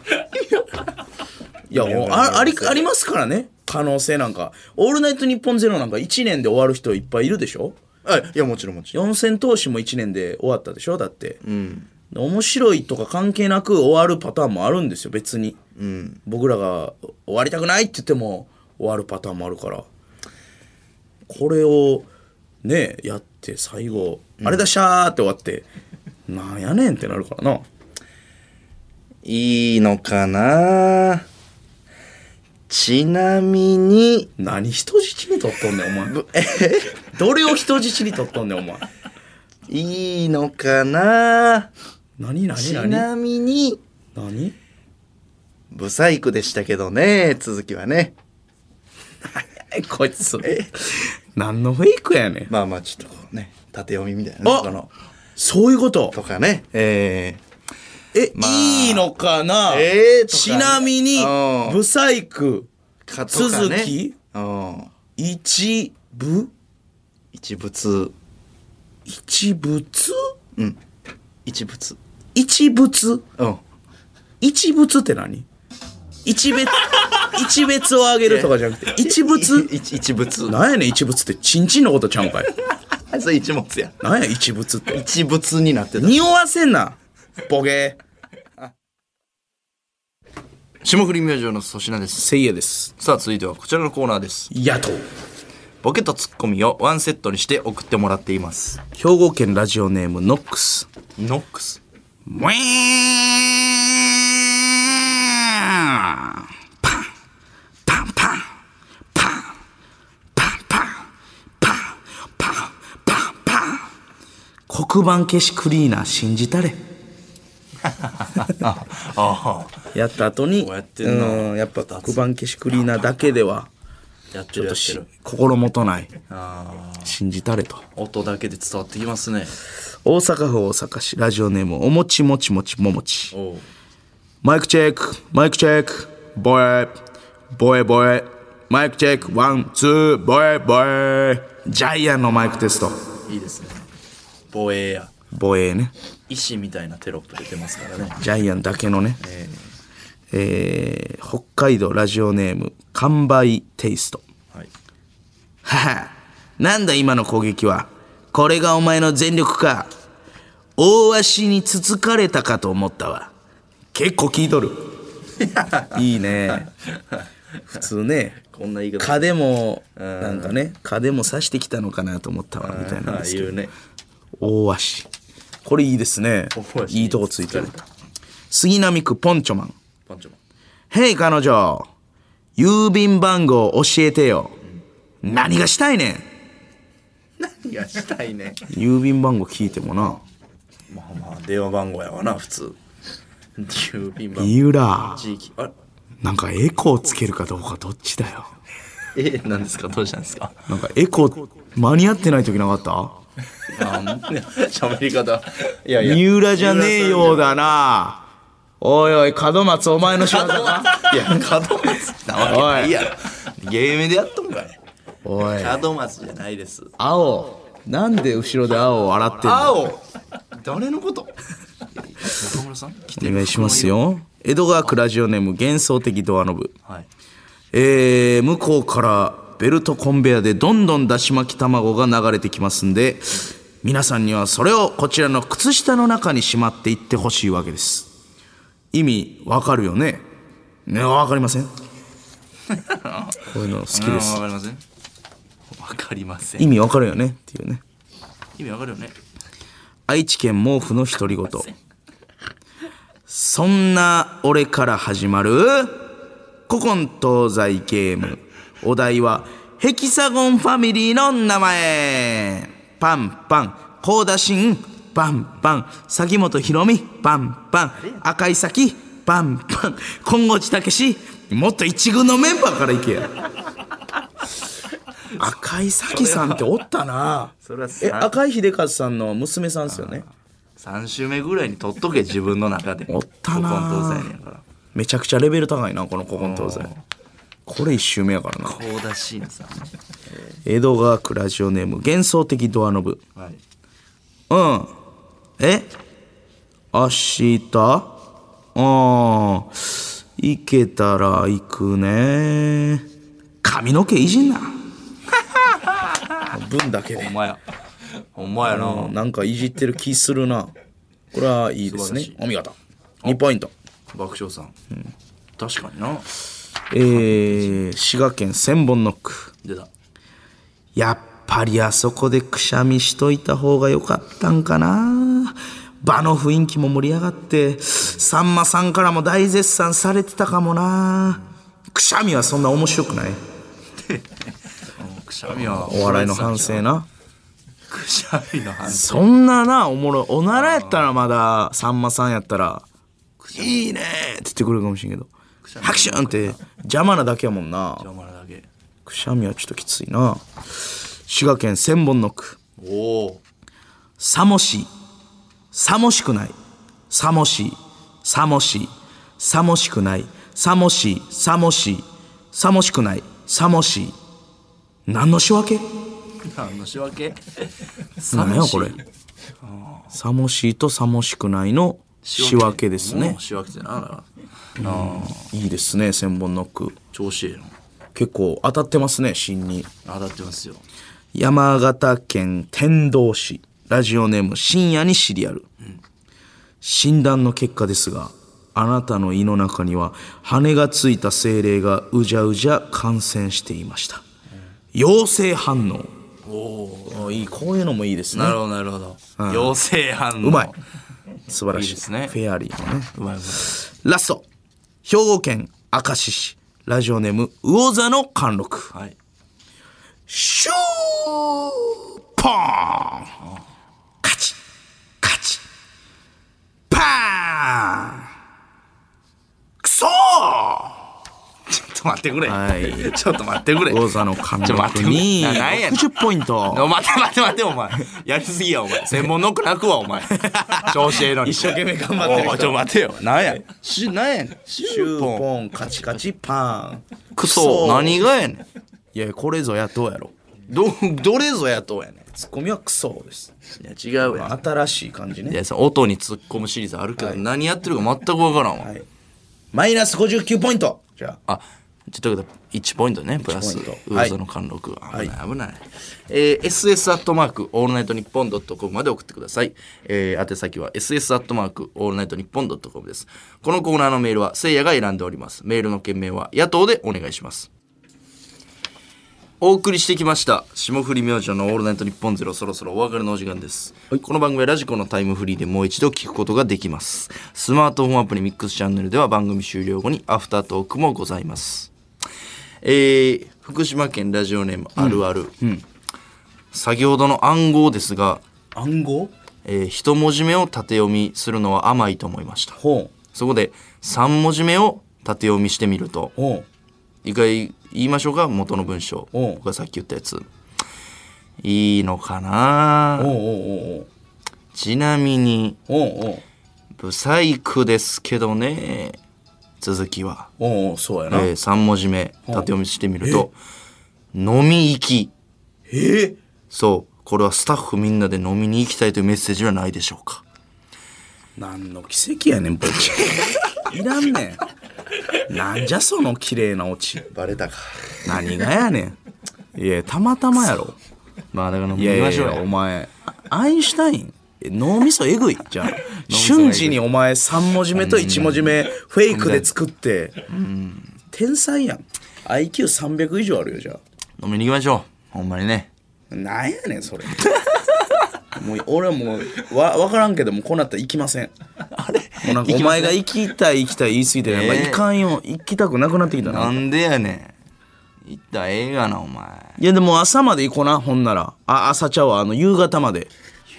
Speaker 2: やもうあありありますからね可能性なんか「オールナイトニッポンゼロなんか1年で終わる人いっぱいいるでしょ
Speaker 1: えあいやもちろんもちろん
Speaker 2: 四千投資も1年で終わったでしょだって、面白いとか関係なく終わるパターンもあるんですよ別に、僕らが終わりたくないって言っても終わるパターンもあるからこれをねやって最後「あれだっしゃー」って終わって「なんやねん」ってなるからない
Speaker 1: いのかなちなみに、
Speaker 2: 何人質に取っとんねんお前
Speaker 1: え
Speaker 2: どれを人質に取っとんねんお前
Speaker 1: いいのかな
Speaker 2: 何
Speaker 1: ち
Speaker 2: 何
Speaker 1: な
Speaker 2: 何
Speaker 1: みに、
Speaker 2: 何
Speaker 1: ブサイクでしたけどね、続きはね。
Speaker 2: えこいつ何のフェイクやねん
Speaker 1: まあまあ、ちょっとこうね、縦読みみたいなね、
Speaker 2: あ
Speaker 1: この、
Speaker 2: そういうこと
Speaker 1: とかね。え
Speaker 2: え、
Speaker 1: あ
Speaker 2: いいのかな、
Speaker 1: ええとかね
Speaker 2: ちなみに
Speaker 1: う、ん
Speaker 2: ブサイク
Speaker 1: ー、かとか
Speaker 2: 続
Speaker 1: ね。
Speaker 2: き、
Speaker 1: うん。
Speaker 2: 一部、
Speaker 1: 一物、
Speaker 2: 一物
Speaker 1: 一物。
Speaker 2: 一物
Speaker 1: うん。
Speaker 2: 一物って何一 別、一別をあげるとかじゃなくて、一物
Speaker 1: い 一一物。
Speaker 2: なんやねん一物って、ちんちんのことちゃうんかい。
Speaker 1: あそれ一物や。
Speaker 2: なんや一物って。
Speaker 1: 一物になってた。
Speaker 2: 匂わせんな、ボケ。
Speaker 1: 霜降り明星の粗品です。
Speaker 2: せいやです。
Speaker 1: さあ、続いてはこちらのコーナーです。
Speaker 2: 野党。
Speaker 1: ボケとツッコミをワンセットにして送ってもらっています。
Speaker 2: 兵庫県ラジオネームノックス。
Speaker 1: ノックス。
Speaker 2: ウィーンパンパンパンパンパンパンパンパンパンパン黒板消しクリーナー信じたれ
Speaker 1: ああ。
Speaker 2: やった後に
Speaker 1: こうやってんな
Speaker 2: うんやっぱ黒板消しクリーナーだけでは
Speaker 1: やってるやってる。
Speaker 2: 心もとない
Speaker 1: ああ。
Speaker 2: 信じたれと
Speaker 1: 音だけで伝わってきますね。
Speaker 2: 大阪府大阪市ラジオネームおもちもちもちももち
Speaker 1: おう。
Speaker 2: マイクチェック、マイクチェック、ボエ、ボエボエ、マイクチェック、ワン、ツー、ボエボエ。ジャイアンのマイクテスト。
Speaker 1: いいですね。防衛や。
Speaker 2: ボエね。
Speaker 1: 医師みたいなテロップ出てますから ね。
Speaker 2: ジャイアンだけのね。えー北海道ラジオネーム、完売テイスト。
Speaker 1: はい。
Speaker 2: はは、なんだ今の攻撃は。これがお前の全力か。大足につつかれたかと思ったわ。結構聞いとる。いいね。普通ね。
Speaker 1: こんな言い方。
Speaker 2: 蚊でもなんかね蚊でも刺してきたのかなと思ったわみたいなん
Speaker 1: ああ
Speaker 2: ですけど
Speaker 1: 言うね。
Speaker 2: 大足これいいですね
Speaker 1: 大足
Speaker 2: いいとこついてる杉並区ポンチョマン
Speaker 1: パンチョマン。
Speaker 2: 「へい彼女郵便番号教えてよ、何がしたいねん
Speaker 1: いや、したいね。」
Speaker 2: 郵便番号聞いてもな
Speaker 1: まあまあ、電話番号やわな、普通。郵便
Speaker 2: 「
Speaker 1: 番号。
Speaker 2: 井浦
Speaker 1: 地域。あれ
Speaker 2: なんかエコーつけるかどうかどっちだよ
Speaker 1: え、なんですかどうしたんですか
Speaker 2: なんかエコー間に合ってない時なかった
Speaker 1: あいや喋り方。いやいや。
Speaker 2: 三浦じゃねえようだなおいおい門松お前の仕業か
Speaker 1: いや、門松なわけないやろ。ゲームでやっとんかい。
Speaker 2: おい
Speaker 1: 門松じゃないです。
Speaker 2: 青なんで後ろで青を洗ってんだ
Speaker 1: 青誰の こと中村さん来
Speaker 2: お願いします。よ江戸川区ラジオネーム幻想的ドアノブ
Speaker 1: はい。
Speaker 2: えー、向こうからベルトコンベヤでどんどんだし巻き卵が流れてきますんで皆さんにはそれをこちらの靴下の中にしまっていってほしいわけです意味わかるよねねわかりませんこういうの好き
Speaker 1: うん
Speaker 2: です
Speaker 1: わかりません。わかりません
Speaker 2: 意。味わかるよねっていうね
Speaker 1: 意味わかるよね。
Speaker 2: 愛知県毛布の独り言そんな俺から始まる古今東西ゲームお題はヘキサゴンファミリーの名前パンパン高田真パンパン崎本博美パンパン赤井咲パンパン金剛寺武もっと一軍のメンバーからいけ や赤井咲さんっておったな
Speaker 1: それは
Speaker 2: え
Speaker 1: さ
Speaker 2: 赤井秀和さんの娘さんですよね
Speaker 1: 三週目ぐらいに取っ とけ自分の中で。
Speaker 2: おったな
Speaker 1: 古今東西やから。
Speaker 2: めちゃくちゃレベル高いなこの古今東西これ一周目やからな
Speaker 1: 高田真さんね。
Speaker 2: 江戸川区ラジオネーム幻想的ドアノブ
Speaker 1: はい。
Speaker 2: うんえ明日ああ行けたら行くね髪の毛いじん な分だけで
Speaker 1: お前や。お前やな。
Speaker 2: なんかいじってる気するなこれはいいですね
Speaker 1: 素晴らしい
Speaker 2: お見事2ポイント
Speaker 1: 爆笑さん。確かにな。
Speaker 2: えー、滋賀県千本ノック
Speaker 1: 出た。
Speaker 2: やっぱりあそこでくしゃみしといた方が良かったんかな場の雰囲気も盛り上がってさんまさんからも大絶賛されてたかもなくしゃみはそんな面白くない
Speaker 1: くしゃみは
Speaker 2: お笑いの反省な
Speaker 1: くしゃみの反省
Speaker 2: そんななおもろいおならやったらまださんまさんやったら「いいね!」って言ってくるかもしれんけど「拍手!」って邪魔なだけやもんな
Speaker 1: お前らだけ
Speaker 2: くしゃみはちょっときついな滋賀県千本ノック
Speaker 4: おお
Speaker 2: さもしさもしくないさもしさもしさもしくないさもしさもしさもしくないさもし何の仕分け
Speaker 1: 何の仕分け
Speaker 2: 何やこれさもしとさもしくないの仕分けですね
Speaker 1: 仕分けってなだから
Speaker 2: いいですね千本ノック
Speaker 1: 調子ええの
Speaker 2: 結構当たってますね芯に
Speaker 1: 当たってますよ
Speaker 2: 山形県天童市ラジオネーム深夜にシリアル、診断の結果ですがあなたの胃の中には羽がついた精霊がうじゃうじゃ感染していました、陽性反応おいいこういうのもいいですね
Speaker 1: なるほどなるほど陽性反応
Speaker 2: うまい素晴らしい
Speaker 1: いいですね
Speaker 2: フェアリーのね
Speaker 1: うまいうまい
Speaker 2: ラスト兵庫県明石市ラジオネーム魚座の貫禄
Speaker 1: はい
Speaker 2: シューポーンカチカチパーンクソー
Speaker 1: ちょっと待ってくれ
Speaker 2: はい
Speaker 1: ちょっと待ってくれ
Speaker 2: 魚座の貫
Speaker 1: ちょ待って
Speaker 2: 禄に
Speaker 1: ななんやねん
Speaker 2: 60ポイント
Speaker 1: お待て待て待てお前やりすぎやお前専門ノック泣くわお前調子ええのに
Speaker 2: 一生懸命頑張ってる人
Speaker 1: おいちょ待てよなんやしなんやねんシ
Speaker 2: シュ
Speaker 1: ュー
Speaker 2: ー
Speaker 1: ポン
Speaker 2: ポンカチカチパーン
Speaker 1: クソ何がやねん
Speaker 2: いやこれぞやどうやろ
Speaker 1: どどれぞやとうやね
Speaker 2: ツッコミはクソです
Speaker 1: んいや違うやん
Speaker 2: 新しい感じ
Speaker 1: い
Speaker 2: ね
Speaker 1: やその音に突っ込むシリーズあるけど、何やってるか全く分からんわ、
Speaker 2: はいマイナス59ポイントじゃあ
Speaker 1: あちょっと1ポイントねプラス
Speaker 2: 1ポイント
Speaker 1: 上座の貫禄、危
Speaker 2: い
Speaker 1: ない危ない、えー、SS アットマークオールナイトニッポンドットコムまで送ってください、えー、宛先は SS アットマークオールナイトニッポンドットコムですこのコーナーのメールはせいやが選んでおりますメールの件名は野党でお願いしますお送りしてきました霜降り明星の「オールナイトニッポンゼロそろそろお別れのお時間です、この番組はラジコのタイムフリーでもう一度聞くことができますスマートフォンアプリミックスチャンネルでは番組終了後にアフタートークもございますえー福島県ラジオネームあるある、先ほどの暗号ですが、
Speaker 2: 暗号
Speaker 1: えー一文字目を縦読みするのは甘いと思いました
Speaker 2: ほ
Speaker 1: そこで三文字目を縦読みしてみると
Speaker 2: うほ
Speaker 1: 一回言いましょうか元の文章
Speaker 2: おう
Speaker 1: 僕がさっき言ったやついいのかな
Speaker 2: うおう
Speaker 1: ちなみに
Speaker 2: おうおうおう
Speaker 1: ブサイクですけどね続きは、
Speaker 2: おうおうそうや
Speaker 1: え
Speaker 2: な
Speaker 1: ー、3文字目縦読みしてみると「飲み行き
Speaker 2: え」
Speaker 1: そうこれはスタッフみんなで飲みに行きたいというメッセージはないでしょうか
Speaker 2: 何の奇跡やねん僕 いらんねんなんじゃその綺麗なオチ
Speaker 4: バレたか
Speaker 2: 何がやねんいやたまたまやろ
Speaker 1: まあだから飲み
Speaker 2: いや
Speaker 1: に
Speaker 2: い
Speaker 1: 行きま
Speaker 2: やい
Speaker 1: しょうよ
Speaker 2: やお前あアインシュタインえ 脳みそえぐいじゃあ瞬時にお前3文字目と1文字目フェイクで作って天才やん IQ300 以上あるよじゃあ
Speaker 1: 飲みに行きましょうほんまにね
Speaker 2: なんやねんそれもう俺はもうわ分からんけどもうこうなったら行きませんあれもうなんかお前が行きたい行きたい言い過ぎてなんか
Speaker 1: ええ
Speaker 2: 行かんよ行きたくなくなってきたな
Speaker 1: なんでやねん行ったらええがなお前
Speaker 2: いやでも朝まで行こうなほんならあ朝ちゃうわあの夕方まで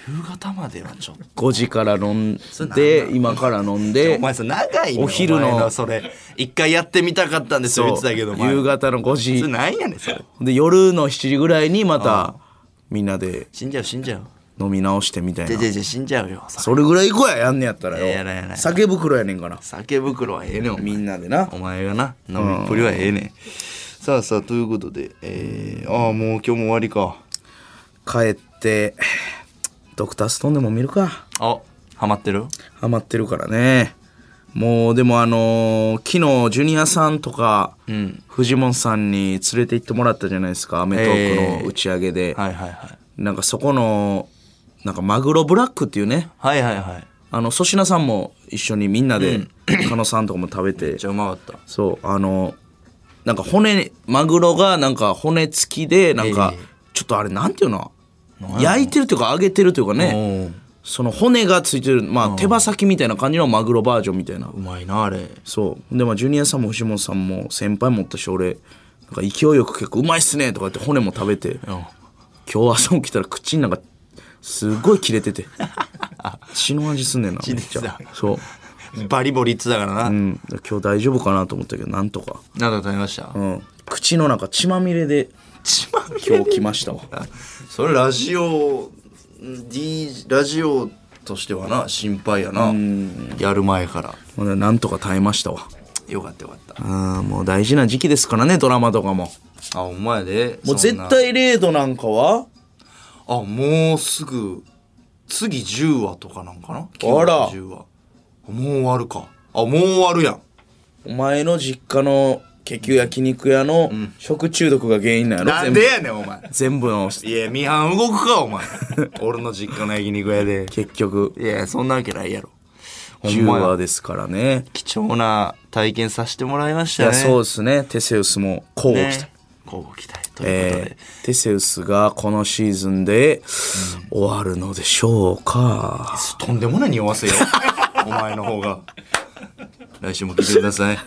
Speaker 1: 夕方まではちょっと
Speaker 2: 5時から飲んで今から飲んで
Speaker 1: お前さ長いね
Speaker 2: お昼の
Speaker 1: お前それ一回やってみたかったんですよ言っ
Speaker 2: そう
Speaker 1: てたけどお前
Speaker 2: 夕方の5
Speaker 1: それ
Speaker 2: 時
Speaker 1: なんやねんそれ
Speaker 2: で夜の7時ぐらいにまたみんなで
Speaker 1: 死んじゃう死んじゃう
Speaker 2: 飲み直してみたい
Speaker 1: じゃ
Speaker 2: な
Speaker 1: じゃじゃ死んじゃうよさ
Speaker 2: それぐらい行こうややんねやったらよ
Speaker 1: いややらんやらん
Speaker 2: 酒袋やねんから
Speaker 1: 酒袋はええねんお前
Speaker 2: みんなでな
Speaker 1: お前がな飲みっぷりはええねんさあさあということでえー、ああもう今日も終わりか
Speaker 2: 帰ってドクターストーンでも見るか
Speaker 1: あハマってる
Speaker 2: ハマってるからねもうでもあのー昨日ジュニアさんとか、
Speaker 1: ん
Speaker 2: 藤本さんに連れて行ってもらったじゃないですか『アメトーーク』の打ち上げで、
Speaker 1: はいはいはい
Speaker 2: なんかそこのなんかマグロブラックっていうね
Speaker 1: はいはいはい
Speaker 2: あの粗品さんも一緒にみんなで狩野さんとかも食べて
Speaker 1: じゃあうまかった
Speaker 2: そうあのなんか骨マグロがなんか骨付きでなんか、
Speaker 1: ええ
Speaker 2: ちょっとあれなんていうの焼いてるというか揚げてるというか
Speaker 1: お
Speaker 2: ね
Speaker 1: う
Speaker 2: その骨がついてる、まあ、手羽先みたいな感じのマグロバージョンみたいな
Speaker 3: うまいなあれ
Speaker 2: そうでまあジュニアさんも藤本さんも先輩もおったし俺なんか勢いよく結構うまいっすねとか言って骨も食べて、今日朝起きたら口の中すごい切れて て血の味すんねんなめっち
Speaker 3: 血出て
Speaker 2: ゃ
Speaker 3: た
Speaker 2: そう、
Speaker 3: バリボリっつだからな、
Speaker 2: うん、今日大丈夫かなと思ったけどなんとか、
Speaker 3: なんか食べました、
Speaker 2: うん、口の中血まみれで
Speaker 3: 一番
Speaker 2: 今日来ました わ
Speaker 1: それラジオ D ラジオとしてはな心配やな
Speaker 3: やる前から
Speaker 2: まだなんとか耐えましたわ
Speaker 3: よかったよかった
Speaker 2: あーもう大事な時期ですからねドラマとかも
Speaker 1: あお前で
Speaker 2: も
Speaker 1: そ
Speaker 2: う
Speaker 1: ん
Speaker 2: 絶
Speaker 1: な
Speaker 2: 対レードなんかは
Speaker 1: あもうすぐ次10話とかなんかな
Speaker 2: あら
Speaker 1: 10話もう終わるかあもう終わるやん
Speaker 2: お前の実家の結局焼肉屋の食中毒が原因なんやろ、
Speaker 1: なんでやねんお前
Speaker 2: 全部全部の
Speaker 1: いやミハン動くかお前俺の実家の焼肉屋で
Speaker 2: 結局
Speaker 1: いやそんなわけないやろほん
Speaker 2: 10
Speaker 1: まや
Speaker 2: 話ですからね
Speaker 1: 貴重な体験させてもらいまし
Speaker 2: い
Speaker 1: たね
Speaker 2: やそうですねテセウスもこう
Speaker 1: ね
Speaker 2: 来た、
Speaker 1: 乞うご期待ということで、
Speaker 2: えーテセウスがこのシーズンで終わるのでしょうか、
Speaker 1: とんでもない匂わせよお前の方が来週も来てください